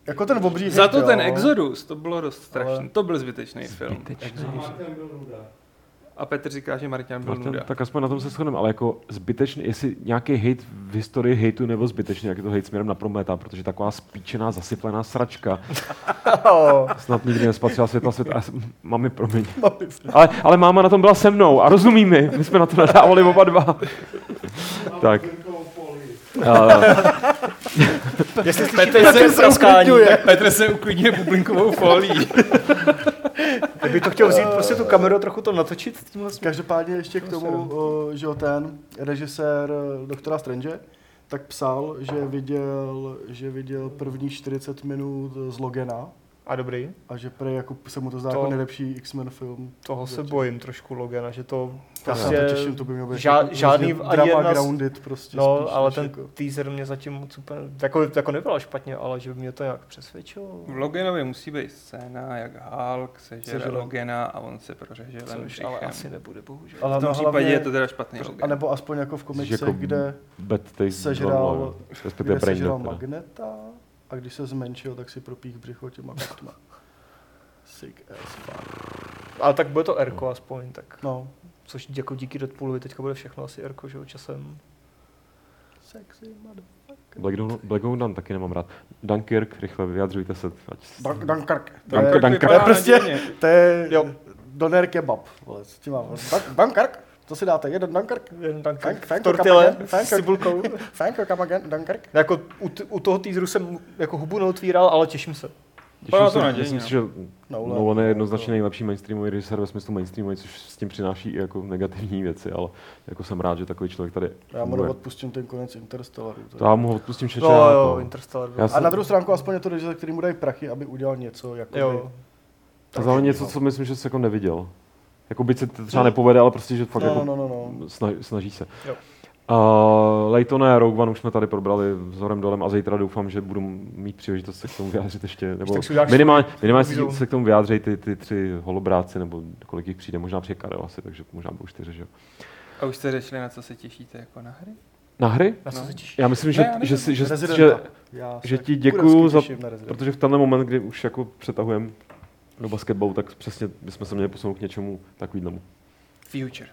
Speaker 4: Jako ten obří no.
Speaker 6: Za to
Speaker 4: hejt,
Speaker 6: ten
Speaker 4: jo.
Speaker 6: Exodus, to bylo dost
Speaker 4: Ale-
Speaker 6: strašný, to byl zbytečný film.
Speaker 5: A Martin byl nuda.
Speaker 6: A Petr říká, že Martin byl
Speaker 1: Martin,
Speaker 6: nuda.
Speaker 1: tak aspoň na tom se shodneme, ale jako zbytečný, jestli nějaký hate v historii hateu nebo zbytečný, jak je to hate směrem na Prometa, protože taková spíčená, zasyplená sračka snad nikdy nespatřila světla světa. A s- Mami, promiň. Ale, ale máma na tom byla se mnou a rozumí mi, my jsme na to nadávali oba dva. Tak.
Speaker 5: Krkou poli.
Speaker 1: A,
Speaker 3: jestli Petr se praskání, tak
Speaker 6: Petr se uklidňuje
Speaker 3: [LAUGHS]
Speaker 6: bublinkovou folií.
Speaker 3: kdyby to chtěl vzít prostě tu kameru a trochu to natočit s tímhle směrem.
Speaker 4: Každopádně ještě k tomu, eh, že jo, ten režisér eh, Doktora Strange, tak psal, že viděl, že viděl první 40 minut z Logena
Speaker 3: A dobrý,
Speaker 4: a že prej jako se mu to zdá
Speaker 3: To-
Speaker 4: jako nejlepší X-Men film.
Speaker 3: toho se
Speaker 4: Zatím.
Speaker 3: bojím trošku Logana, že to
Speaker 4: Já se na
Speaker 3: prostě...
Speaker 4: to těším, to by mělo být
Speaker 3: ža-
Speaker 4: jako
Speaker 3: žádný
Speaker 4: hrozně
Speaker 3: ani
Speaker 4: drama
Speaker 3: jedna z-
Speaker 4: grounded prostě spíš,
Speaker 3: No, ale
Speaker 4: než
Speaker 3: ten
Speaker 4: jako-
Speaker 3: teaser mě zatím moc úplně, jako, jako nebyla špatně, ale že by mě to nějak přesvědčilo.
Speaker 6: V Loganovi musí být scéna, jak Hulk sežere
Speaker 3: Sežere.
Speaker 6: Logana a on se prořeže lem
Speaker 3: Což ale
Speaker 6: žichem.
Speaker 3: asi nebude, bohužel.
Speaker 4: Ale
Speaker 6: V tom
Speaker 4: no,
Speaker 6: případě
Speaker 4: hlavně-
Speaker 6: je to teda špatný
Speaker 4: A
Speaker 6: Logan.
Speaker 4: nebo aspoň jako v komiksech,
Speaker 1: jako-
Speaker 4: kde,
Speaker 1: Bad Taste
Speaker 4: Sežral-
Speaker 1: 2.0, respektive
Speaker 4: kde
Speaker 1: Brain
Speaker 4: sežral
Speaker 1: Dead, teda.
Speaker 4: magneta a když se zmenšil, tak si propích břicho těma kutma. Sick ass fuck.
Speaker 3: Ale tak bude to Erko aspoň, tak.
Speaker 4: No,
Speaker 3: Což jako díky Deadpoolovi teďka bude všechno asi Erko, že jo, časem.
Speaker 4: sexy motherfucker.
Speaker 1: Black, Dawn, Black Dawn taky nemám rád. Dunkirk, rychle vyjadřujte se. Ať s-
Speaker 4: Dunk- Dunkirk. To
Speaker 1: Dunkirk
Speaker 4: je-
Speaker 1: vypadá
Speaker 4: To je prostě,
Speaker 6: nadějně.
Speaker 4: to je
Speaker 3: Jo.
Speaker 4: doner kebab. Vole, s tím mám. Dunk- Dunkirk. To si dáte, jeden Dunkirk.
Speaker 3: Jeden tank,
Speaker 4: Tank-
Speaker 3: tank,
Speaker 4: tank-
Speaker 3: tortile
Speaker 4: tank- tank-
Speaker 3: s cibulkou.
Speaker 4: Thank you, come again, Dunkirk.
Speaker 3: jako u, t- u toho teaseru jsem jako hubu neotvíral, ale těším se.
Speaker 1: Těším
Speaker 6: Vypadá to
Speaker 1: se,
Speaker 6: nadějně.
Speaker 1: myslím si, že
Speaker 4: Nolan.
Speaker 1: Nolan No, je
Speaker 4: no.
Speaker 1: jednoznačně nejlepší mainstreamový režisér ve smyslu mainstreamový, což s tím přináší i jako negativní věci, ale jako jsem rád, že takový člověk tady
Speaker 4: Já mu
Speaker 1: funguje.
Speaker 4: odpustím ten konec Interstellaru. to je-
Speaker 1: To já mu odpustím čeče.
Speaker 3: No
Speaker 1: já
Speaker 3: jo,
Speaker 1: to-
Speaker 3: Interstellar.
Speaker 1: Já
Speaker 3: byl-
Speaker 4: A
Speaker 1: jsem-
Speaker 4: na druhou stránku aspoň je to režisér, který mu dají prachy, aby udělal něco jako
Speaker 3: Jo,
Speaker 1: A zároveň něco, co myslím, že se jako neviděl. Jako byť se to třeba nepovede, ale prostě, že fakt
Speaker 4: no,
Speaker 1: jako
Speaker 4: no, no, no, no.
Speaker 1: Snaží, snaží se.
Speaker 3: Jo.
Speaker 1: Uh, Laytone, Rogue One už jsme tady probrali vzorem dolem a zítra doufám, že budu mít příležitost se k tomu vyjádřit ještě, nebo
Speaker 3: tak si uděláš
Speaker 1: minimálně, minimálně
Speaker 3: svůj
Speaker 1: si, se k tomu vyjádří ty, ty tři holobráci, nebo kolik jich přijde, možná přijde Karel asi, takže možná budou čtyři, že jo.
Speaker 6: A už jste řešili, na co se těšíte jako na hry?
Speaker 1: Na hry?
Speaker 3: na co
Speaker 6: No.
Speaker 3: se těšíš?
Speaker 1: Já myslím, že,
Speaker 6: Ne, já nevím.
Speaker 1: že, si, že,
Speaker 4: Residenta.
Speaker 1: že,
Speaker 4: Já se
Speaker 1: že
Speaker 4: tak
Speaker 1: ti
Speaker 4: kurecky
Speaker 1: děkuju za-
Speaker 4: těším na Resident.
Speaker 1: protože v tenhle moment, kdy už jako přetahujeme do basketbalu, tak přesně bychom se měli posunout k něčemu takovýmu.
Speaker 6: Future.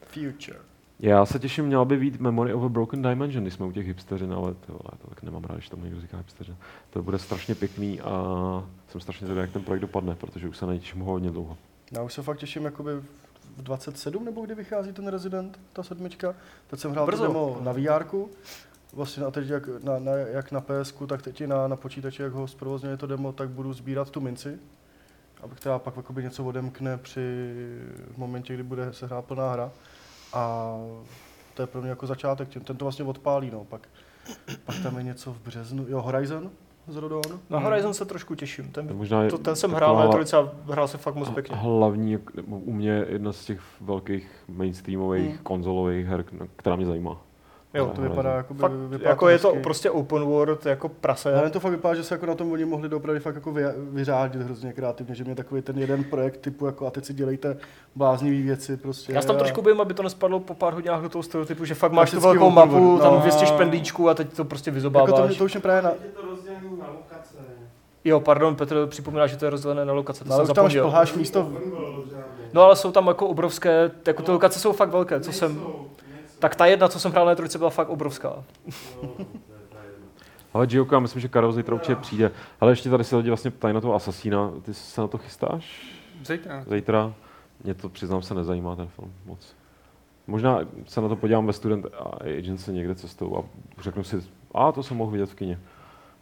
Speaker 4: Future.
Speaker 1: Já se těším, měla by být Memory of a Broken Dimension, když jsme u těch hipsteřin, ale to, vole, to tak nemám rád, když tomu někdo říká hipsteřin. To bude strašně pěkný a jsem strašně zvědavý, jak ten projekt dopadne, protože už se na něčem hodně dlouho.
Speaker 4: Já už se fakt těším, jakoby v 27 nebo kdy vychází ten Resident, ta sedmička. Teď jsem hrál
Speaker 3: Brzo.
Speaker 4: Brzo. demo na vr Vlastně a teď jak na, na, jak na ps tak teď i na, na počítači, jak ho zprovozňuje to demo, tak budu sbírat tu minci, aby která pak jakoby něco odemkne při v momentě, kdy bude se hrát plná hra. A to je pro mě jako začátek, tím, ten to vlastně odpálí, no, pak, pak tam je něco v březnu, jo, Horizon Zero Dawn.
Speaker 3: Na Horizon se trošku těším,
Speaker 1: To
Speaker 3: ten,
Speaker 1: možná je
Speaker 3: to, ten jsem
Speaker 1: taková
Speaker 3: hrál na trojice a hrál se fakt moc pěkně.
Speaker 1: Hlavní, jak- nebo u mě jedna z těch velkých mainstreamových
Speaker 4: Hmm.
Speaker 1: konzolových her, k- která mě zajímá.
Speaker 3: Jo,
Speaker 1: Na
Speaker 4: To
Speaker 1: Horizon.
Speaker 4: vypadá, jakoby,
Speaker 3: Fakt,
Speaker 4: vypadá
Speaker 3: jako je to
Speaker 4: hezky.
Speaker 3: prostě open world, jako
Speaker 4: Ale
Speaker 3: prase.
Speaker 4: to fakt vypadá, že se jako na tom oni mohli doopravdy fakt jako vy, vyřádit hrozně kreativně, že mě takový ten jeden projekt typu jako a teď si dělejte bláznivý věci prostě.
Speaker 3: Já se tam
Speaker 4: a-
Speaker 3: trošku bojím, aby to nespadlo po pár hodinách do toho stereotypu, že fakt máš tu
Speaker 4: Klasický
Speaker 3: velkou
Speaker 4: open world,
Speaker 3: mapu,
Speaker 4: no.
Speaker 3: tam 200 špendlíčků a teď to prostě
Speaker 4: jako to,
Speaker 3: vyzobáváš.
Speaker 4: mě, to už je právě na...
Speaker 5: Je to rozdělený na lokace.
Speaker 3: Jo, pardon, Petr připomíná, že to je rozdělené na lokace, to
Speaker 4: Ale
Speaker 3: jsem
Speaker 4: už tam
Speaker 3: zapomněl.
Speaker 4: šplháš místo...
Speaker 5: Open world žádný.
Speaker 3: No ale jsou tam jako obrovské, jako ty lokace jsou fakt velké, co jsem...
Speaker 5: Nejsou, nejsou.
Speaker 3: Tak ta jedna, co jsem hrál na trojce, byla fakt obrovská.
Speaker 1: Ale Gioka, myslím, že Karel zítra určitě přijde. Ale ještě tady se lidi vlastně ptají na toho Asasína. Ty se na to chystáš?
Speaker 6: Zítra.
Speaker 1: Zítra? Mě to, přiznám se, nezajímá ten film moc. Možná se na to podívám ve Student Agency někde cestou a řeknu si, a to jsem mohl vidět v kině.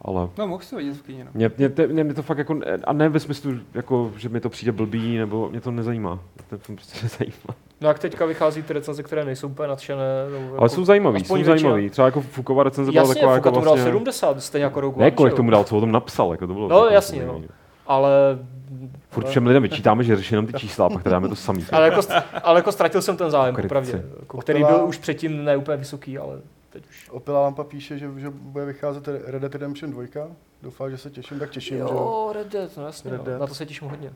Speaker 1: Ale
Speaker 6: No, mohl jsi to vidět v kyně, no.
Speaker 1: mě, mě, te- mě, mě to fakt jako, a ne ve smyslu, jako, že mi to přijde blbý, nebo mě to nezajímá. Mě Ten film prostě nezajímá.
Speaker 3: No jak teďka vychází ty recenze, které nejsou úplně nadšené. Nebo
Speaker 1: Ale jsou zajímavý, jsou
Speaker 3: většina.
Speaker 1: zajímavý. Třeba jako Fukova recenze byla
Speaker 3: Jasně,
Speaker 1: taková
Speaker 3: Fuka
Speaker 1: jako
Speaker 3: tomu dal
Speaker 1: vlastně...
Speaker 3: 70, stejně jako Rogue One.
Speaker 1: Ne, kolik
Speaker 3: že jo?
Speaker 1: tomu dal, co o tom napsal, jako to bylo.
Speaker 3: No,
Speaker 1: jako
Speaker 3: jasně,
Speaker 1: zajímavý.
Speaker 3: no. Ale,
Speaker 1: Furt všem lidem vyčítáme, že řeší jenom ty čísla, a pak teda dáme to samý.
Speaker 3: ale, jako, ale jako ztratil jsem ten zájem,
Speaker 1: Kritici.
Speaker 3: popravdě. Jako, který
Speaker 4: Opila-
Speaker 3: byl už předtím ne úplně vysoký, ale teď už.
Speaker 4: Opilá lampa píše, že, že bude vycházet Red Dead Redemption 2. Doufá, že se těším, tak těším, jo. že jo.
Speaker 3: Jo, Red Dead, no jasně,
Speaker 4: Red
Speaker 3: no.
Speaker 4: Dead.
Speaker 3: na to se těším hodně.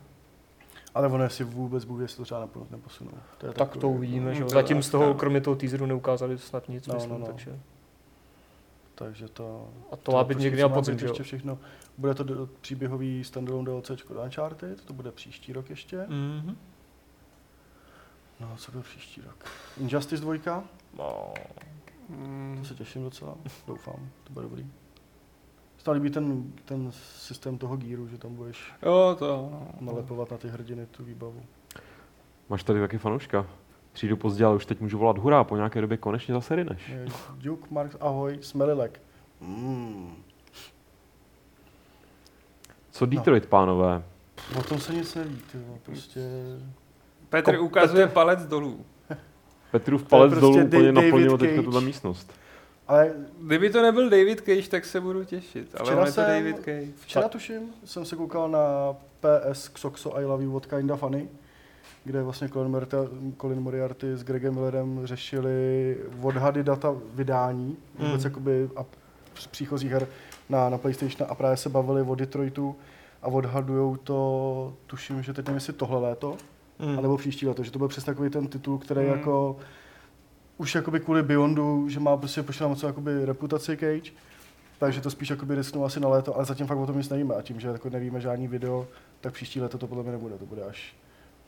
Speaker 4: Ale ono si vůbec bude, jestli to třeba napo- neposunou. To je
Speaker 3: Tak
Speaker 4: takový-
Speaker 3: to uvidíme, že jo.
Speaker 6: to
Speaker 3: Zatím
Speaker 6: tak,
Speaker 3: z toho,
Speaker 6: tak.
Speaker 3: kromě toho teaseru, neukázali snad nic,
Speaker 4: No,
Speaker 3: myslím,
Speaker 4: no, no.
Speaker 3: takže.
Speaker 4: Takže to... prostě
Speaker 3: A to má být
Speaker 4: počkej,
Speaker 3: někdy
Speaker 4: co
Speaker 3: na
Speaker 4: má
Speaker 3: podzim,
Speaker 4: být
Speaker 3: že jo.
Speaker 4: ještě všechno. Bude to do- příběhový standalone DLCčko do Uncharted, to bude příští rok ještě.
Speaker 3: Mhm.
Speaker 4: No, co byl příští rok? Injustice 2,
Speaker 3: No.
Speaker 6: Mm.
Speaker 4: to se těším docela, doufám, to bude dobrý. Stále líbí ten, ten systém toho gíru, že tam budeš
Speaker 6: Jo, to no.
Speaker 4: nalepovat na ty hrdiny tu výbavu.
Speaker 1: Máš tady taky fanouška. Přijdu pozdě, ale už teď můžu volat hurá, po nějaké době konečně zase ryneš.
Speaker 4: Je Duke, Marx, ahoj, Smelilek. Mm. No.
Speaker 1: Co Detroit, pánové?
Speaker 4: O tom se nic neví, ty vole, prostě...
Speaker 6: Petr ukazuje palec dolů.
Speaker 1: Petrův palec
Speaker 4: prostě
Speaker 1: dolů
Speaker 4: Da-
Speaker 1: úplně
Speaker 4: David
Speaker 1: naplnil
Speaker 4: Cage.
Speaker 1: teďka tuhle místnost.
Speaker 4: Ale
Speaker 6: Kdyby to nebyl David Cage, tak se budu těšit. Ale
Speaker 4: Včera
Speaker 6: on je to
Speaker 4: jsem-
Speaker 6: David Cage.
Speaker 4: včera tuším, jsem se koukal na PS Xoxo I Love You What Kinda Funny, kde vlastně Colin, Merta, Colin Moriarty s Gregem Millerem řešili odhady data vydání, vůbec
Speaker 3: Mm.
Speaker 4: jakoby a z příchozích her na, na PlayStation a právě se bavili o Detroitu a odhadujou to, tuším, že teď nevím, jestli tohle léto,
Speaker 3: Mm.
Speaker 4: anebo příští leto, že to byl přes takový ten titul, který
Speaker 3: Hmm.
Speaker 6: Mm.
Speaker 4: jako už jakoby kvůli Beyondu, že má prostě pošla moc jakoby reputaci Cage, takže to spíš jakoby risknu asi na léto, ale zatím fakt o tom nic nevíme a tím, že jako nevíme žádný video, tak příští leto to podle mě nebude, to bude až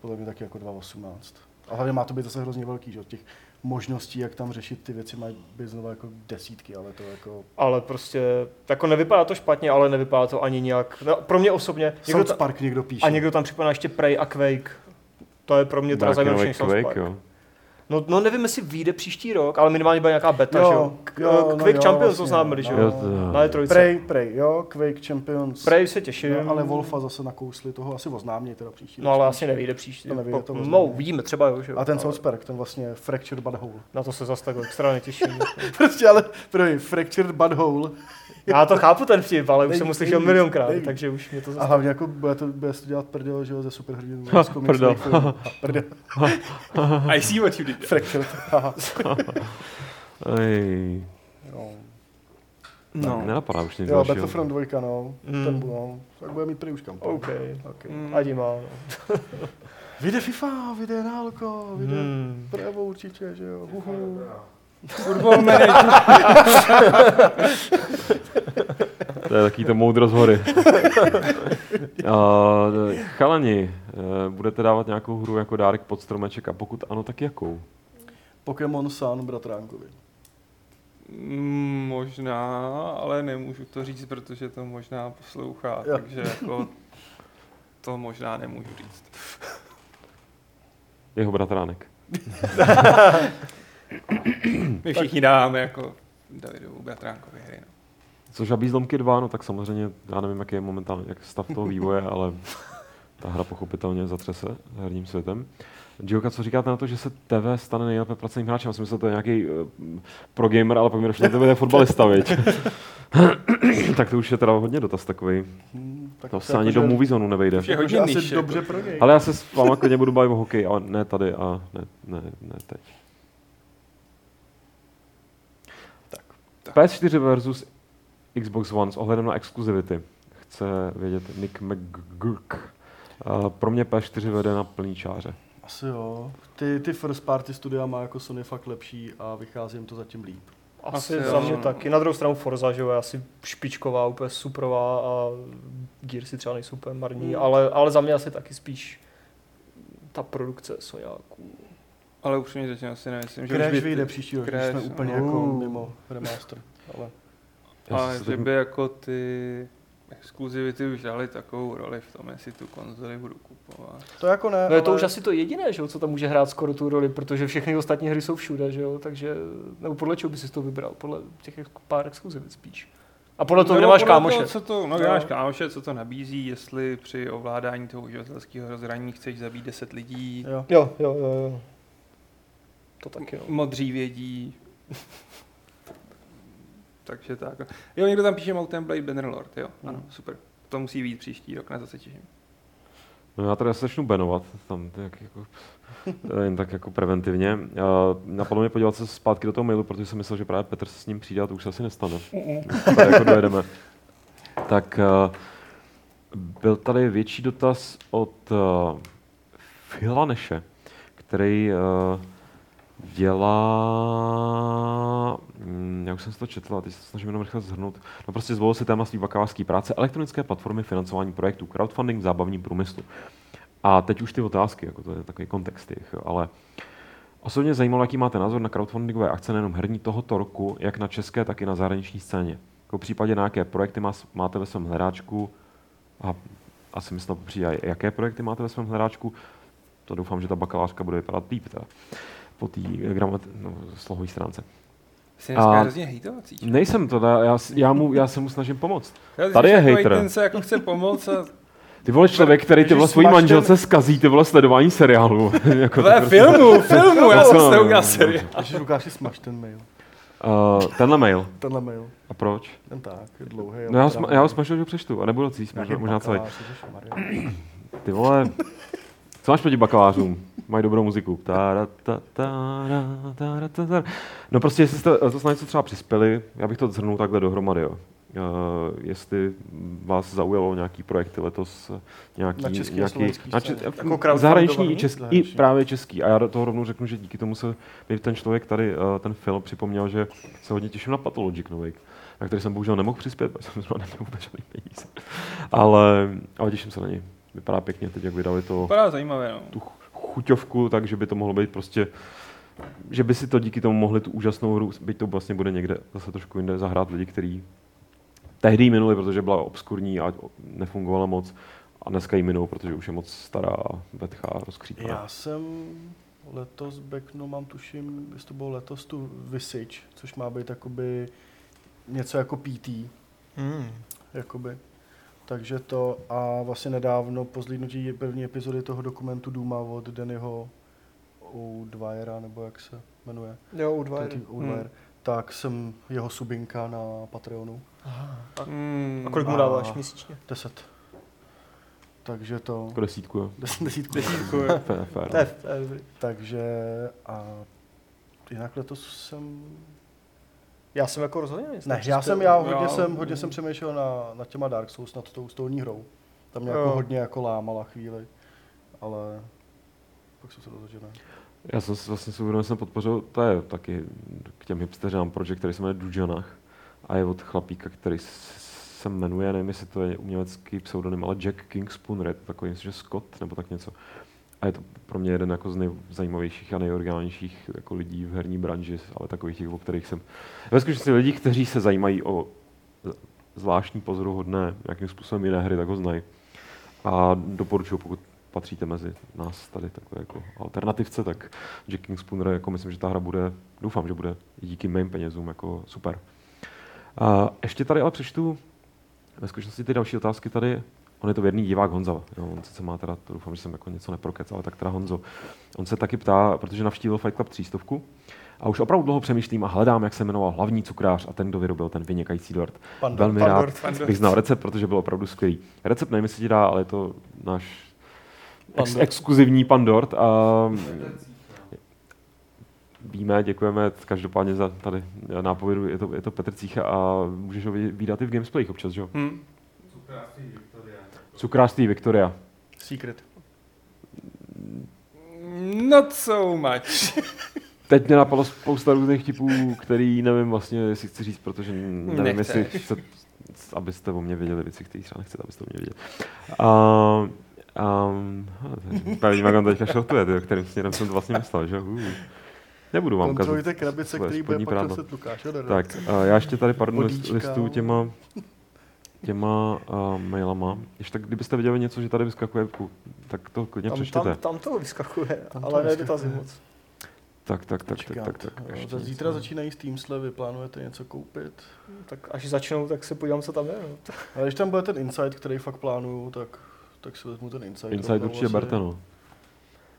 Speaker 4: podle mě taky jako 2018. A hlavně má to být zase hrozně velký, že jo, těch možností, jak tam řešit ty věci, mají být znovu jako desítky, ale to jako...
Speaker 3: Ale prostě, jako nevypadá to špatně, ale nevypadá to ani nějak. No, pro mě osobně, někdo
Speaker 4: South
Speaker 3: ta,
Speaker 4: Park někdo píše.
Speaker 3: a někdo tam připomíná ještě Prey a Quake. To je pro mě teda
Speaker 1: Nějaký
Speaker 3: zajímavější
Speaker 1: nový
Speaker 3: než
Speaker 1: Quake,
Speaker 3: South Park.
Speaker 1: jo.
Speaker 3: No, no nevím, jestli vyjde příští rok, ale minimálně bude nějaká beta,
Speaker 4: Jo,
Speaker 3: že jo? K-
Speaker 4: jo, no
Speaker 3: Quake
Speaker 4: jo,
Speaker 3: Champions
Speaker 4: vlastně,
Speaker 3: oznámili, že
Speaker 4: no.
Speaker 1: Jo,
Speaker 3: jo?
Speaker 1: to-
Speaker 3: Na E3.
Speaker 4: Prey, Prey, jo, Quake Champions.
Speaker 3: Prey se těším.
Speaker 4: No, ale Wolfa zase nakousli, toho asi oznámí teda příští.
Speaker 3: No ale asi nevyjde příští.
Speaker 4: To nevyjde, to
Speaker 3: Po-
Speaker 4: možná
Speaker 3: no,
Speaker 4: ne.
Speaker 3: uvidíme třeba, jo, že jo.
Speaker 4: A ten
Speaker 3: ale
Speaker 4: Salzberg, ten vlastně Fractured Butthole.
Speaker 3: Na to se zase tak extra netěším.
Speaker 4: [LAUGHS] Prostě ale, první, Fractured Butthole.
Speaker 3: Já to chápu ten vtip, ale už jsem
Speaker 4: Nejvíc,
Speaker 3: ho slyšel
Speaker 4: nejvíc,
Speaker 3: milionkrát,
Speaker 4: nejvíc.
Speaker 3: takže už mě to
Speaker 4: A
Speaker 3: zase...
Speaker 4: hlavně jako bude to, bude to dělat prdel, že jo, ze superhrdinů.
Speaker 3: [LAUGHS]
Speaker 1: Ha,
Speaker 4: z komiksových
Speaker 1: prdel.
Speaker 4: filmů. Ha, Prdel. [LAUGHS]
Speaker 6: I see what you did. there.
Speaker 4: Fractured. haha.
Speaker 1: Ej,
Speaker 4: Jo.
Speaker 1: no. nenapadá už nic
Speaker 4: Jo,
Speaker 1: dalšího.
Speaker 4: Battlefront 2, no.
Speaker 3: Mm.
Speaker 4: Ten bude, no. Tak bude mít prý už kampaň.
Speaker 3: [LAUGHS] OK,
Speaker 4: Okay.
Speaker 6: Mm.
Speaker 3: ať má, no.
Speaker 4: Vyjde FIFA, vyjde Nálko, vyjde
Speaker 3: Hmm.
Speaker 4: Prevo určitě, že jo. Uhu.
Speaker 6: Football manager.
Speaker 1: To je taký to moudro z
Speaker 4: [LAUGHS]
Speaker 1: hory. uh, chalani, eh, budete dávat nějakou hru jako dárek pod stromeček a pokud ano, tak jakou?
Speaker 4: Pokémon Sun bratránkovi.
Speaker 6: Mm, Možná, ale nemůžu to říct, protože to možná poslouchá,
Speaker 4: Jo.
Speaker 6: takže
Speaker 4: [LAUGHS]
Speaker 6: jako to možná nemůžu říct.
Speaker 1: Jeho bratránek. Hm.
Speaker 6: My všichni dáme jako Davidovu bratránkovi hry. No.
Speaker 1: Což Žabí zlomky 2, no tak samozřejmě, já nevím, jaký je momentálně jak stav toho vývoje, ale ta hra pochopitelně zatřese herním světem. Gioka, co říkáte na to, že se TV stane nejlépe placeným hráčem? Já jsem myslel, to je nějaký uh, pro gamer, ale pak mi došlo, že to bude fotbalista, viď? tak to už je teda hodně dotaz takový.
Speaker 4: Hmm, tak
Speaker 1: To
Speaker 4: to
Speaker 1: se
Speaker 4: jako,
Speaker 1: ani
Speaker 4: že-
Speaker 1: do movie zonu nevejde.
Speaker 6: Už je hodně
Speaker 4: že asi
Speaker 6: niž,
Speaker 4: dobře
Speaker 6: jako.
Speaker 4: pro něj.
Speaker 1: Ale já se s váma klidně budu bavit o hokeji, ale ne tady a ne, ne, ne teď. Tak. PS4 versus Xbox One s ohledem na exkluzivity. Chce vědět Nick McGurk. Eh, Pro mě PS4 vede na plný čáře.
Speaker 4: Asi jo. Ty, ty first party studia má jako Sony fakt lepší a vychází jim to zatím líp.
Speaker 3: Asi,
Speaker 6: Asi
Speaker 3: za
Speaker 6: jo,
Speaker 3: mě
Speaker 6: no.
Speaker 3: taky. Na druhou stranu Forza, že jo, je asi špičková, úplně suprová a Gearsy třeba nejsou úplně
Speaker 4: Hmm.
Speaker 3: marní,
Speaker 6: Mm.
Speaker 3: ale, ale za mě asi taky spíš ta produkce sojáků.
Speaker 6: ale upřímně řečeno si nemyslím, že už
Speaker 4: Crash
Speaker 6: by-
Speaker 4: vyjde příští rok, když
Speaker 6: Crash,
Speaker 4: jsme úplně
Speaker 6: no.
Speaker 4: jako
Speaker 6: Uh.
Speaker 4: mimo remaster. Ale
Speaker 1: Já
Speaker 6: A
Speaker 1: jsem se
Speaker 6: že
Speaker 1: tak-
Speaker 6: by jako ty exkluzivity už dali takovou roli v tom, jestli tu konzoli budu kupovat.
Speaker 4: to jako ne,
Speaker 3: No je to
Speaker 4: ale
Speaker 3: už asi to jediné, že jo, co tam může hrát skoro tu roli, protože všechny ostatní hry jsou všude, že jo, takže, nebo podle čeho bys si to vybral? Podle těch ex- pár exkluzivit spíš. A podle toho, kde
Speaker 6: No,
Speaker 3: máš
Speaker 6: podle
Speaker 3: kámoše.
Speaker 6: Toho, co to, no,
Speaker 3: No.
Speaker 6: kde máš kámoše, co to nabízí, jestli při ovládání toho uživatelského rozhraní chceš zabít 10 lidí,
Speaker 4: Jo.
Speaker 3: Jo, jo, jo, jo. To taky, no.
Speaker 6: modří vědí. [LAUGHS] Takže tak. Jo, někdo tam píše Mountain Blade Bannerlord, jo.
Speaker 1: Hmm.
Speaker 6: Ano, super. To musí být příští rok, na to se těším.
Speaker 1: No já teda se začnu benovat, tam tak jako, jen tak jako preventivně. Uh, napadlo mě podívat se zpátky do toho mailu, protože jsem myslel, že právě Petr se s ním přijde a to už se asi nestane. Tady jako dojedeme. Tak uh, byl tady větší dotaz od uh, Phila Neše, který uh, dělá, mm, já už jsem si to četl, a teď se to snažím jenom rychle zhrnout. No prostě zvolil si téma svý bakalářské práce, elektronické platformy, financování projektů, crowdfunding v zábavním průmyslu. A teď už ty otázky, jako to je takový kontext těch, jo, ale osobně zajímalo, jaký máte názor na crowdfundingové akce nejenom herní tohoto roku, jak na české, tak i na zahraniční scéně. Jako případě na jaké projekty má, máte ve svém hledáčku a asi mi snad přijde, jaké projekty máte ve svém hledáčku, to doufám, že ta bakalářka bude vypadat líp teda po té gramat, no, slohové stránce.
Speaker 6: Jsi dneska
Speaker 1: A-
Speaker 6: hrozně hejtovací. člověk.
Speaker 1: Nejsem to, já, já, s- já, mu, já se mu snažím pomoct.
Speaker 6: Jo, ty
Speaker 1: tady
Speaker 6: jsi
Speaker 1: je
Speaker 6: takový
Speaker 1: hejtr.
Speaker 6: Ten se jako chce pomoct a
Speaker 1: Ty vole člověk, který ty vole
Speaker 4: Ježiš,
Speaker 1: svojí
Speaker 4: smaž ten-
Speaker 1: manželce skazí, ty vole sledování seriálu. [LAUGHS] [LAUGHS] jako to
Speaker 6: Ve
Speaker 1: prostě-
Speaker 6: filmu,
Speaker 1: [LAUGHS]
Speaker 6: filmu, já jsem
Speaker 1: No,
Speaker 6: se
Speaker 1: no,
Speaker 6: neudělal
Speaker 1: no,
Speaker 6: seriál.
Speaker 4: Ježiš, Lukáš, si smaž ten mail.
Speaker 1: Uh, tenhle mail.
Speaker 4: Tenhle mail.
Speaker 1: A proč?
Speaker 4: Ten tak, je dlouhý.
Speaker 1: No já, ho sma- já ho smažil, že ho přečtu. A nebudu ho císt, možná, možná celý. Ty vole, co máš proti bakalářům? Mají dobrou muziku. Tára, ta, tára, tára, ta, ta. No prostě, jestli jste eh, zase na něco třeba přispěli, já bych to zhrnul takhle dohromady, jo. Uh, jestli vás zaujalo nějaký projekty letos, eh, nějaký,
Speaker 4: Na český a
Speaker 1: nějaký
Speaker 4: slovenský
Speaker 1: na če-
Speaker 4: scéně.
Speaker 1: eh,
Speaker 4: Jako
Speaker 1: zahraniční, i,
Speaker 4: crowdfundovaný?
Speaker 1: český, i
Speaker 4: Zahraniční.
Speaker 1: právě český. A já do toho rovnou řeknu, že díky tomu se mi ten člověk tady, eh, ten film připomněl, že se hodně těším na Pathologic nový, na který jsem bohužel nemohl přispět, protože jsem zrovna neměl vůbec žádný peníze. Ale, ale těším se na něj. Vypadá pěkně teď, jak vydali to,
Speaker 6: Vypadá zajímavé, no.
Speaker 1: tu chu- chuťovku, takže by to mohlo být prostě, že by si to díky tomu mohli tu úžasnou hru, byť to vlastně bude někde zase trošku jinde, zahrát lidi, kteří tehdy ji minuli, protože byla obskurní a nefungovala moc, a dneska ji minou, protože už je moc stará, vetchá, rozkřípená.
Speaker 4: Já jsem letos backnul, mám tuším, jestli to bylo letos, tu Visage, což má být jakoby něco jako PT,
Speaker 3: Hmm.
Speaker 4: jakoby. Takže to a vlastně nedávno po zlídnutí první epizody toho dokumentu Duma od Dannyho O'Dwyera, nebo jak se jmenuje,
Speaker 3: Jo, u
Speaker 4: ten
Speaker 3: dva.
Speaker 4: tým O'Dwyer, tak jsem jeho subinka na Patreonu,
Speaker 6: Mm.
Speaker 3: A kolik mu dáváš měsíčně?
Speaker 4: 10. Takže to...
Speaker 1: Jako desítku, jo.
Speaker 4: Des, desítku.
Speaker 6: Desítku, jo.
Speaker 1: Fér, fér.
Speaker 3: To je, to je dobrý.
Speaker 4: Takže a jinak letos jsem...
Speaker 3: Já jsem jako rozhodně nic
Speaker 4: Ne, já
Speaker 3: nepřispěl.
Speaker 4: jsem, já hodně,
Speaker 6: Já-
Speaker 4: jsem, hodně jsem přemýšlel na, nad těma Dark Souls, nad tou stolní hrou. Tam mě jako
Speaker 3: Jo.
Speaker 4: hodně jako lámala chvíli, ale pak jsem se rozhodl, že ne.
Speaker 1: Já jsem si vlastně si uvědomil, že jsem podpořil, to je taky k těm hipsteřám projekt, který se jmenuje Dujanach a je od chlapíka, který s- se jmenuje, nevím, jestli to je umělecký pseudonym, ale Jack King Spooner, je to takový, myslím, že Scott nebo tak něco. A je to pro mě jeden jako z nejzajímavějších a nejorgálnějších jako lidí v herní branži, ale takových těch, o kterých jsem... Ve skutečnosti lidí, kteří se zajímají o z- zvláštní pozoruhodné, jakým způsobem jiné hry, tak ho znají. A doporučuji, pokud patříte mezi nás tady takhle jako alternativce, tak Jack King Spooner, jako myslím, že ta hra bude, doufám, že bude i díky mým penězům jako super. A ještě tady ale přečtu ve skutečnosti ty další otázky tady. On je to věrný divák Honza. Jo, on sice má teda, to doufám, že jsem jako něco neprokec, ale tak teda Honzo. On se taky ptá, protože navštívil Fight Club 300 a už opravdu dlouho přemýšlím a hledám, jak se jmenoval hlavní cukrář a ten, kdo vyrobil ten vynikající dort.
Speaker 4: Pan Dort.
Speaker 1: Velmi
Speaker 3: Pan
Speaker 1: rád
Speaker 3: Dort, pan
Speaker 6: Dort.
Speaker 1: bych znal recept, protože byl opravdu skvělý. Recept nevím, jestli ti dá, ale je to náš ex- exkluzivní pandort. A víme, děkujeme každopádně za tady nápovědu. Je to, je to Petr Cícha a můžeš ho vy- vydat i v Gamesplayích občas, že jo?
Speaker 6: Hm.
Speaker 5: Cukrářství Viktoria.
Speaker 1: Cukrářství Victoria.
Speaker 4: Secret.
Speaker 6: Not so much.
Speaker 1: Teď mě napadlo spousta různých typů, který nevím vlastně, jestli chci říct, protože nevím,
Speaker 6: Nechceš.
Speaker 1: jestli chce, abyste o mě věděli věci, které třeba nechcete, abyste o mě věděli. A, Um, právě jak on teďka šortuje, tyjo, kterým směrem jsem to vlastně myslel, že? Uh, nebudu vám kazit.
Speaker 4: Kontrolujte krabice,
Speaker 1: svoje
Speaker 4: který bude
Speaker 1: spodní
Speaker 4: pak
Speaker 1: prádlo.
Speaker 4: nosit Lukáš. jo, Dardo?
Speaker 1: Tak, a já ještě tady pár list,
Speaker 4: Bodíčka.
Speaker 1: listů těma, těma uh, mailama. Ještě tak, kdybyste viděli něco, že tady vyskakuje, ku- tak to klidně
Speaker 3: Tam,
Speaker 1: přečtěte.
Speaker 3: tam, tam to vyskakuje,
Speaker 4: Tam to
Speaker 3: ale ne
Speaker 4: vyskakuje.
Speaker 3: dotazy moc.
Speaker 1: Tak, tak, tak, tak,
Speaker 4: Počkat,
Speaker 1: tak, tak.
Speaker 4: jo,
Speaker 1: ještě no. něco.
Speaker 4: za- No, Zítra začínají Steam slevy, plánujete něco koupit?
Speaker 3: Tak až začnou, tak se podívám, co tam je. No.
Speaker 4: Ale když tam bude ten Insight, který fakt plánuju, tak, tak si vezmu ten Insight.
Speaker 1: Inside určitě
Speaker 4: vlastně-
Speaker 1: berte, no.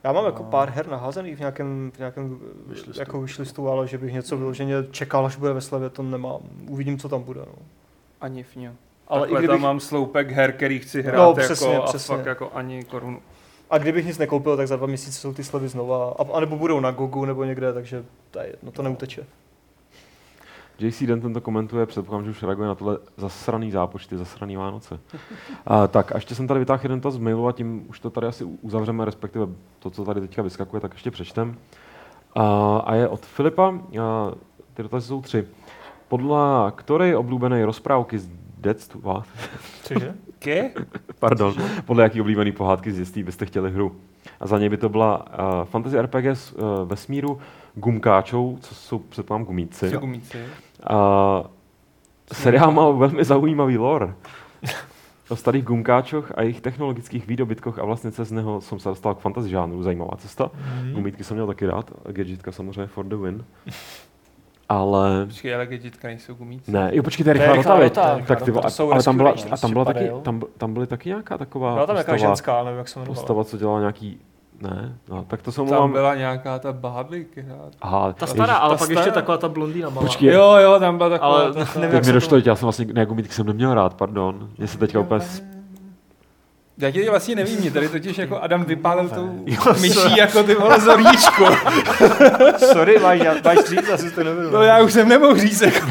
Speaker 3: Já mám jako
Speaker 4: A-
Speaker 3: pár her naházených v nějakém, v nějakém
Speaker 4: Wishlistu.
Speaker 3: wishlistu. jako wishlistu, ale že bych něco vyloženě čekal, až bude ve slevě, to nemám. Uvidím, co tam bude. No.
Speaker 6: Ani v něm.
Speaker 3: Ale
Speaker 6: Takhle
Speaker 3: i kdybych,
Speaker 6: tam mám sloupek her, který chci hrát
Speaker 3: No,
Speaker 6: jako,
Speaker 3: přesně,
Speaker 6: a
Speaker 3: přesně.
Speaker 6: fakt jako ani korunu.
Speaker 3: A kdybych nic nekoupil, tak za dva měsíce jsou ty slevy znova. A, a nebo budou na Gogu nebo někde, takže to je jedno, to neuteče.
Speaker 1: JC Denton to komentuje, předpokládám, že už reaguje na tohle zasraný zápočty, zasraný Vánoce. A, tak a ještě jsem tady vytáhl jeden dotaz z mailu a tím už to tady asi u- uzavřeme, respektive to, co tady teďka vyskakuje, tak ještě přečtem. A, a je od Filipa, a, ty dotazy jsou tři. Podle které oblíbené rozprávky z dětstva,
Speaker 3: Cože?
Speaker 6: Ke?
Speaker 1: [LAUGHS] pardon, podle jaký oblíbený pohádky z dětství byste chtěli hru? A za něj by to byla uh, fantasy RPG z uh, vesmíru gumkáčou, co jsou předpokládám gumíci.
Speaker 6: Co gumíci?
Speaker 1: A seriál má velmi zaujímavý lore. O starých gumkáčoch a jejich technologických výdobytkoch a vlastně se z něho jsem se dostal k fantasy žánru. Zajímavá cesta.
Speaker 3: Mhm.
Speaker 1: Mm. Gumítky jsem měl taky rád. Gadgetka samozřejmě for the win. Ale...
Speaker 6: Počkej, ale dětitka nejsou gumíci.
Speaker 1: Ne, jo, počkej, to je
Speaker 3: To je
Speaker 1: rychlá
Speaker 3: rychlá
Speaker 1: rota, viď?
Speaker 3: rota, rychlá
Speaker 1: Tak ty,
Speaker 3: rota,
Speaker 1: vole,
Speaker 3: to jsou
Speaker 1: ale tam byla,
Speaker 3: rescue
Speaker 1: a tam, byla taky,
Speaker 3: rangers, prostě
Speaker 1: tam, tam byly taky nějaká taková
Speaker 3: [LAUGHS] Byla tam nějaká
Speaker 1: postava,
Speaker 3: ženská, nevím, jak se jmenovala.
Speaker 1: postava, co dělala nějaký... Ne, no, tak to se
Speaker 6: Tam
Speaker 1: omlouvám.
Speaker 6: byla nějaká ta báblik. která-
Speaker 1: Aha,
Speaker 2: Ta
Speaker 1: ježiš,
Speaker 2: stará, ale
Speaker 3: ta
Speaker 2: pak
Speaker 3: stará.
Speaker 2: ještě taková ta blondýna malá.
Speaker 1: Počkej,
Speaker 6: Jo, jo, tam byla taková...
Speaker 3: Ale
Speaker 6: ta- ta-
Speaker 3: nevím, jak
Speaker 1: jak
Speaker 3: se
Speaker 1: mi
Speaker 3: to-
Speaker 1: došlo, já jsem vlastně, ne, gumítky jsem neměl rád, pardon. Mě se teďka úplně
Speaker 6: Já tě vlastně nevím, mě tady totiž jako Adam vypálil tou myší jako ty
Speaker 1: [LAUGHS]
Speaker 6: vole zoríčko.
Speaker 3: [LAUGHS] Sorry, máš, máš říct, asi to nebylo.
Speaker 6: No já už jsem nemohl říct. Jako.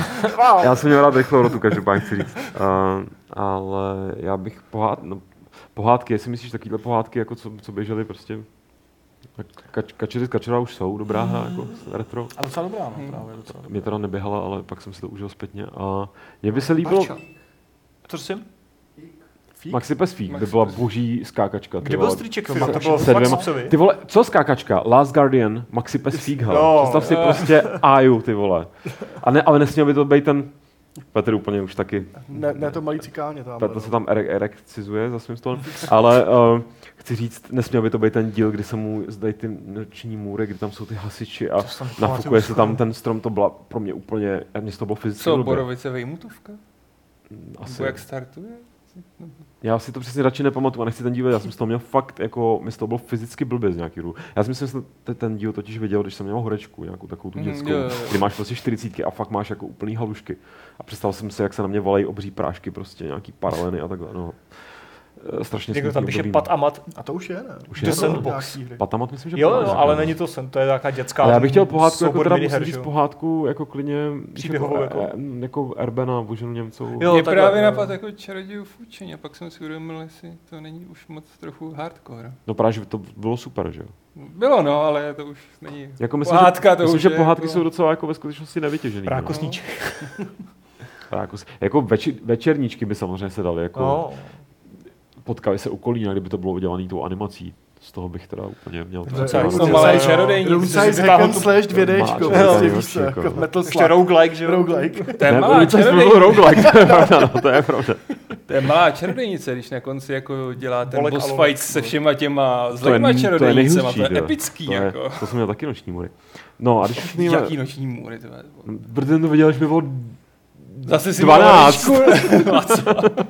Speaker 1: Já jsem měl rád rychlou rotu, každopádně chci říct. Uh, ale já bych pohád, no, pohádky, jestli myslíš takovýhle pohádky, jako co, co běžely prostě. tak Kač, kačery z kačera už jsou, dobrá hra, jako retro.
Speaker 4: A docela dobrá,
Speaker 3: Hmm.
Speaker 4: no, právě docela.
Speaker 1: Mě teda neběhala, ale pak jsem si to užil zpětně. A mě by se líbilo,
Speaker 3: To jsem?
Speaker 4: Fík?
Speaker 1: Maxi Pesfík by
Speaker 6: Maxi
Speaker 1: byla
Speaker 6: Pes.
Speaker 1: boží skákačka. ty
Speaker 3: Kde byl
Speaker 1: vole.
Speaker 3: striček?
Speaker 1: No,
Speaker 3: Filip? To
Speaker 1: Maxi-
Speaker 3: bylo
Speaker 1: se
Speaker 3: v
Speaker 1: dvěma-
Speaker 3: Maxovi.
Speaker 1: Ty vole, co skákačka? Last Guardian, Maxi Pesfík, hele.
Speaker 3: Jo.
Speaker 1: Představ si prostě Aju, ty vole. A ne, ale nesměl by to být ten Petr úplně už taky.
Speaker 4: Ne, ne to malý cikáně tam. no.
Speaker 1: Petr se tam ere- erekcizuje za svým stolem, [LAUGHS] ale uh, chci říct, nesměl by to být ten díl, kdy se mu zdají ty noční můry, kdy tam jsou ty hasiči a
Speaker 3: jsem nepamatuju
Speaker 1: nafukuje se
Speaker 3: skoro.
Speaker 1: tam ten strom, to byla pro mě úplně, a mě to bylo fyzicky
Speaker 6: Co,
Speaker 1: blbě.
Speaker 6: Borovice vejmutůvka?
Speaker 1: Asi.
Speaker 6: Nebo jak startuje?
Speaker 1: Já si to přesně radši nepamatuju a nechci ten díl vidět, já jsem z toho měl fakt, jako, mi z toho bylo fyzicky blbě z nějaký rů. Já si myslím, že jsem te- ten díl totiž viděl, když jsem měl horečku, nějakou takovou tu
Speaker 6: Mhm,
Speaker 1: dětskou,
Speaker 6: jo, jo, jo.
Speaker 1: kdy máš prostě 40 a fakt máš jako úplný halušky. A představil jsem si, jak se na mě volají obří prášky, prostě nějaký paraleny a takhle, no. Eh, Strašně
Speaker 3: Někdo tam
Speaker 1: smutný
Speaker 3: píše
Speaker 1: období.
Speaker 3: pat a mat.
Speaker 4: A to už je, ne?
Speaker 1: Už
Speaker 3: je?
Speaker 4: To
Speaker 3: The
Speaker 4: bylo
Speaker 3: Sandbox.
Speaker 4: nějaký hry.
Speaker 1: Patamat myslím, že
Speaker 3: Jo,
Speaker 1: byla
Speaker 3: jo,
Speaker 1: nějaká,
Speaker 3: ale
Speaker 1: no.
Speaker 3: není to sen, to je nějaká dětská.
Speaker 1: Ale já bych chtěl pohádku, jako
Speaker 3: soubor
Speaker 1: teda
Speaker 3: miniher,
Speaker 1: musím říct
Speaker 3: že jo.
Speaker 1: pohádku, jako klidně,
Speaker 3: Příběhovou
Speaker 1: jako,
Speaker 3: jako.
Speaker 1: eh, em, jako Erbena, Boženu Němcovou.
Speaker 3: Jo,
Speaker 6: Jo, Mě
Speaker 3: takhle,
Speaker 6: právě
Speaker 3: jo.
Speaker 6: napadl jako čarodějův učení a pak jsem si uvědomil, jestli to není už moc trochu hardcore.
Speaker 1: No právě, že to bylo super, že jo.
Speaker 6: Bylo no, ale to už není...
Speaker 1: Jako myslím,
Speaker 6: Pohádka,
Speaker 1: že,
Speaker 6: to
Speaker 1: myslím,
Speaker 6: už
Speaker 1: že
Speaker 6: je
Speaker 1: pohádky
Speaker 6: jako-
Speaker 1: jsou docela jako ve skutečnosti nevytěžený. no.
Speaker 3: Rákosníček.
Speaker 1: Rákos. Jako veči, večerníčky by samozřejmě se daly, jako no.
Speaker 3: No.
Speaker 1: potkali se u Kolína, kdyby to bylo udělané tou animací. Z toho bych teda úplně měl to.
Speaker 3: To je
Speaker 1: jako
Speaker 3: docela-
Speaker 6: No
Speaker 1: rád.
Speaker 6: malé
Speaker 3: jo.
Speaker 6: čarodejníci.
Speaker 3: Dokonce-
Speaker 4: Inside hack and slash 2Dčko,
Speaker 1: Máš,
Speaker 4: prostě
Speaker 1: jo,
Speaker 4: víš co,
Speaker 1: jako.
Speaker 4: jako Metal
Speaker 3: Ještě
Speaker 4: Slug,
Speaker 3: roguelike, že jo?
Speaker 4: roguelike.
Speaker 6: To je
Speaker 1: Ne,
Speaker 6: malá
Speaker 1: Lukáš mluvil
Speaker 6: čarodejnice.
Speaker 1: roguelike, to je pravda, no, to je pravda.
Speaker 6: To je malá čarodejnice, když na konci jako dělá ten
Speaker 3: Bolek a
Speaker 6: boss
Speaker 3: Lovec,
Speaker 6: fight se
Speaker 3: no.
Speaker 6: všema těma
Speaker 1: To je,
Speaker 6: zlejma
Speaker 1: to je
Speaker 6: čarodejnicema,
Speaker 1: nejhustší.
Speaker 6: to je
Speaker 1: tyhle.
Speaker 6: epický
Speaker 1: to, je,
Speaker 6: jako.
Speaker 1: to jsem měl taky noční mury. No a když
Speaker 6: [LAUGHS]
Speaker 1: už míme...
Speaker 6: Jaký noční můry, to je.
Speaker 1: Brden to viděl, že mi bylo...
Speaker 6: Zase si
Speaker 1: 12.
Speaker 6: měl ročku.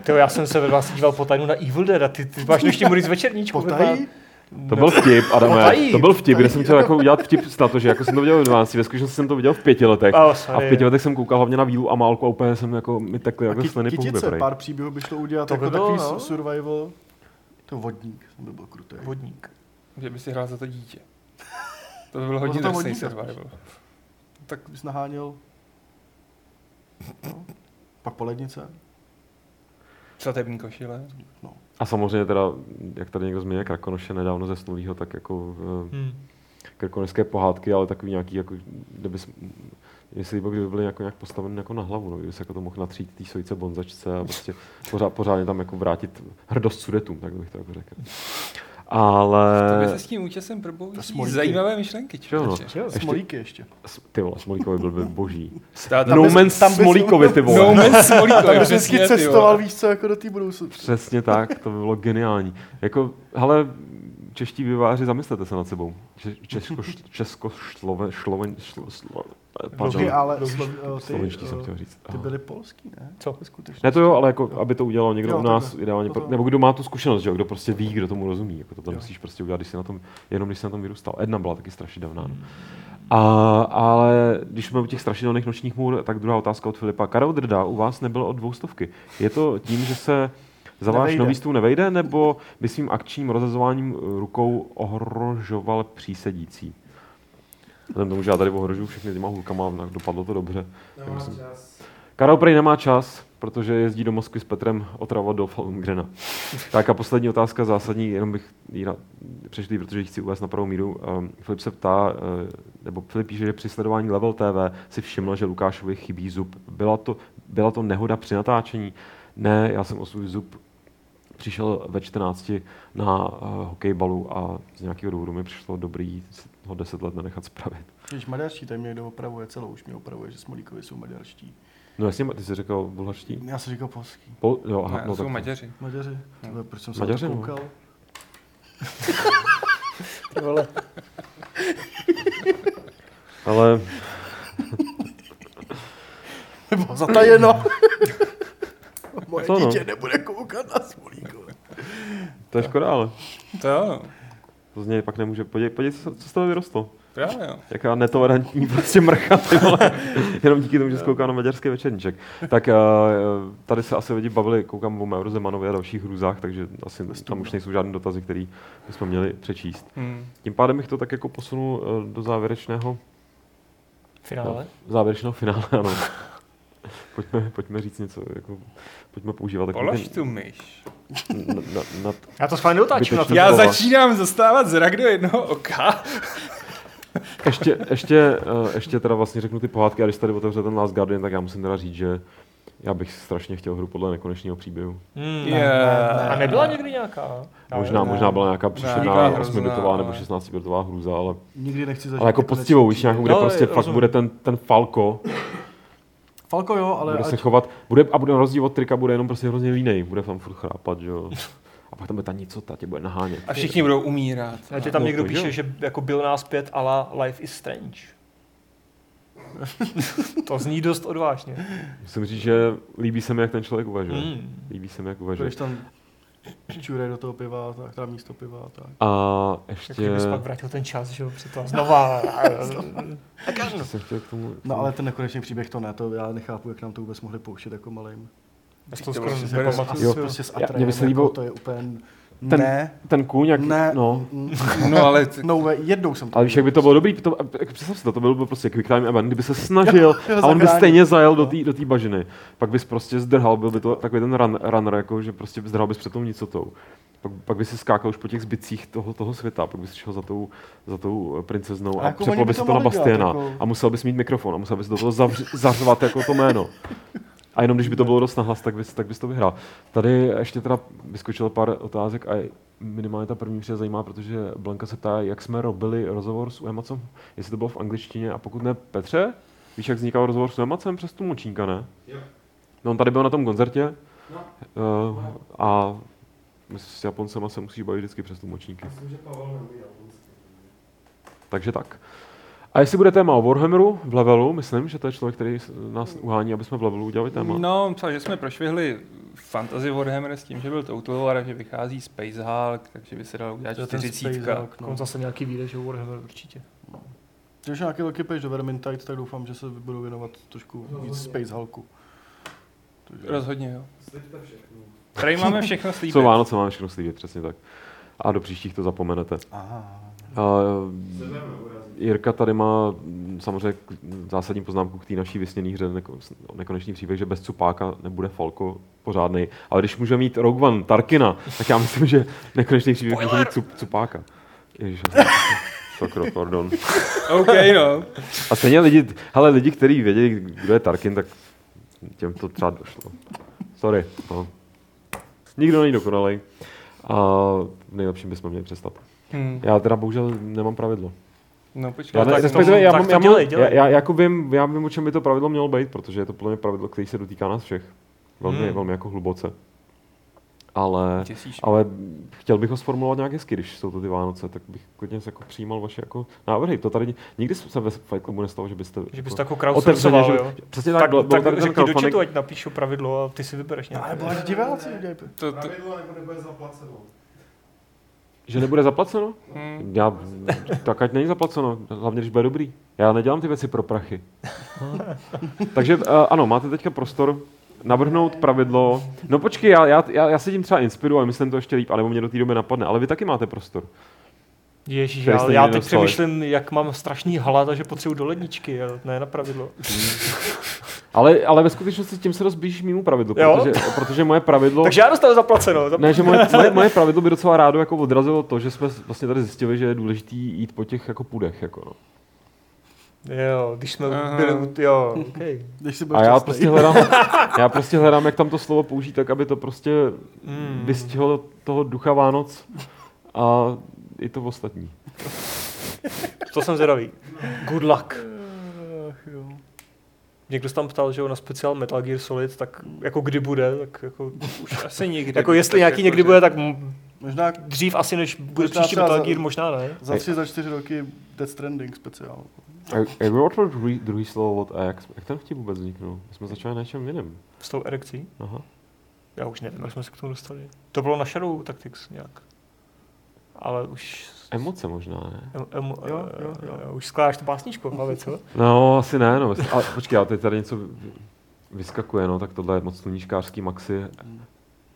Speaker 3: Ty jo, já jsem se ve vás díval po tajnu na Evil Dead a ty, ty máš ještě můj z večerníčku.
Speaker 4: Potají?
Speaker 1: To byl vtip, Adame,
Speaker 3: tají,
Speaker 1: to byl vtip, kde jsem chtěl jako udělat vtip na to, že jako jsem to viděl ve 12, ve skutečnosti jsem to viděl v pěti letech.
Speaker 3: Oh,
Speaker 1: A v
Speaker 3: sorry.
Speaker 1: pěti letech jsem koukal hlavně na vílu a málku a úplně jsem jako mi takhle
Speaker 4: A
Speaker 1: jako
Speaker 4: ky-
Speaker 1: sliny po hubě
Speaker 4: kytice,
Speaker 1: prej.
Speaker 4: pár příběhů by šlo udělat
Speaker 3: To by
Speaker 4: jako
Speaker 3: bylo,
Speaker 4: takový
Speaker 3: no.
Speaker 4: su- survival. To vodník, to by byl krutý.
Speaker 3: Vodník.
Speaker 6: Že by si hrál za to dítě. To by byl
Speaker 4: No
Speaker 6: hodně
Speaker 4: to tam
Speaker 6: drsný
Speaker 4: hodníka.
Speaker 6: survival.
Speaker 4: Tak bys naháněl. No. Pak polednice.
Speaker 6: Svatební košile.
Speaker 1: A samozřejmě teda, jak tady někdo zmínil Krakonoše nedávno zesnulýho, tak jako eh,
Speaker 3: Hmm.
Speaker 1: krkonožské pohádky, ale takový nějaký, jako, kdyby, jestli by byly jako nějak postaven jako na hlavu, no, kdyby se jako to mohl natřít té sojce bonzačce a prostě pořád, pořádně tam jako vrátit hrdost sudetům, tak bych to jako řekl. Ale...
Speaker 6: To by se s tím účasem proboují zajímavé myšlenky.
Speaker 1: Čo, no.
Speaker 6: člověče.
Speaker 4: Jo,
Speaker 1: Ještě-
Speaker 4: Smolíky ještě.
Speaker 1: S- Ty vole, Smolíkovi byl by boží.
Speaker 6: Ta- ta-
Speaker 1: no Man's tam Smolíkovi, ty vole.
Speaker 6: No
Speaker 1: [LAUGHS]
Speaker 6: Man's
Speaker 4: Tam
Speaker 6: Smolíkovi,
Speaker 4: bys
Speaker 6: přesně,
Speaker 4: vždycky
Speaker 6: ty vole.
Speaker 4: cestoval, víš co, jako do té budoucnosti.
Speaker 1: Přesně tak, to by bylo geniální. Jako, hele, čeští výváři, zamyslete se nad sebou. Če- Česko, Česko, Šloven, Šloven, šlo, slo, pardon,
Speaker 4: Dobře, ale
Speaker 1: slovenští jsem chtěl
Speaker 4: ty,
Speaker 1: říct.
Speaker 4: ty
Speaker 1: Aha.
Speaker 4: byli polský, ne?
Speaker 3: Co?
Speaker 4: Skutečně.
Speaker 1: Ne to jo, ale jako, aby to udělal někdo
Speaker 4: Jo,
Speaker 1: u nás,
Speaker 4: takhle.
Speaker 1: ideálně, pro,
Speaker 4: Potom-
Speaker 1: nebo kdo má tu zkušenost, že jo, kdo prostě ví, kdo tomu rozumí, jako to tam
Speaker 4: Jo.
Speaker 1: musíš prostě udělat, když jsi na tom, jenom když jsi na tom vyrůstal. Jedna byla taky strašidelná.
Speaker 4: Hmm.
Speaker 1: No. A, ale když jsme u těch strašidelných nočních můr, tak druhá otázka od Filipa. Karel Drda u vás nebyl od dvoustovky. Je to tím, že se za váš
Speaker 4: Nevejde.
Speaker 1: nový stůl nevejde, nebo by svým akčním rozezováním rukou ohrožoval přísedící? Vzhledem k tomu, že já tady ohrožuju všechny těma hulkama, a dopadlo to dobře. tak
Speaker 5: Nemám
Speaker 1: myslím-
Speaker 5: čas.
Speaker 1: Karel Prej nemá čas, protože jezdí do Moskvy s Petrem otravovat do Falungrena. Tak a poslední otázka zásadní, jenom bych ji na- přečtl, protože ji chci uvést na pravou míru. Um, Filip se ptá, eh, nebo Filip píše, že při sledování Level TV si všiml, že Lukášovi chybí zub. Byla to, byla to nehoda při natáčení? Ne, já jsem o svůj zub přišel ve 14 na uh, hokejbalu a z nějakého důvodu mi přišlo dobrý si ho 10 let nenechat spravit.
Speaker 4: Když maďarští, tady mě někdo opravuje celou, už mě opravuje, že Smolíkovi jsou maďarští.
Speaker 1: No jasně, ty jsi říkal bulharští?
Speaker 4: Já jsem říkal polský. Hm.
Speaker 1: Po, jo, aha,
Speaker 6: Ne,
Speaker 1: no,
Speaker 6: jsou
Speaker 1: tak,
Speaker 6: Maďaři.
Speaker 4: Maďaři. Tyhle, proč jsem se
Speaker 1: Maďaři,
Speaker 4: na to
Speaker 1: no.
Speaker 4: koukal?
Speaker 3: Ty vole.
Speaker 1: ale
Speaker 4: Nebo [LAUGHS] zatajeno. no. Moje
Speaker 1: To no.
Speaker 4: dítě nebude koukat na Smolíkovi.
Speaker 1: to je škoda, ale.
Speaker 6: To jo, no.
Speaker 1: To z něj pak nemůže. Podívej, podívej co, co z toho vyrostlo.
Speaker 6: právě jo.
Speaker 1: Jaká netolerantní [LAUGHS] prostě mrcha, ty vole. Jenom díky tomu, že zkouká na maďarský večerníček. Tak eh, tady se asi lidi bavili, koukám o Mauro Zemanovi a dalších hrůzách, takže asi tam už nejsou žádné dotazy, které bychom měli přečíst.
Speaker 6: Hmm.
Speaker 1: Tím pádem bych to tak jako posunul eh, do závěrečného,
Speaker 3: Finále?
Speaker 1: závěrečného finále, [LAUGHS] ano. Pojďme, pojďme říct něco, jako, pojďme používat
Speaker 6: Polož tu myš.
Speaker 1: na, na, na,
Speaker 3: Já to schválně otáčím na to.
Speaker 1: Zbytečný.
Speaker 6: Já
Speaker 1: slova.
Speaker 6: začínám zastávat zrak do jednoho oka.
Speaker 1: ještě, ještě, eh, ještě teda vlastně řeknu ty pohádky a když tady otevře ten Last Guardian, tak já musím teda říct, že já bych strašně chtěl hru podle nekonečného příběhu.
Speaker 3: Hmm.
Speaker 6: Je.
Speaker 3: A nebyla někdy nějaká?
Speaker 1: Možná,
Speaker 4: ne.
Speaker 1: možná byla nějaká příšerná
Speaker 6: hrozná,
Speaker 1: 8-bitová nebo
Speaker 6: ale-
Speaker 1: 16-bitová hruza, ale,
Speaker 4: Nikdy nechci zažít.
Speaker 1: ale jako
Speaker 4: ty konečný
Speaker 1: poctivou, víš, nějakou, kde
Speaker 3: No,
Speaker 1: prostě fakt
Speaker 3: rozumím.
Speaker 1: bude ten, ten Falco,
Speaker 4: příběh. Falko jo, ale
Speaker 1: bude se
Speaker 4: ať,
Speaker 1: chovat, bude, a bude na rozdíl od trika, bude jenom prostě hrozně línej, bude tam furt chrápat, že jo. A pak tam bude ta nicota, tě bude nahánět.
Speaker 6: A všichni budou umírat.
Speaker 3: A tě tam
Speaker 1: No,
Speaker 3: někdo
Speaker 1: to jo.
Speaker 3: píše, že jako byl nás pět ala Life is Strange. [LAUGHS] to zní dost odvážně.
Speaker 1: Musím říct, že líbí se mi, jak ten člověk uvažuje.
Speaker 3: Mm.
Speaker 1: Líbí se mi, jak
Speaker 4: budeš
Speaker 1: uvažuje.
Speaker 4: tam čurej do toho piva, tak tam místo piva a tak.
Speaker 1: A
Speaker 3: Jako,
Speaker 1: ještě...
Speaker 3: že bys pak vrátil ten čas, že jo, přitom [LAUGHS] znova.
Speaker 1: ještě jsem chtěl k tomu...
Speaker 4: No ale ten nekonečný příběh to ne, to já nechápu, jak nám to vůbec mohli pouštět jako malým.
Speaker 3: Já si to vlastně
Speaker 6: Ty
Speaker 3: skoro nic
Speaker 6: vole, super.
Speaker 3: nepamatuju.
Speaker 1: Jo,
Speaker 4: Jo, prostě s
Speaker 1: Já- mně by
Speaker 4: Atrajem,
Speaker 1: se líbilo-
Speaker 4: jako, to je úplně...
Speaker 1: Ten-
Speaker 4: Ne,
Speaker 1: Ten kůň, jak...
Speaker 4: ne,
Speaker 1: No,
Speaker 4: mm,
Speaker 6: No ale t-
Speaker 4: no way, jednou jsem to
Speaker 1: Ale víš, jak by to bylo dobrý, to, jak představ si to, to byl prostě quick time event, kdyby se
Speaker 4: [LAUGHS]
Speaker 1: snažil a on by
Speaker 4: zachránil.
Speaker 1: stejně zajel do té do té bažiny. Pak bys prostě zdrhal, byl by to takový ten run, runner, jako, že prostě zdrhal bys před tou nicotou. Pak, pak by si skákal už po těch zbytcích toho, toho světa, pak bys šel za tou, za tou eh, princeznou a,
Speaker 4: A
Speaker 1: a
Speaker 4: jako
Speaker 1: přeplo
Speaker 4: oni by
Speaker 1: by se
Speaker 4: to
Speaker 1: to na
Speaker 4: mohli dělat,
Speaker 1: Bastiana
Speaker 4: jako-
Speaker 1: a musel bys mít mikrofon a musel bys do toho zavř, zařvat jako to jméno. A jenom když by to bylo dost nahlas, tak bys, tak bys to vyhrál. Tady ještě teda vyskočilo pár otázek a minimálně ta první přijde zajímá, protože Blanka se ptá, jak jsme robili rozhovor s Uemacem, jestli to bylo v angličtině a pokud ne Petře, víš, jak vznikal rozhovor s Uemacem přes tlumočníka, ne?
Speaker 5: Jo.
Speaker 1: No on tady byl na tom koncertě
Speaker 5: No,
Speaker 1: uh, a my s Japoncema se musíš bavit vždycky přes tlumočníky.
Speaker 5: myslím, že Pavel neumí japonsky.
Speaker 1: Takže tak. A jestli bude téma o Warhammeru v levelu, myslím, že to je člověk, který s- nás uhání, aby jsme v levelu udělali téma.
Speaker 6: No, psal, že jsme prošvihli Fantasy Warhammer s tím, že byl Total War a že vychází Space Hulk, takže by se dalo udělat
Speaker 4: To je ten Space
Speaker 6: čtyřicítka.
Speaker 4: Hulk,
Speaker 3: No.
Speaker 4: no.
Speaker 3: zase nějaký výjde, že Warhammer určitě.
Speaker 4: Když nějaký velký page do Vermintide, tak doufám, že se budu věnovat trošku víc Space Hulku. Takže-
Speaker 6: Rozhodně jo.
Speaker 5: Sliďte všechno.
Speaker 6: Tady máme všechno slíbit.
Speaker 1: Co Vánoce máme všechno slíbit, přesně tak. A do příštích to zapomenete.
Speaker 4: Aha.
Speaker 1: Uh,
Speaker 5: Sebe neurazí.
Speaker 1: Jirka tady má mm, samozřejmě k- zásadní poznámku k té naší vysněné hře neko, s- nekonečný příběh, že bez cupáka nebude Falko pořádný. Ale když může mít Rogue One, Tarkina, tak já myslím, že nekonečný příběh může mít cup, cupáka. Ježiš, [LAUGHS] já jsem- Sakra, pardon.
Speaker 6: OK, no.
Speaker 1: A stejně lidi, hele, lidi, kteří věděli, kdo je Tarkin, tak těm to třeba došlo. Sorry. No. Nikdo není dokonalej. A v nejlepším bychom měli přestat.
Speaker 6: Hmm.
Speaker 1: Já teda bohužel nemám pravidlo.
Speaker 6: No počkej.
Speaker 1: Já, ne,
Speaker 3: tak
Speaker 1: respektive,
Speaker 3: to-
Speaker 1: já,
Speaker 3: tak
Speaker 1: mám,
Speaker 3: to
Speaker 1: já, mám,
Speaker 3: dělej, dělej.
Speaker 1: Já, já, jako vím, já vím, o čem by to pravidlo mělo být, protože je to podle mě pravidlo, které se dotýká nás všech. Velmi,
Speaker 6: Hmm.
Speaker 1: velmi jako hluboce. Ale,
Speaker 6: Těsíš.
Speaker 1: ale chtěl bych ho sformulovat nějak hezky, když jsou to ty Vánoce, tak bych klidně jako přijímal vaše jako návrhy. To tady nikdy se ve Fight Clubu nestalo, že byste...
Speaker 3: Že bys
Speaker 1: jako-
Speaker 3: to jako
Speaker 1: Otevřeně,
Speaker 3: crowdsourcoval,
Speaker 1: že,
Speaker 3: jo?
Speaker 1: přesně tak,
Speaker 3: Tak,
Speaker 1: bylo- bylo
Speaker 3: tak,
Speaker 1: tady ten
Speaker 3: řekni do
Speaker 1: crowdfunding.
Speaker 3: chatu, ať napíšu pravidlo a ty si vybereš
Speaker 4: No,
Speaker 3: nějaké.
Speaker 4: nebo až diváci udělají.
Speaker 6: To, to,
Speaker 5: Pravidlo nebo nebude zaplaceno.
Speaker 1: Že nebude zaplaceno?
Speaker 6: hm.
Speaker 3: Hmm.
Speaker 1: Já, tak ať není zaplaceno, hlavně když bude dobrý. Já nedělám ty věci pro
Speaker 3: [LAUGHS]
Speaker 1: prachy. Takže uh, ano, máte teďka prostor navrhnout pravidlo. No počkej, já, já, já, já se tím třeba inspiruju a myslím to ještě líp, anebo mě do té doby napadne, ale vy taky máte prostor.
Speaker 3: Ježíš,
Speaker 1: který jste
Speaker 3: já, já
Speaker 1: nikdy
Speaker 3: teď
Speaker 1: nedostali.
Speaker 3: přemýšlím, jak mám strašný hlad a že potřebuji do ledničky, a ne na pravidlo.
Speaker 1: Ale, ale ve skutečnosti tím se rozblížíš mýmu pravidlu,
Speaker 3: Jo?
Speaker 1: protože, protože moje pravidlo...
Speaker 3: Takže já dostanu zaplaceno. Za...
Speaker 1: Ne, že moje, moje, moje pravidlo by docela rádo jako odrazilo to, že jsme vlastně tady zjistili, že je důležité jít po těch jako půdech. Jako no.
Speaker 3: Jo, když jsme
Speaker 6: Aha.
Speaker 3: byli, u- jo, okay.
Speaker 4: Když si budeš
Speaker 1: A já
Speaker 4: šťastný.
Speaker 1: prostě, hledám, [LAUGHS] já prostě hledám, jak tam to slovo použít, tak aby to prostě
Speaker 3: mm.
Speaker 1: vystihlo toho ducha Vánoc a i to ostatní.
Speaker 3: To jsem zvědavý. Good luck. Někdo se tam ptal, že jo, na speciál Metal Gear Solid, tak jako kdy bude, tak jako,
Speaker 6: Už asi nikdy.
Speaker 3: jako jestli
Speaker 6: Tak
Speaker 3: nějaký někdy
Speaker 6: že-
Speaker 3: bude, tak m-
Speaker 4: Možná
Speaker 3: dřív asi než bude
Speaker 4: Možná
Speaker 3: příští
Speaker 4: třeba
Speaker 3: Metal
Speaker 4: za-
Speaker 3: Gear, možná ne.
Speaker 4: za tři, za čtyři roky Death Stranding speciál.
Speaker 1: A jak bylo to druhý, druhý slovo od A, jak, jak ten vtip vůbec vzniknul? My jsme začali na něčem jiném.
Speaker 3: S tou erekcí.
Speaker 1: Aha.
Speaker 3: Já už nevím, jak jsme se k tomu dostali. To bylo na Shadow Tactics nějak. Ale už...
Speaker 1: Emoce možná, ne?
Speaker 3: Em, em, jo,
Speaker 4: jo, jo.
Speaker 3: Už skládáš tu básničku v hlavě, co?
Speaker 1: No, asi ne, no. Ale počkej, ale teď tady něco vy- vyskakuje, no, tak tohle je moc sluníčkářský maxi.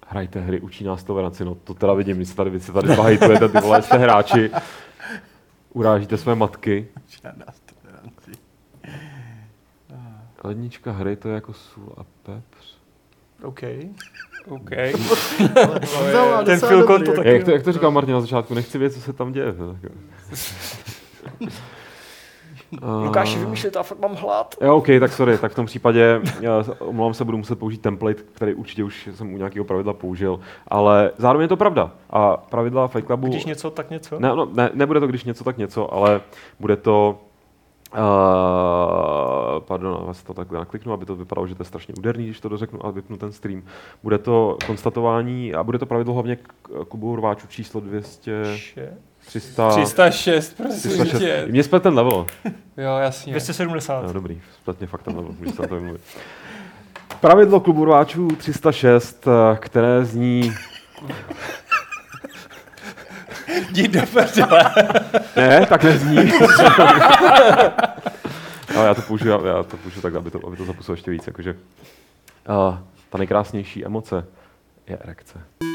Speaker 1: Hrajte hry, učí nás toleranci, no to teda vidím, vy se tady, vy se tady zahejtujete, ty vole, jste hráči, urážíte své matky.
Speaker 4: Žádná toleranci.
Speaker 1: Lednička hry, to je jako sůl a pepř.
Speaker 3: [LAUGHS] OK.
Speaker 6: OK.
Speaker 4: Vzala,
Speaker 3: Ten
Speaker 4: docela
Speaker 3: Phil
Speaker 4: dobrý,
Speaker 3: Kotto
Speaker 4: jako.
Speaker 3: Tak
Speaker 1: Jak
Speaker 3: jo.
Speaker 1: to, jak to říkal Martin na začátku, nechci vědět, co se tam děje. Uh,
Speaker 3: [LAUGHS] Lukáši, vymýšlet, já fakt mám hlad.
Speaker 1: Jo, OK, tak sorry, tak v tom případě, já se- omlouvám se, budu muset použít template, který určitě už jsem u nějakého pravidla použil, ale zároveň je to pravda. A pravidla Fight Clubu...
Speaker 3: Když něco, tak něco.
Speaker 1: Ne, no, ne, nebude to když něco, tak něco, ale bude to... Uh, pardon, já si to takhle nakliknu, aby to vypadalo, že to je strašně úderný, když to dořeknu a vypnu ten stream. Bude to konstatování a bude to pravidlo hlavně k klubu rváčů číslo 200,
Speaker 3: Še-
Speaker 1: 300,
Speaker 6: 306, prosím
Speaker 1: 306.
Speaker 6: tě.
Speaker 1: Mě jsme ten level.
Speaker 6: Jo, jasně.
Speaker 3: 270.
Speaker 1: No, dobrý, splatně fakt tam nebyl, můžu se na to vymluvit. Pravidlo klubu rváčů 306, eh, které zní...
Speaker 6: Jdi do prdele.
Speaker 1: Ne, tak nezní. Ale já to použiju, já to použiju tak, aby to, eh, aby to zapusilo ještě víc. Jakože, uh, ta nejkrásnější emoce je erekce.